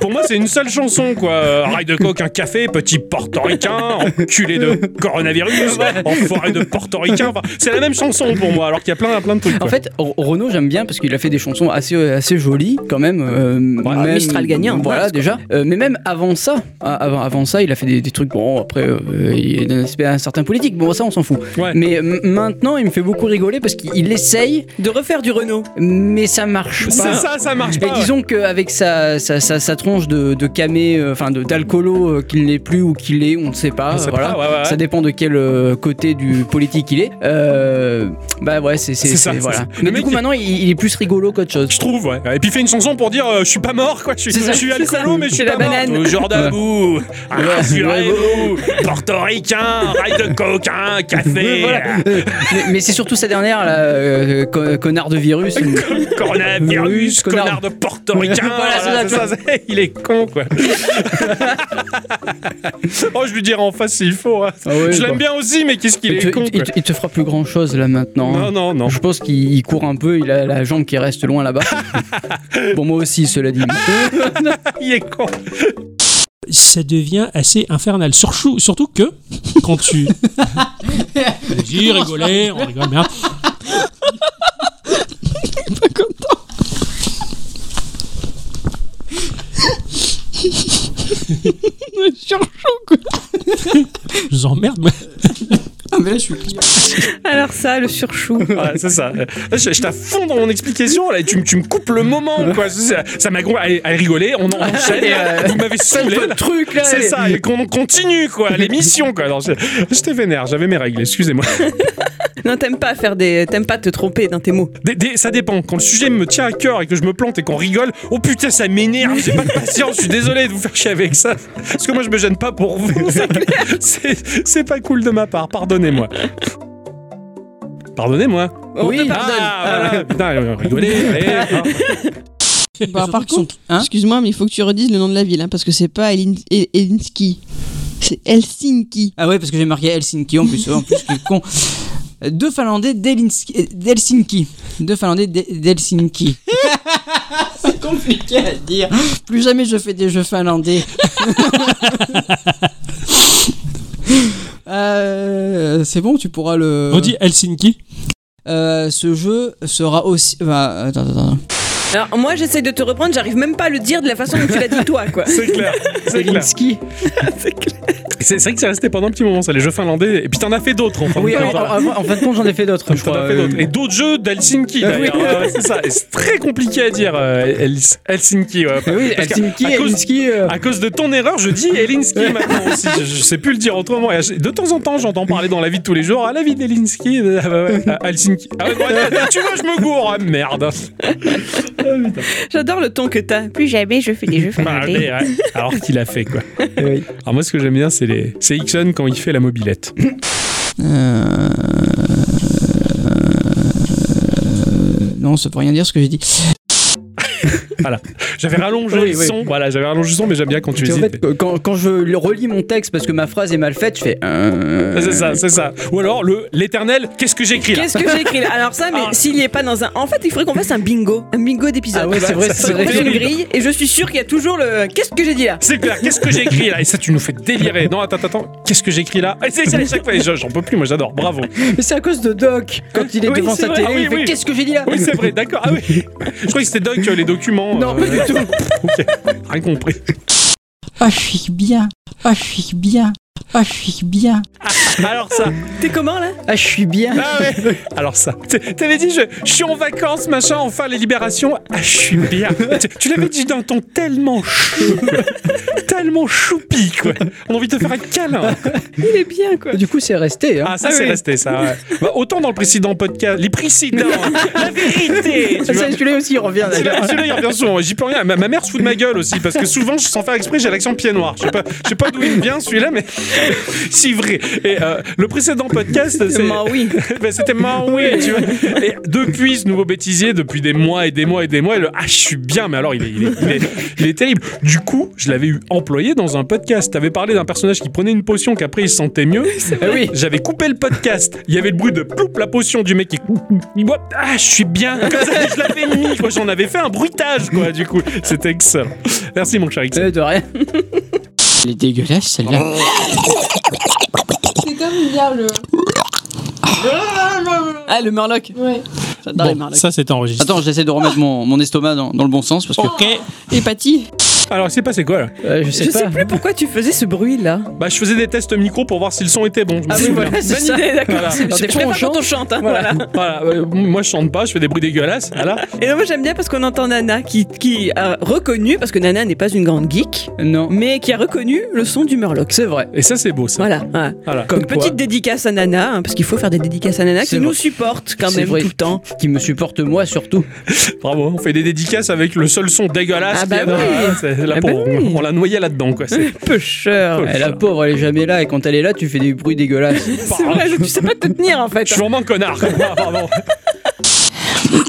S2: Pour moi, c'est une seule chanson, quoi. Euh, Rail de coke, un café, petit portoricain, enculé de coronavirus, enfoiré de portoricain. Enfin, c'est la même chanson pour moi, alors qu'il y a plein, plein de trucs.
S4: En fait, R- Renaud, j'aime bien parce qu'il a fait des chansons assez, euh, assez jolies, quand même. euh, même-
S12: Mistral gagnant.
S4: Voilà, déjà. Euh, mais même avant ça, a- avant, avant ça, il a fait des, des trucs. Bon, après, euh, il est d'un aspect un certain politique. Bon, ça, on s'en fout. Mais m- maintenant, il me fait beaucoup rigoler parce qu'il il essaye.
S3: De refaire du Renault.
S4: Mais ça marche pas.
S2: C'est ça, ça marche pas,
S4: Et disons qu'avec sa, sa, sa, sa tronche de, de camé, euh, enfin de- d'alcoolo euh, qu'il n'est plus ou qu'il est, on ne sait pas. euh,
S2: On sait
S4: voilà.
S2: pas, ouais, ouais, ouais.
S4: Ça dépend de quel euh, côté du politique il est. Euh, bah ouais, c'est c'est-
S2: C'est ça,
S4: c'est-
S2: c'est ça.
S4: voilà.
S2: Le
S4: Mais
S2: mec,
S4: du coup,
S2: il-
S4: maintenant, il, il est plus rigolo
S2: <laughs>
S4: qu'autre chose.
S2: Je trouve, ouais. Et puis il fait une chanson pour dire euh, je suis pas mort, quoi. Je suis,
S4: C'est ça,
S2: je suis
S4: c'est ça.
S2: alcoolo, mais je
S4: C'est
S2: suis
S4: la
S2: pas
S4: banane.
S2: mort.
S4: <laughs>
S2: Jordabou, rassurez-vous,
S4: Ouais.
S2: portoricain, rail de coke, un café, <laughs>
S4: <laughs> Voilà. Euh, mais mais c'est surtout sa dernière, là, euh, con- connard de virus.
S2: coronavirus,
S4: Virus,
S2: connard,
S4: connard.
S2: de portoricain.
S4: <laughs> Voilà,
S2: voilà, c'est
S4: c'est ça, tu vois.
S2: ça, c'est- <laughs> il est con, quoi. oh, je lui dirai en face s'il faut. hein.
S4: Ah ouais,
S2: je l'aime
S4: bah.
S2: bien aussi, mais qu'est-ce qu'il
S4: Il
S2: est
S4: te,
S2: con,
S4: il te-
S2: quoi.
S4: il te fera plus grand chose là maintenant.
S2: Non, non, non.
S4: Je pense qu'il il court un peu, il a la jambe qui reste
S2: <laughs>
S4: loin là-bas. bon, moi aussi, cela dit.
S2: il est con.
S17: Ça devient assez infernal. Surchou- surtout que quand tu. Vas-y, rigolez, on rigole bien.
S15: Je suis en choc, quoi.
S17: Je vous emmerde, moi.
S14: Ah, mais là, je suis.
S3: Alors ça, le surchou.
S2: Voilà, c'est ça. Là, je, je t'affonds dans mon explication, là, et tu, me- tu me coupes le moment, quoi. Ça, ça m'a gros. Allez, allez, rigolez, on en enchaîne.
S4: Allez, euh,
S2: Vous m'avez saoulé.
S4: le truc, là,
S2: C'est
S4: allez.
S2: ça, et qu'on continue, quoi, l'émission, quoi. Non, je- J'étais vénère, j'avais mes règles, excusez-moi.
S3: Non, t'aimes pas faire des, t'aimes pas te tromper dans tes mots.
S2: Des- des- ça dépend. Quand le sujet me tient à cœur et que je me plante et qu'on rigole, oh putain, ça m'énerve, j'ai pas de patience, je suis désolé de vous faire chier avec ça. Parce que moi, je me gêne pas pour vous. C'est c'est pas cool de ma part, pardonnez-moi. Pardonnez-moi.
S3: On te pardonne.
S2: Ah, voilà, putain, rigolez, allez, hein.
S15: Bah, par
S14: qu'ils sont-
S15: contre, excuse-moi, mais il faut que tu redises le nom de la ville, hein, parce que c'est pas Helin- Hel- Helsinki. C'est Helsinki.
S14: Ah ouais, parce que j'ai marqué Helsinki en plus. En plus, je suis con. Euh, Deux Finlandais d'Helsinki- d'Helsinki. Deux Finlandais d'He- d'Helsinki. <laughs> C'est compliqué à dire. Plus jamais je fais des jeux <laughs> finlandais. Euh, c'est bon, tu pourras le.
S17: On dit Helsinki.
S14: Euh, ce jeu sera aussi. bah, attends, attends, attends.
S3: Alors moi, j'essaie de te reprendre, j'arrive même pas à le dire de la façon dont tu l'as dit toi, quoi.
S2: C'est clair, c'est clair.
S4: Helsinki.
S2: C'est c'est vrai que c'est resté pendant un petit moment, ça, les jeux finlandais. Et puis t'en as fait d'autres, en fin
S4: Oui,
S2: de
S4: en,
S2: compte.
S4: en- en- en fin de compte, j'en ai fait d'autres, je
S2: T'en
S4: crois.
S2: as fait d'autres. Et d'autres jeux d'Helsinki,
S4: Ah,
S2: d'ailleurs.
S4: oui.
S2: Ouais, ouais, c'est ça. Et C'est très compliqué à dire, euh, Hels- Helsinki. ouais.
S4: Euh, Oui,
S2: Parce qu'à-
S4: Helsinki,
S2: à cause-
S4: Helsinki, euh.
S2: À cause de ton erreur, je dis Elinsky
S4: <laughs>
S2: maintenant aussi. Je, je sais plus le dire autrement. Et je- De temps en temps, j'entends parler dans la vie de tous les jours. Ah, la vie d'Elinsky, euh, ah, ouais, ouais, à Helsinki. Ah, ouais, bon, attends, tu vois, je me gourre. Ah, merde.
S3: J'adore le ton que t'as. Plus jamais je fais
S2: <laughs>
S3: des jeux
S2: Ah, mais, ouais. Alors qu'il a fait, quoi. Alors, moi, ce que j'aime bien, c'est les... c'est Ixon quand il fait la mobilette.
S14: Euh... Non, ça peut rien dire ce que j'ai dit.
S2: <laughs> voilà. J'avais rallongé
S1: Oui,
S2: le
S1: oui.
S2: son. Voilà, j'avais rallongé le son, mais j'aime bien quand tu
S1: Puis en
S2: hésites.
S1: fait, quand, quand je le relis mon texte parce que ma phrase est mal faite, je fais. euh,
S2: Ah, C'est ça, c'est ça. Ou alors le l'éternel, qu'est-ce que j'écris là
S3: Qu'est-ce que j'ai écrit là Alors ça, mais s'il y est pas dans un... En fait, il faudrait qu'on fasse un bingo. Un bingo d'épisodes.
S2: Ah ouais, c'est vrai, c'est
S3: Faudrait qu'on
S2: vrai.
S3: fasse une grille et je suis sûr qu'il y a toujours le... Qu'est-ce que j'ai dit
S2: <laughs>
S3: là
S2: C'est clair, qu'est-ce que j'écris là Et ça, tu nous fais délirer. Non, attends, attends, attends, qu'est-ce que j'écris là Ah, C'est ça, à chaque fois, Et je- j'en peux plus, moi j'adore, bravo.
S4: Mais c'est à cause de Doc. Quand il est
S2: Oui,
S4: devant
S2: c'est
S4: sa
S2: vrai.
S4: télé,
S2: Ah oui,
S4: il fait
S2: oui.
S4: Qu'est-ce que j'ai dit là
S2: Oui, c'est vrai, d'accord. Ah oui Je crois que c'était Doc, euh, les documents. Non,
S4: pas du
S2: <laughs>
S4: tout.
S2: Rien compris.
S14: Ah, je suis bien. Ah, je suis bien. Ah, je suis bien.
S2: Alors ça.
S3: T'es comment là
S1: Ah, je suis bien.
S2: Ah ouais Alors ça. T- T'avais dit, je, je suis en vacances, machin, enfin les libérations. Ah, je suis bien. Tu, tu l'avais dit d'un ton tellement chou, quoi. tellement choupi, quoi. On a envie de te faire un câlin.
S4: Il est bien quoi. Du coup, c'est resté. hein.
S2: Ah, ça, c'est resté, ça. ouais. Bah, autant dans le précédent podcast, les précédents, la
S1: Ah,
S2: vérité. tu vois.
S4: Ça, Celui-là aussi, il revient.
S2: Celui-là, celui-là, il revient souvent. J'y peux rien. Ma, ma mère se fout de ma gueule aussi parce que souvent, sans faire exprès, j'ai l'accent pied noir. Je sais pas, je sais pas d'où il me vient celui-là, mais <laughs> c'est vrai. Et euh, le précédent podcast, c'est-
S3: Ah oui.
S2: <laughs> Ben, c'était Maui, tu vois. Et depuis ce nouveau bêtisier, depuis des mois et des mois et des mois, le ah, je suis bien, mais alors il est, il est, il est- il est terrible. Du coup, je l'avais eu employé dans un podcast. T'avais parlé d'un personnage qui prenait une potion qu'après il se
S14: <laughs>
S2: sentait mieux.
S4: vrai.
S2: Eh oui, j'avais coupé le podcast. Il y avait le bruit de ploup, la potion du mec qui. il boit. Ah, je suis bien. Comme ça, je l'avais mis. Moi, j'en avais fait un bruitage, quoi, du coup. C'était excellent. Merci, mon cher Ixon.
S1: de rien.
S14: Elle est dégueulasse, celle-là.
S12: C'est comme une diable.
S14: Ah, le Murloc.
S12: Ouais.
S14: J'adore Bon, les Murlocs.
S17: Ça, c'est enregistré.
S14: Attends, j'essaie de remettre mon, mon estomac dans, dans le bon sens parce que.
S2: Oh.
S17: Ok.
S12: Et Patty
S2: Alors, c'est passé quoi, là
S1: Euh,
S4: je sais
S3: Je
S4: pas.
S3: sais plus pourquoi tu faisais ce bruit là.
S2: Bah, je faisais des tests micro pour voir si le son était bon. Je me
S3: Ah oui,
S2: souviens.
S3: voilà, c'est
S4: Bonne
S3: ça.
S4: idée,
S2: d'accord.
S3: Voilà.
S2: C'est-
S3: Alors,
S2: c'est
S3: je préfère quand on chante, hein, voilà.
S2: <laughs> Voilà, euh, moi je chante pas, je fais des bruits dégueulasses. Ah là.
S3: Et donc, moi j'aime bien parce qu'on entend Nana qui, qui a reconnu, parce que Nana n'est pas une grande geek,
S1: non.
S3: mais qui a reconnu le son du Murloc.
S1: C'est vrai.
S2: Et ça c'est beau ça.
S3: Voilà. ouais.
S2: Voilà.
S3: Une petite dédicace à Nana, hein, parce qu'il faut faire des dédicaces à Nana
S1: C'est
S3: qui nous
S1: vrai.
S3: supporte quand
S1: C'est
S3: même
S1: vrai.
S3: tout le temps.
S1: Qui me supporte moi surtout.
S2: Bravo, on fait des dédicaces avec le seul son dégueulasse.
S3: Ah
S2: qu'il y a
S3: bah
S2: dans-
S3: oui.
S2: Ah, c'est la
S1: Ah bah
S2: pauvre, on- On l'a noyé là-dedans quoi. C'est Oh,
S3: Pêcheur.
S1: Eh, la pauvre, elle est jamais là et quand elle est là, tu fais des bruits dégueulasses.
S3: C'est vrai, tu sais pas te tenir
S2: <laughs>
S3: en fait.
S2: Je suis vraiment un
S3: <laughs>
S2: connard. quoi. Ah, pardon.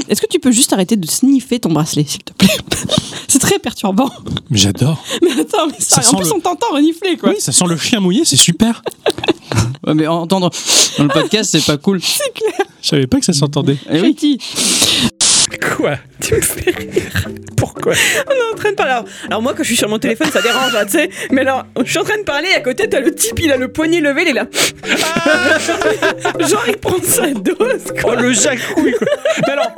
S12: Est-ce que tu peux juste arrêter de sniffer ton bracelet, s'il te plaît C'est très perturbant.
S17: J'adore.
S12: Mais attends, mais
S17: Ça
S12: ça,
S17: sent
S12: en plus
S17: le-
S12: on t'entend renifler
S2: <laughs>
S12: quoi.
S17: Oui, ça sent le chien mouillé, c'est super.
S14: Ouais, mais entendre dans le podcast, c'est pas cool.
S17: Je savais pas que ça s'entendait.
S14: Eh oui.
S12: Patty.
S2: Quoi
S3: Tu me fais rire.
S2: Pourquoi
S3: On est en train de parler. Alors, alors moi, quand je suis sur mon téléphone, ça dérange, hein, tu sais. Mais alors, je suis en train de parler, et à côté, t'as le type, il a le poignet levé, il est là. Genre, il prend sa dose,
S2: Oh
S3: quoi.
S2: le jacouille quoi. Mais alors,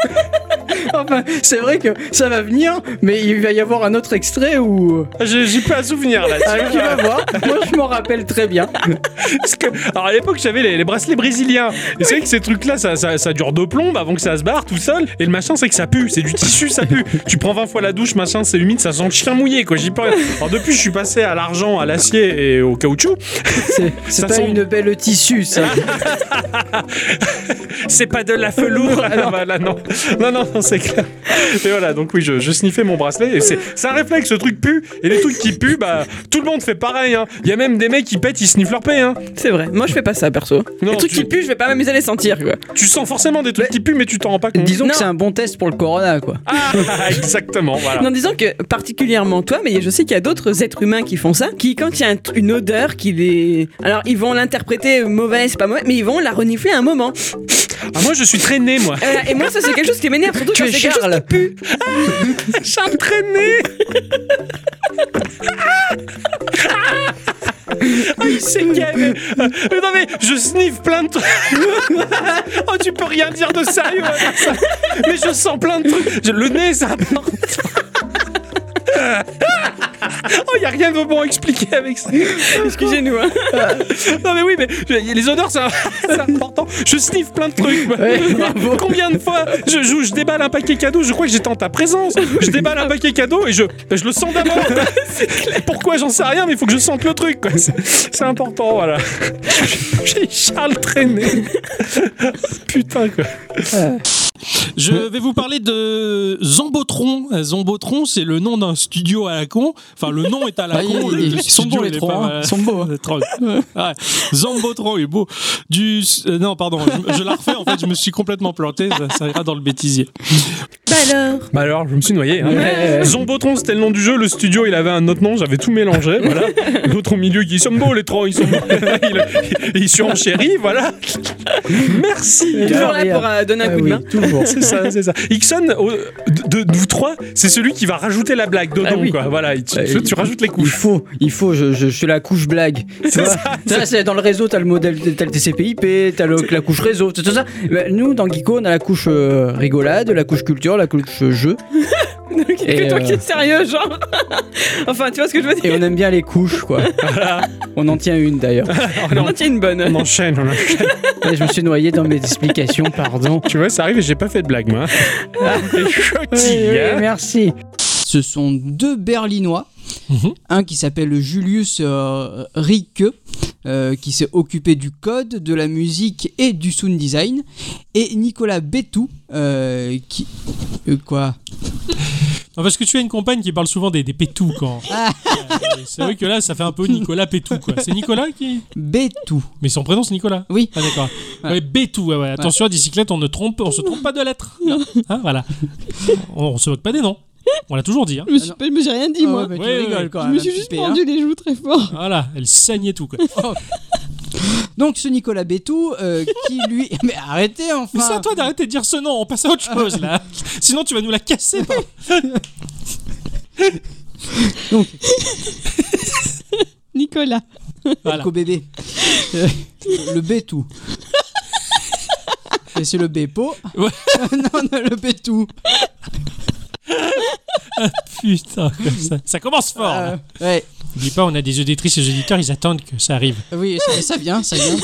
S4: Enfin, c'est vrai que ça va venir, mais il va y avoir un autre extrait où.
S2: j'ai j'ai plus un souvenir là.
S4: Ah, tu vas voir. Moi, je m'en rappelle très bien.
S2: Parce que, alors à l'époque j'avais les, les bracelets brésiliens. Et c'est vrai que ces trucs là ça, ça- ça dure deux plombes avant que ça se barre tout seul. Et le machin c'est que ça pue, c'est du tissu, ça pue. Tu prends 20 fois la douche, machin, c'est humide, ça sent le chien mouillé quoi. J'y peux rien. Alors depuis je suis passé à l'argent, à l'acier et au caoutchouc.
S4: C'est c'est
S2: Ça
S4: pas
S2: sent-
S4: une belle tissu, ça.
S2: C'est pas de
S1: <laughs>
S2: la velours. Voilà, non. non, non, non, c'est clair. Et voilà, donc oui, je, je sniffais mon bracelet. Et c'est c'est un réflexe, ce truc pue. Et les trucs qui puent, bah tout le monde fait pareil. hein. Il y a même des mecs qui pètent, ils sniffent leur paix. Hein.
S3: C'est vrai, moi, je fais pas ça, perso.
S2: Non,
S3: les trucs
S2: tu-
S3: qui puent, je vais pas m'amuser à les sentir, quoi.
S2: Tu sens forcément des trucs qui puent, mais tu t'en rends
S4: Ah,
S2: pas compte.
S1: Disons
S3: Non.
S1: que c'est un bon test pour le corona, quoi.
S2: Ah, <laughs> exactement, voilà.
S3: Non, disons que particulièrement toi, mais je sais qu'il y a d'autres êtres humains qui font ça, qui quand il y a un tr- une odeur qui les... Alors ils vont l'interpréter mauvaise, pas mauvaise, mais ils vont la renifler à un moment.
S2: Ah, moi, je suis traîné, moi.
S3: Euh, et moi ça c'est quelque chose qui m'énerve, surtout
S1: Tu
S3: quand
S1: es
S3: c'est quelque chose
S1: Charles.
S2: Charles traîné Ah, il s'est calmé. Euh, mais non mais je sniffe plein de trucs. <laughs> oh tu peux rien dire de sérieux. à ça. Mais je sens plein de trucs. Je- Le nez ça porte. <laughs> oh y a rien de bon à expliquer avec ça.
S3: Excusez-nous. hein.
S2: Non mais oui, mais je- les odeurs, ça- <laughs> c'est important. Je sniffe plein de trucs. moi. Combien de fois je, je, je déballe un paquet cadeau Je crois que j'étais en ta présence. Je déballe un paquet cadeau et je, je le sens d'abord. Pourquoi J'en sais rien, mais il faut que je sente le truc. quoi. C'est c'est important, voilà. <laughs> J'ai Charles traîné. Putain, quoi.
S17: Je vais vous parler de Zombotron. Euh, Zombotron, c'est le nom d'un studio à la con. Enfin, le nom est à la
S14: Ah,
S17: con.
S14: il-
S17: le
S14: il- ils sont
S17: studio,
S14: bons, les
S17: il est
S14: trois,
S17: pas
S14: hein.
S17: mal.
S14: Ils sont beaux, hein.
S17: <laughs> Le troll. Ouais. Zombotron est beau. Du... euh, non, pardon, je, je la refais. En fait, je me suis complètement planté. Ça, ça ira dans le bêtisier.
S3: Bah alors
S2: Bah alors, je me suis noyé. hein.
S17: Ouais.
S2: <laughs> Zombotron, c'était le nom du jeu. Le studio, il avait un autre nom. J'avais tout mélangé. Voilà. L'autre au milieu qui dit, ils sont beaux, les trois, ils sont beaux. <laughs> il, il, il surenchérit, voilà. Merci.
S3: Toujours là pour euh,
S4: Ah
S3: donner un coup de main. <laughs>
S2: Toujours. C'est ça, c'est ça. Ixon, au- de, de- de vous trois, c'est celui qui va rajouter la blague dedans,
S4: Ah oui.
S2: quoi. Voilà, il- tu, tu- tu rajoutes les
S4: Il
S2: couches.
S4: faut, il faut, je, je, je suis la couche blague. Tu vois ça, c'est dans le réseau, t'as le modèle, t'as le TCPIP, t'as le- la couche réseau, tout ça. Mais nous, dans Geeko, on a la couche euh, rigolade, la couche culture, la couche jeu.
S3: Que toi
S4: euh,
S3: qui es sérieux, genre. <laughs> enfin, tu vois ce que je veux dire
S4: et on aime bien les couches, quoi. on en tient une d'ailleurs.
S3: On en tient une bonne.
S2: On enchaîne, on enchaîne.
S4: Et je me suis noyé dans mes explications, pardon.
S2: Tu vois, ça arrive et j'ai pas fait de blague, moi. <laughs> hein.
S14: Oui, oui,
S4: merci.
S14: Ce sont deux Berlinois.
S15: Mhm.
S14: Un qui s'appelle Julius euh, Rieke, euh, qui s'est occupé du code, de la musique et du sound design. Et Nicolas Bétou, euh, qui. euh, quoi
S17: Non, parce que tu as une compagne qui parle souvent des, des pétous quand. Euh, c'est vrai que là, ça fait un peu Nicolas Pétou, quoi. C'est Nicolas qui.
S14: Bétou.
S17: Mais son prénom, c'est Nicolas.
S14: Oui.
S17: Ah,
S14: <laughs>
S17: d'accord. Ouais, Bétou, ouais, ouais. Attention, à bicyclette, on ne trompe, on se trompe pas de
S14: <laughs>
S17: lettres. Hein, voilà. On, on se moque pas des noms. On l'a toujours dit. Hein.
S15: Je me, suis, je me suis rien dit,
S14: Ah
S15: moi.
S14: ouais, bah, tu
S17: Ouais,
S14: rigoles
S17: ouais.
S14: quand
S15: je
S14: même,
S15: me
S14: un
S15: suis
S14: petit
S15: juste
S14: peu, hein.
S15: pendu les joues très fort. <laughs>
S17: Voilà, elle saigne et tout, quoi.
S14: Donc ce Nicolas Bétou, euh, qui
S15: <laughs>
S14: lui. <laughs> Mais arrêtez enfin
S17: Mais c'est à toi d'arrêter de dire ce nom, on passe à autre
S14: Ah.
S17: chose là. Sinon tu vas nous la casser. par-
S15: Nicolas.
S17: Voilà.
S14: Nico bébé. Euh,
S17: <laughs>
S14: le Bétou. Et c'est le Bépo.
S17: Ouais.
S14: <laughs> non, non, le Bétou.
S17: Ah, Putain, comme ça. Ça commence fort. là.
S14: Euh, Ouais.
S17: N'oublie pas, on a des auditrices et des auditeurs, ils attendent que ça arrive.
S14: Oui, ça, ça vient,
S17: <laughs>
S14: ça vient.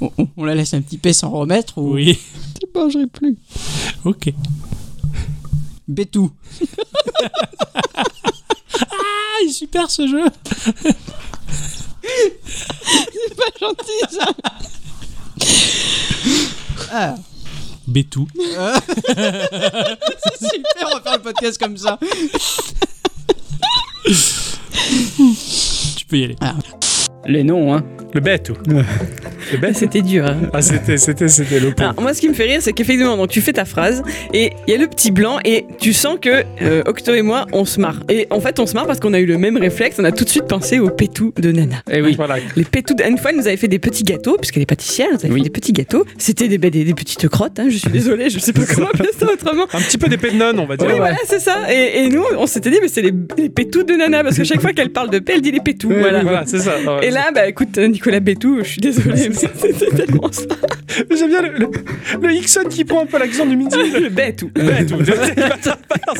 S14: On, on- on la laisse un petit peu s'en remettre ou
S17: Oui.
S15: Tu mangerais plus.
S17: Ok.
S14: Bétou.
S17: Ah, il est super ce jeu.
S15: C'est pas gentil, ça.
S14: Ah. <laughs>
S17: Bétou.
S14: Euh. c'est super, on va faire le podcast comme ça.
S17: Tu peux y aller.
S14: Ah.
S4: Les noms, hein.
S2: Le bête. Le bête.
S3: C'était dur. hein.
S2: Ah, c'était, c'était, c'était le
S14: Ah.
S2: point.
S3: Alors, Ah, moi, ce qui me fait rire, c'est qu'effectivement, donc, tu fais ta phrase et il y a le petit blanc et tu sens que euh, Octo et moi, on se marre. Et en fait, on se marre parce qu'on a eu le même réflexe. On a tout de suite pensé aux pétous de Nana.
S4: Eh oui.
S2: Voilà.
S3: Les pétous de... Une fois, elle nous avait fait des petits gâteaux, puisqu'elle est pâtissière, elle nous avait fait des petits gâteaux. C'était des, des, des petites crottes, hein, je suis désolée, je sais pas comment appeler ça autrement.
S2: Un petit peu d'épée de nonne, on va dire.
S3: Oui, voilà, c'est ça. Et, et nous, on s'était dit, mais c'est les, les pétous de Nana, parce que chaque fois qu'elle parle de paix, elle dit les pétous.
S2: Ouais,
S3: voilà.
S2: voilà, c'est ça. Ouais.
S3: Et là, bah écoute, euh, Nicolas Bétou, je suis désolée, mais c'était tellement ça.
S2: <laughs> J'aime bien le, le- le Hickson qui prend un peu l'accent du
S4: <laughs>
S2: midi.
S3: Le Bétou.
S2: Bête, <laughs> ou- ça,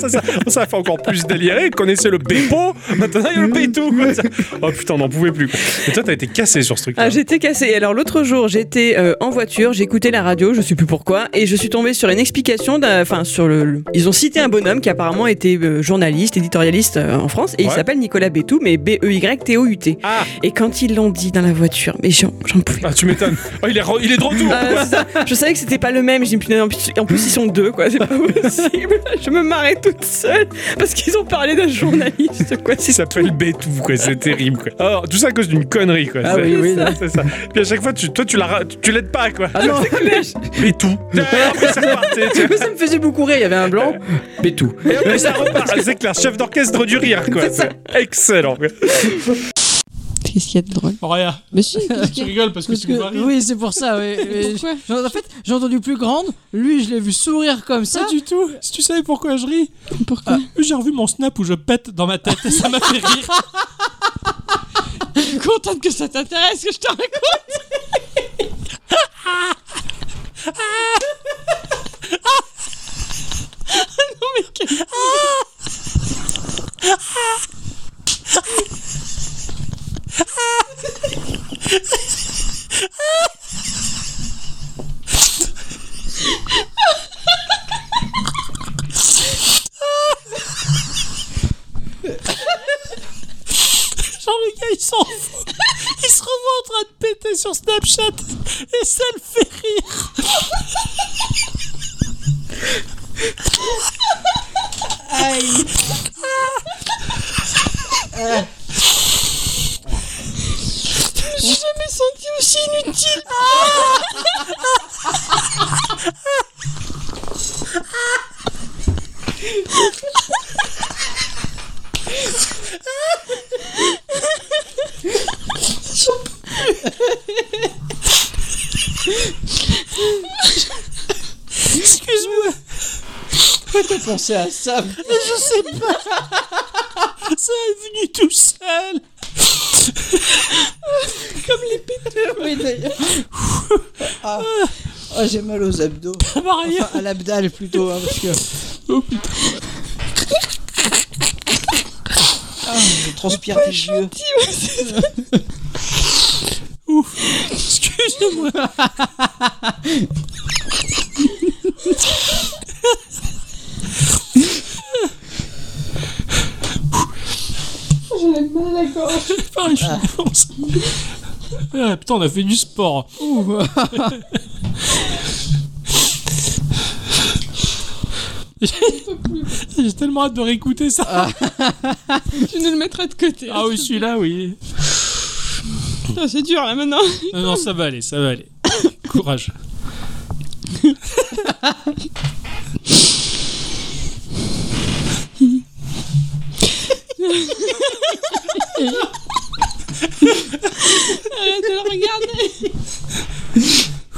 S2: ça, ça fait encore plus délirer. Connaissez le Bépo, maintenant il y a le Bétou. quoi. Ça- Oh putain, on n'en pouvait plus. Et toi, t'as été cassé sur ce truc.
S3: Ah, j'étais cassée. Alors l'autre jour, j'étais euh, en voiture, j'écoutais la radio, je sais plus pourquoi, et je suis tombée sur une explication. d'un- Enfin, sur le, le- ils ont cité un bonhomme qui apparemment était euh, journaliste, éditorialiste euh, en France, et il
S2: Ouais.
S3: s'appelle Nicolas Bétou, mais B E Y T O U T.
S2: Ah.
S3: Et quand ils l'ont dit dans la voiture, mais j'en j'en pouvais.
S2: Ah, tu m'étonnes. Oh, il est, re- il est de retour.
S4: Euh.
S3: Ah, c'est ça. Je savais que c'était pas le même. J'ai dit, putain, en plus, en plus, ils sont deux, quoi. C'est pas possible. Je me marrais toute seule parce qu'ils ont parlé d'un journaliste, quoi.
S2: Il s'appelle Bétou, quoi. C'est terrible, quoi. Alors, tout ça à cause d'une connerie, quoi.
S4: Ah
S2: C'est-
S4: oui, oui,
S2: c'est ça, C'est ça. Puis à chaque fois, tu, toi, tu, la ra- tu l'aides pas, quoi.
S4: Ah
S2: <laughs>
S4: non,
S2: Bétou. Ah, après, c'est reparti, tu vois.
S4: mais ça me faisait beaucoup rire, il y avait
S1: <laughs>
S4: un blanc. Bétou.
S2: Et après, ça repart. Ah, C'est clair, chef d'orchestre du rire, quoi. Excellent. quoi.
S15: Qu'est-ce qu'il y a de drôle
S17: Oh, regarde.
S15: Mais si,
S17: Tu
S15: qu'est-ce qu'il y a
S17: rigoles parce que
S14: Parce
S17: tu me vois
S14: que,
S17: rire.
S14: oui, c'est pour ça. ouais, ouais.
S15: Pourquoi
S14: J'en- en fait, j'ai entendu plus grande. Lui, je l'ai vu sourire comme ça.
S17: Pas du tout. Ah. Si tu savais pourquoi je ris,
S15: <laughs> Pourquoi
S17: j'ai revu mon snap où je pète dans ma tête et ça m'a fait <laughs> rire.
S15: Je suis contente que ça t'intéresse, que je te raconte.
S17: Genre le gars il s'en fout. Il se revoit en train de péter sur Snapchat et ça le fait rire.
S13: Aïe. Euh.
S15: Je me suis jamais senti aussi inutile.
S13: Excuse-moi.
S14: Pourquoi t'as pensé à ça
S13: Mais je sais pas. Ça est venu tout seul.
S14: Comme les péteurs. Oui, d'ailleurs. Ah, ah, j'ai mal aux abdos. Enfin, à l'abdal plutôt, hein, parce que. Ah, je transpire des yeux.
S17: Ouf. Excuse-moi.
S15: J'ai mal à la gorge.
S17: Pareil, je pense. Ah, putain, on a fait du sport. J'ai tellement hâte de réécouter ça.
S15: Ah, Tu nous le mettras de côté.
S17: Ah oui, celui-là, oui.
S15: Putain, C'est dur là maintenant. <laughs>
S17: Non, non, ça va aller, ça va aller. Courage.
S15: Arrête de le regarder.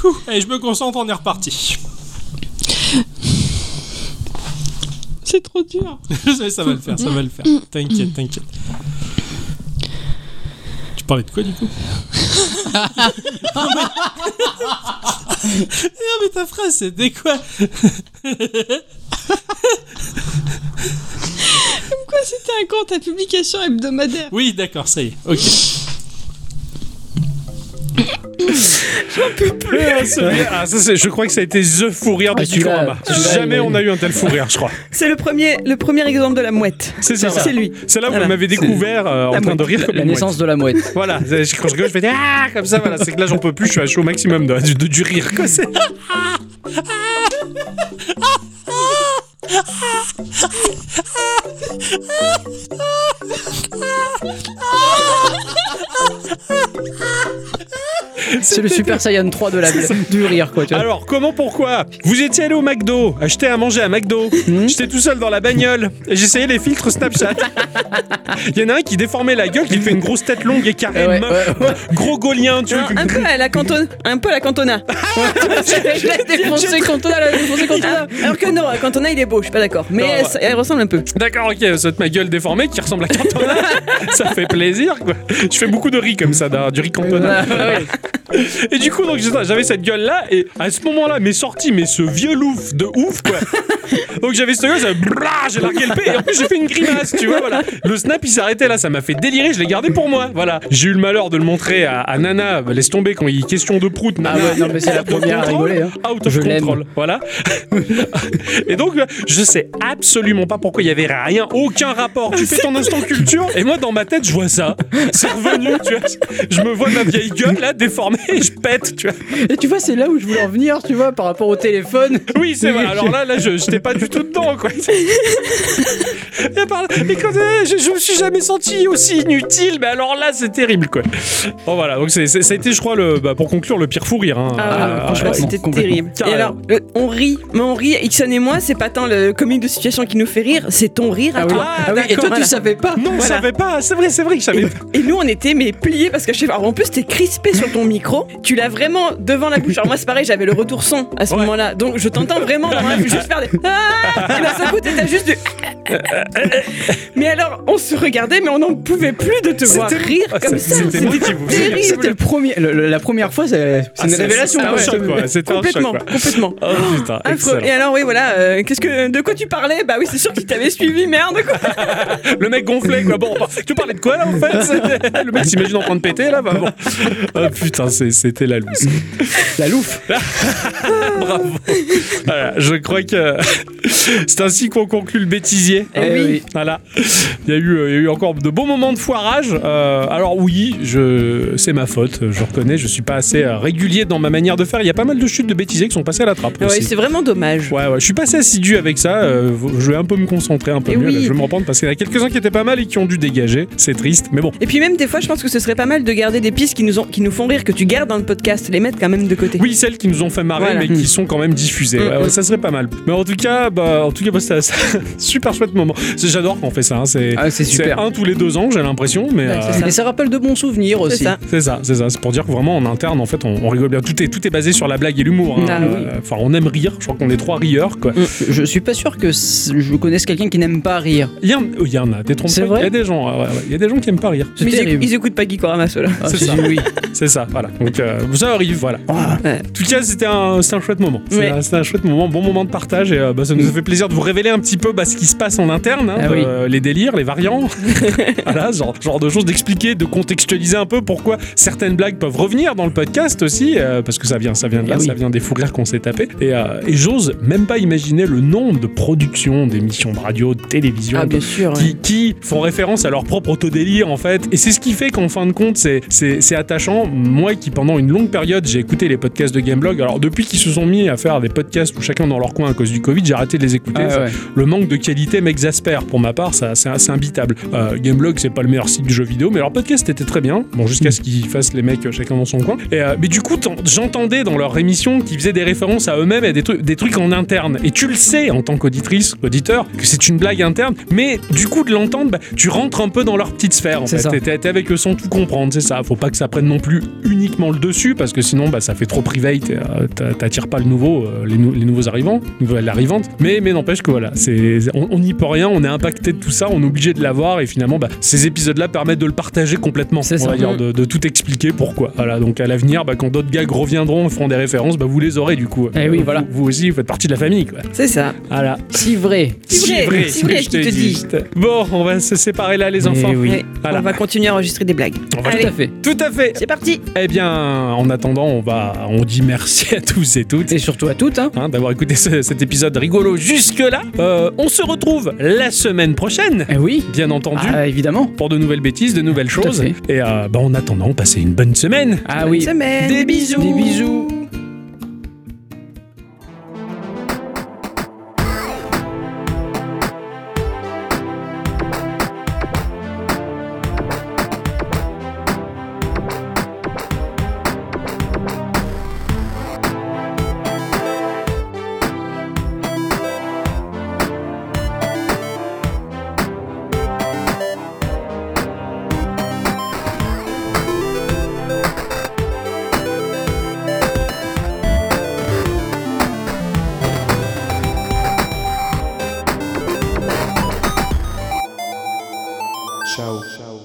S17: Ouh. Allez, je me concentre, on est reparti.
S15: C'est trop dur.
S17: Je sais, <laughs> ça va le faire, ça va le faire. T'inquiète, t'inquiète. Tu parlais de quoi
S15: <laughs>
S17: du coup Non mais ta phrase c'était quoi
S15: Comme quoi c'était un compte à publication hebdomadaire.
S17: Oui d'accord ça y est, ok.
S2: J'en peux plus. Ah, celui- ah, ça, c'est- je crois que ça a été the fou rire de
S3: Ah, celui-là,
S2: Futurama.
S3: celui-là,
S2: Jamais
S3: il-
S2: on a eu un tel fou rire, je crois.
S3: C'est le premier, le premier exemple de la mouette.
S2: C'est ça.
S3: C'est lui.
S2: C'est là où
S3: Voilà.
S2: vous m'avez découvert euh, en
S3: La
S2: train de
S3: mouette.
S2: rire
S3: La-
S2: comme
S3: la
S2: une
S3: naissance
S2: mouette.
S1: de la mouette.
S2: Voilà, c'est- quand je rigole, je fais des ah comme ça, voilà. C'est que là, j'en peux plus, je suis à chaud au maximum de, du, du rire. Quoi, c'est-
S1: C'est le Super Saiyan 3 <laughs> de la du rire, quoi. Tu vois.
S2: Alors, comment, pourquoi Vous étiez allé au McDo, acheter à manger à McDo. J'étais tout seul dans la bagnole et j'essayais les filtres Snapchat. Il y en a un qui déformait la gueule, qui fait une grosse tête longue et carrée, meuf, gros gaulien, tu vois.
S3: Un peu à la cantona. Un peu à la cantona.
S1: Je l'ai défoncé, Cantona, elle a défoncé Cantona.
S3: Alors que non, Cantona il est beau, je suis pas d'accord. Mais
S2: Non,
S3: elle,
S2: ouais.
S3: elle ressemble un peu.
S2: D'accord, ok, ça te ma gueule déformée qui ressemble
S1: <laughs>
S2: à Cantona. ça fait plaisir, quoi. Je fais beaucoup de riz comme ça, d'un- du riz Cantona.
S1: Ah,
S2: <laughs> et du coup, donc j'avais cette gueule-là, et à ce moment-là, m'est sorti, mais ce vieux louf de
S1: <laughs>
S2: ouf, quoi. Donc j'avais cette gueule, ça- brrr, j'ai largué le P, et en plus j'ai fait une grimace, tu vois, voilà. Le snap, il s'arrêtait là, ça m'a fait délirer, je l'ai gardé pour moi, voilà. J'ai eu le malheur de le montrer à, à Nana, bah, laisse tomber quand il est question de prout,
S1: Ah
S2: Nana.
S1: ouais, non, mais c'est la
S2: out of
S1: première à
S2: control,
S1: rigoler, hein.
S2: Out of
S1: Je l'aime.
S2: control, voilà. <laughs> Et donc, je sais absolument pas pourquoi il y avait rien, aucun rapport. Tu fais ton instant culture, et moi dans ma tête, je vois ça. C'est revenu, tu vois. Je me vois ma vieille gueule là, déformée, et je pète, tu vois.
S1: Et tu vois, c'est là où je voulais en venir, tu vois, par rapport au téléphone.
S2: Oui, c'est vrai. Alors là, là, je n'étais pas du tout dedans, quoi. <laughs> Et, par- et quand euh, je, je me suis jamais senti aussi inutile, mais alors là, c'est terrible, quoi. Bon, voilà. Donc, c'est, c'est- ça a été, je crois, le, bah, pour conclure, le pire fou rire. hein.
S3: Ah,
S2: Euh,
S3: franchement,
S2: euh,
S3: c'était
S2: complètement.
S3: terrible. Et
S2: Carrément.
S3: alors, le- on rit, mais on rit. Ixon et moi, c'est pas tant le comique de situation qui nous fait rire, c'est ton rire à
S1: Ah oui.
S3: toi.
S1: Ah oui, et toi, tu savais
S3: pas
S2: Non, je savais pas. C'est vrai, c'est vrai que je
S3: <laughs>
S2: savais pas.
S3: Et nous, on était mais pliés parce que je sais pas. alors, En plus, t'es crispé sur ton micro. Tu l'as vraiment devant la bouche. Alors moi, c'est pareil. J'avais le retour son à ce moment-là, donc je t'entends vraiment. dans la- juste faire des. Ah Et d'un seul coup, t'étais juste du. Mais alors, on se regardait, mais on n'en pouvait plus de te
S1: C'était-
S3: voir rire
S1: Ah,
S3: comme
S1: c'est-
S3: ça.
S1: c'était moi qui vous-
S3: terrible.
S1: C'était le premier, le- le- la première fois, c'est c'est
S2: Ah,
S1: une
S2: c'est-
S1: révélation.
S2: c'est un
S1: quoi.
S2: choc, quoi. C'était un choc,
S3: complètement,
S2: quoi.
S3: complètement.
S2: Oh, putain,
S3: Affreux.
S2: excellent.
S3: Et alors oui voilà, euh, qu'est-ce que de quoi tu parlais Bah oui c'est sûr qu'il t'avait suivi merde quoi.
S2: Le mec gonflé, quoi. Bon, bah, tu parlais de quoi, là, en fait
S3: <laughs>
S2: C'était- Le mec s'imagine en train de péter, là, bah, bon. Ah, putain, c'est- c'était la loose.
S1: La louf
S2: <laughs> Bravo. Voilà, je crois que c'est ainsi qu'on conclut le bêtisier. janvier.
S4: Eh oui.
S2: Voilà. Il y, a eu, euh, il y a eu encore de bons moments de foirage. Euh, alors oui, je, c'est ma faute, je reconnais, je suis pas assez euh, régulier dans ma manière de faire. Il y a pas mal de chutes de bêtisiers qui sont passées à la trappe.
S3: Ouais,
S2: aussi.
S3: c'est vraiment dommage.
S2: Ouais, ouais, je suis pas assez assidu avec ça. euh, je vais un peu me concentrer un peu
S4: Eh
S3: Et
S2: mieux. là,
S3: oui.
S2: je vais me reprendre parce qu'il y en a quelques-uns qui étaient pas mal et qui ont dû dégager. C'est triste, mais bon.
S3: Et puis même des fois, je pense que ce serait pas mal de garder des pistes qui nous, ont, qui nous font rire, que tu gardes dans le podcast, les mettre quand même de côté.
S2: Oui, celles qui nous ont fait marrer,
S3: Voilà.
S2: mais qui sont quand même diffusées. Ouais,
S3: Mm.
S2: ouais, ça serait pas mal. Mais en tout cas, bah, en tout cas, bah, c'était un <laughs> super chouette moment. C'est- J'adore quand on fait ça. hein, C'est
S4: Ah, c'est
S2: c'est
S4: super.
S2: un tous les deux ans, j'ai l'impression, mais. euh,
S4: Et ça rappelle de bons souvenirs aussi.
S2: C'est ça, c'est ça. C'est pour dire que vraiment en interne, en fait, on, on rigole bien. Tout est, tout est basé sur la blague et l'humour. hein.
S4: Ah oui.
S2: Euh, Enfin, on aime rire. Je crois qu'on est trois rieurs, quoi.
S4: Je suis pas sûr que c- je connaisse quelqu'un qui n'aime pas rire.
S2: Il y, en- il y en a,
S4: C'est
S2: détrompe-toi.
S4: vrai
S2: Il y a des gens, ouais, ouais, ouais. il y a des gens qui aiment pas rire.
S3: Mais ils, ils écoutent pas Guy Corama, ceux-là.
S2: c'est ça. Ah, C'est ça, voilà. Donc euh, ça arrive, voilà. En tout cas, c'était un, c'était un chouette moment. C'est
S3: Ouais.
S2: un- C'était un, chouette moment, bon moment de partage. Et euh, bah, ça nous a fait plaisir de vous révéler un petit peu bah, ce qui se passe en interne, hein,
S4: Ah
S2: de-
S4: oui.
S2: euh, les délires, les
S4: <laughs>
S2: variants. voilà, ce genre, ce genre de choses, d'expliquer, de contextualiser un peu pourquoi certaines blagues peuvent revenir dans le podcast aussi, euh, parce que ça vient, ça vient de là,
S4: Ah oui.
S2: ça vient des fous rires qu'on s'est tapés. Et, euh, et j'ose même pas imaginer le nombre de productions, d'émissions de radio, de télévision,
S4: Ah, bien
S2: de-
S4: sûr,
S2: qui,
S4: ouais.
S2: qui font référence à leur propre autodélire en fait. Et c'est ce qui fait qu'en fin de compte, c'est, c'est, c'est attachant. Moi qui pendant une longue période, j'ai écouté les podcasts de Gameblog. Alors depuis qu'ils se sont mis à faire des podcasts où chacun dans leur coin à cause du Covid, j'ai arrêté de les écouter.
S4: Ah
S2: Ça-
S4: ouais.
S2: Le manque de qualité m'exaspère. Pour ma part, ça, c'est, c'est imbitable. Euh, Gameblog, c'est pas le meilleur site de jeux vidéo, mais leur podcast était très bien. Bon, jusqu'à ce qu'ils fassent les mecs euh, chacun dans son coin. Et, euh, mais du coup, t'en- j'entendais dans leur émission qu'ils faisaient des références à eux-mêmes et à des trucs, des trucs en interne. Et tu le sais en tant qu'auditrice, auditeur, que c'est une blague interne. Mais du coup, de l'entendre, bah, tu rentres un peu dans leur petite sphère. En
S4: C'est
S2: fait.
S4: ça.
S2: T'es- T'es t'es avec eux sans tout comprendre, c'est ça. Faut pas que ça prenne non plus uniquement le dessus, parce que sinon, bah, ça fait trop private. euh, t'a- T'attires pas le nouveau, euh, les, nou- les nouveaux arrivants, nouvelles arrivantes. Mais, mais n'empêche que voilà, c'est on on n'y peut rien, on est impacté de tout ça, on est obligé de l'avoir, et finalement, bah, ces épisodes-là permettent de le partager complètement.
S4: C'est
S2: on va
S4: ça.
S2: dire,
S4: Mm.
S2: de, de tout expliquer pourquoi. Voilà, donc à l'avenir, bah, quand d'autres gags reviendront et feront des références, bah, vous les aurez du coup.
S4: Eh oui,
S2: Vous-
S4: voilà.
S2: Vous aussi, vous faites partie de la famille, quoi.
S3: C'est ça.
S2: Voilà.
S4: Si vrai.
S3: C'est vrai, c'est vrai, je te dis.
S2: Bon, on va se séparer là, les enfants.
S3: Ouais.
S2: Voilà.
S3: On va continuer à enregistrer des blagues.
S2: On va-
S3: Allez,
S2: Tout à fait. Tout à fait.
S3: C'est parti.
S2: Eh bien, en attendant, on va, on dit merci à tous et toutes.
S4: Et surtout à toutes, hein.
S2: d'avoir écouté ce- cet épisode rigolo jusque-là. Euh, on se retrouve la semaine prochaine.
S4: Eh oui.
S2: Bien entendu.
S4: Ah, évidemment.
S2: Pour de nouvelles bêtises, de nouvelles
S4: à
S2: choses.
S4: fait.
S2: Et euh, bah, en attendant, passez une bonne semaine.
S4: Ah oui.
S3: semaine.
S4: Des bisous. Des bisous.
S19: Ciao. Ciao.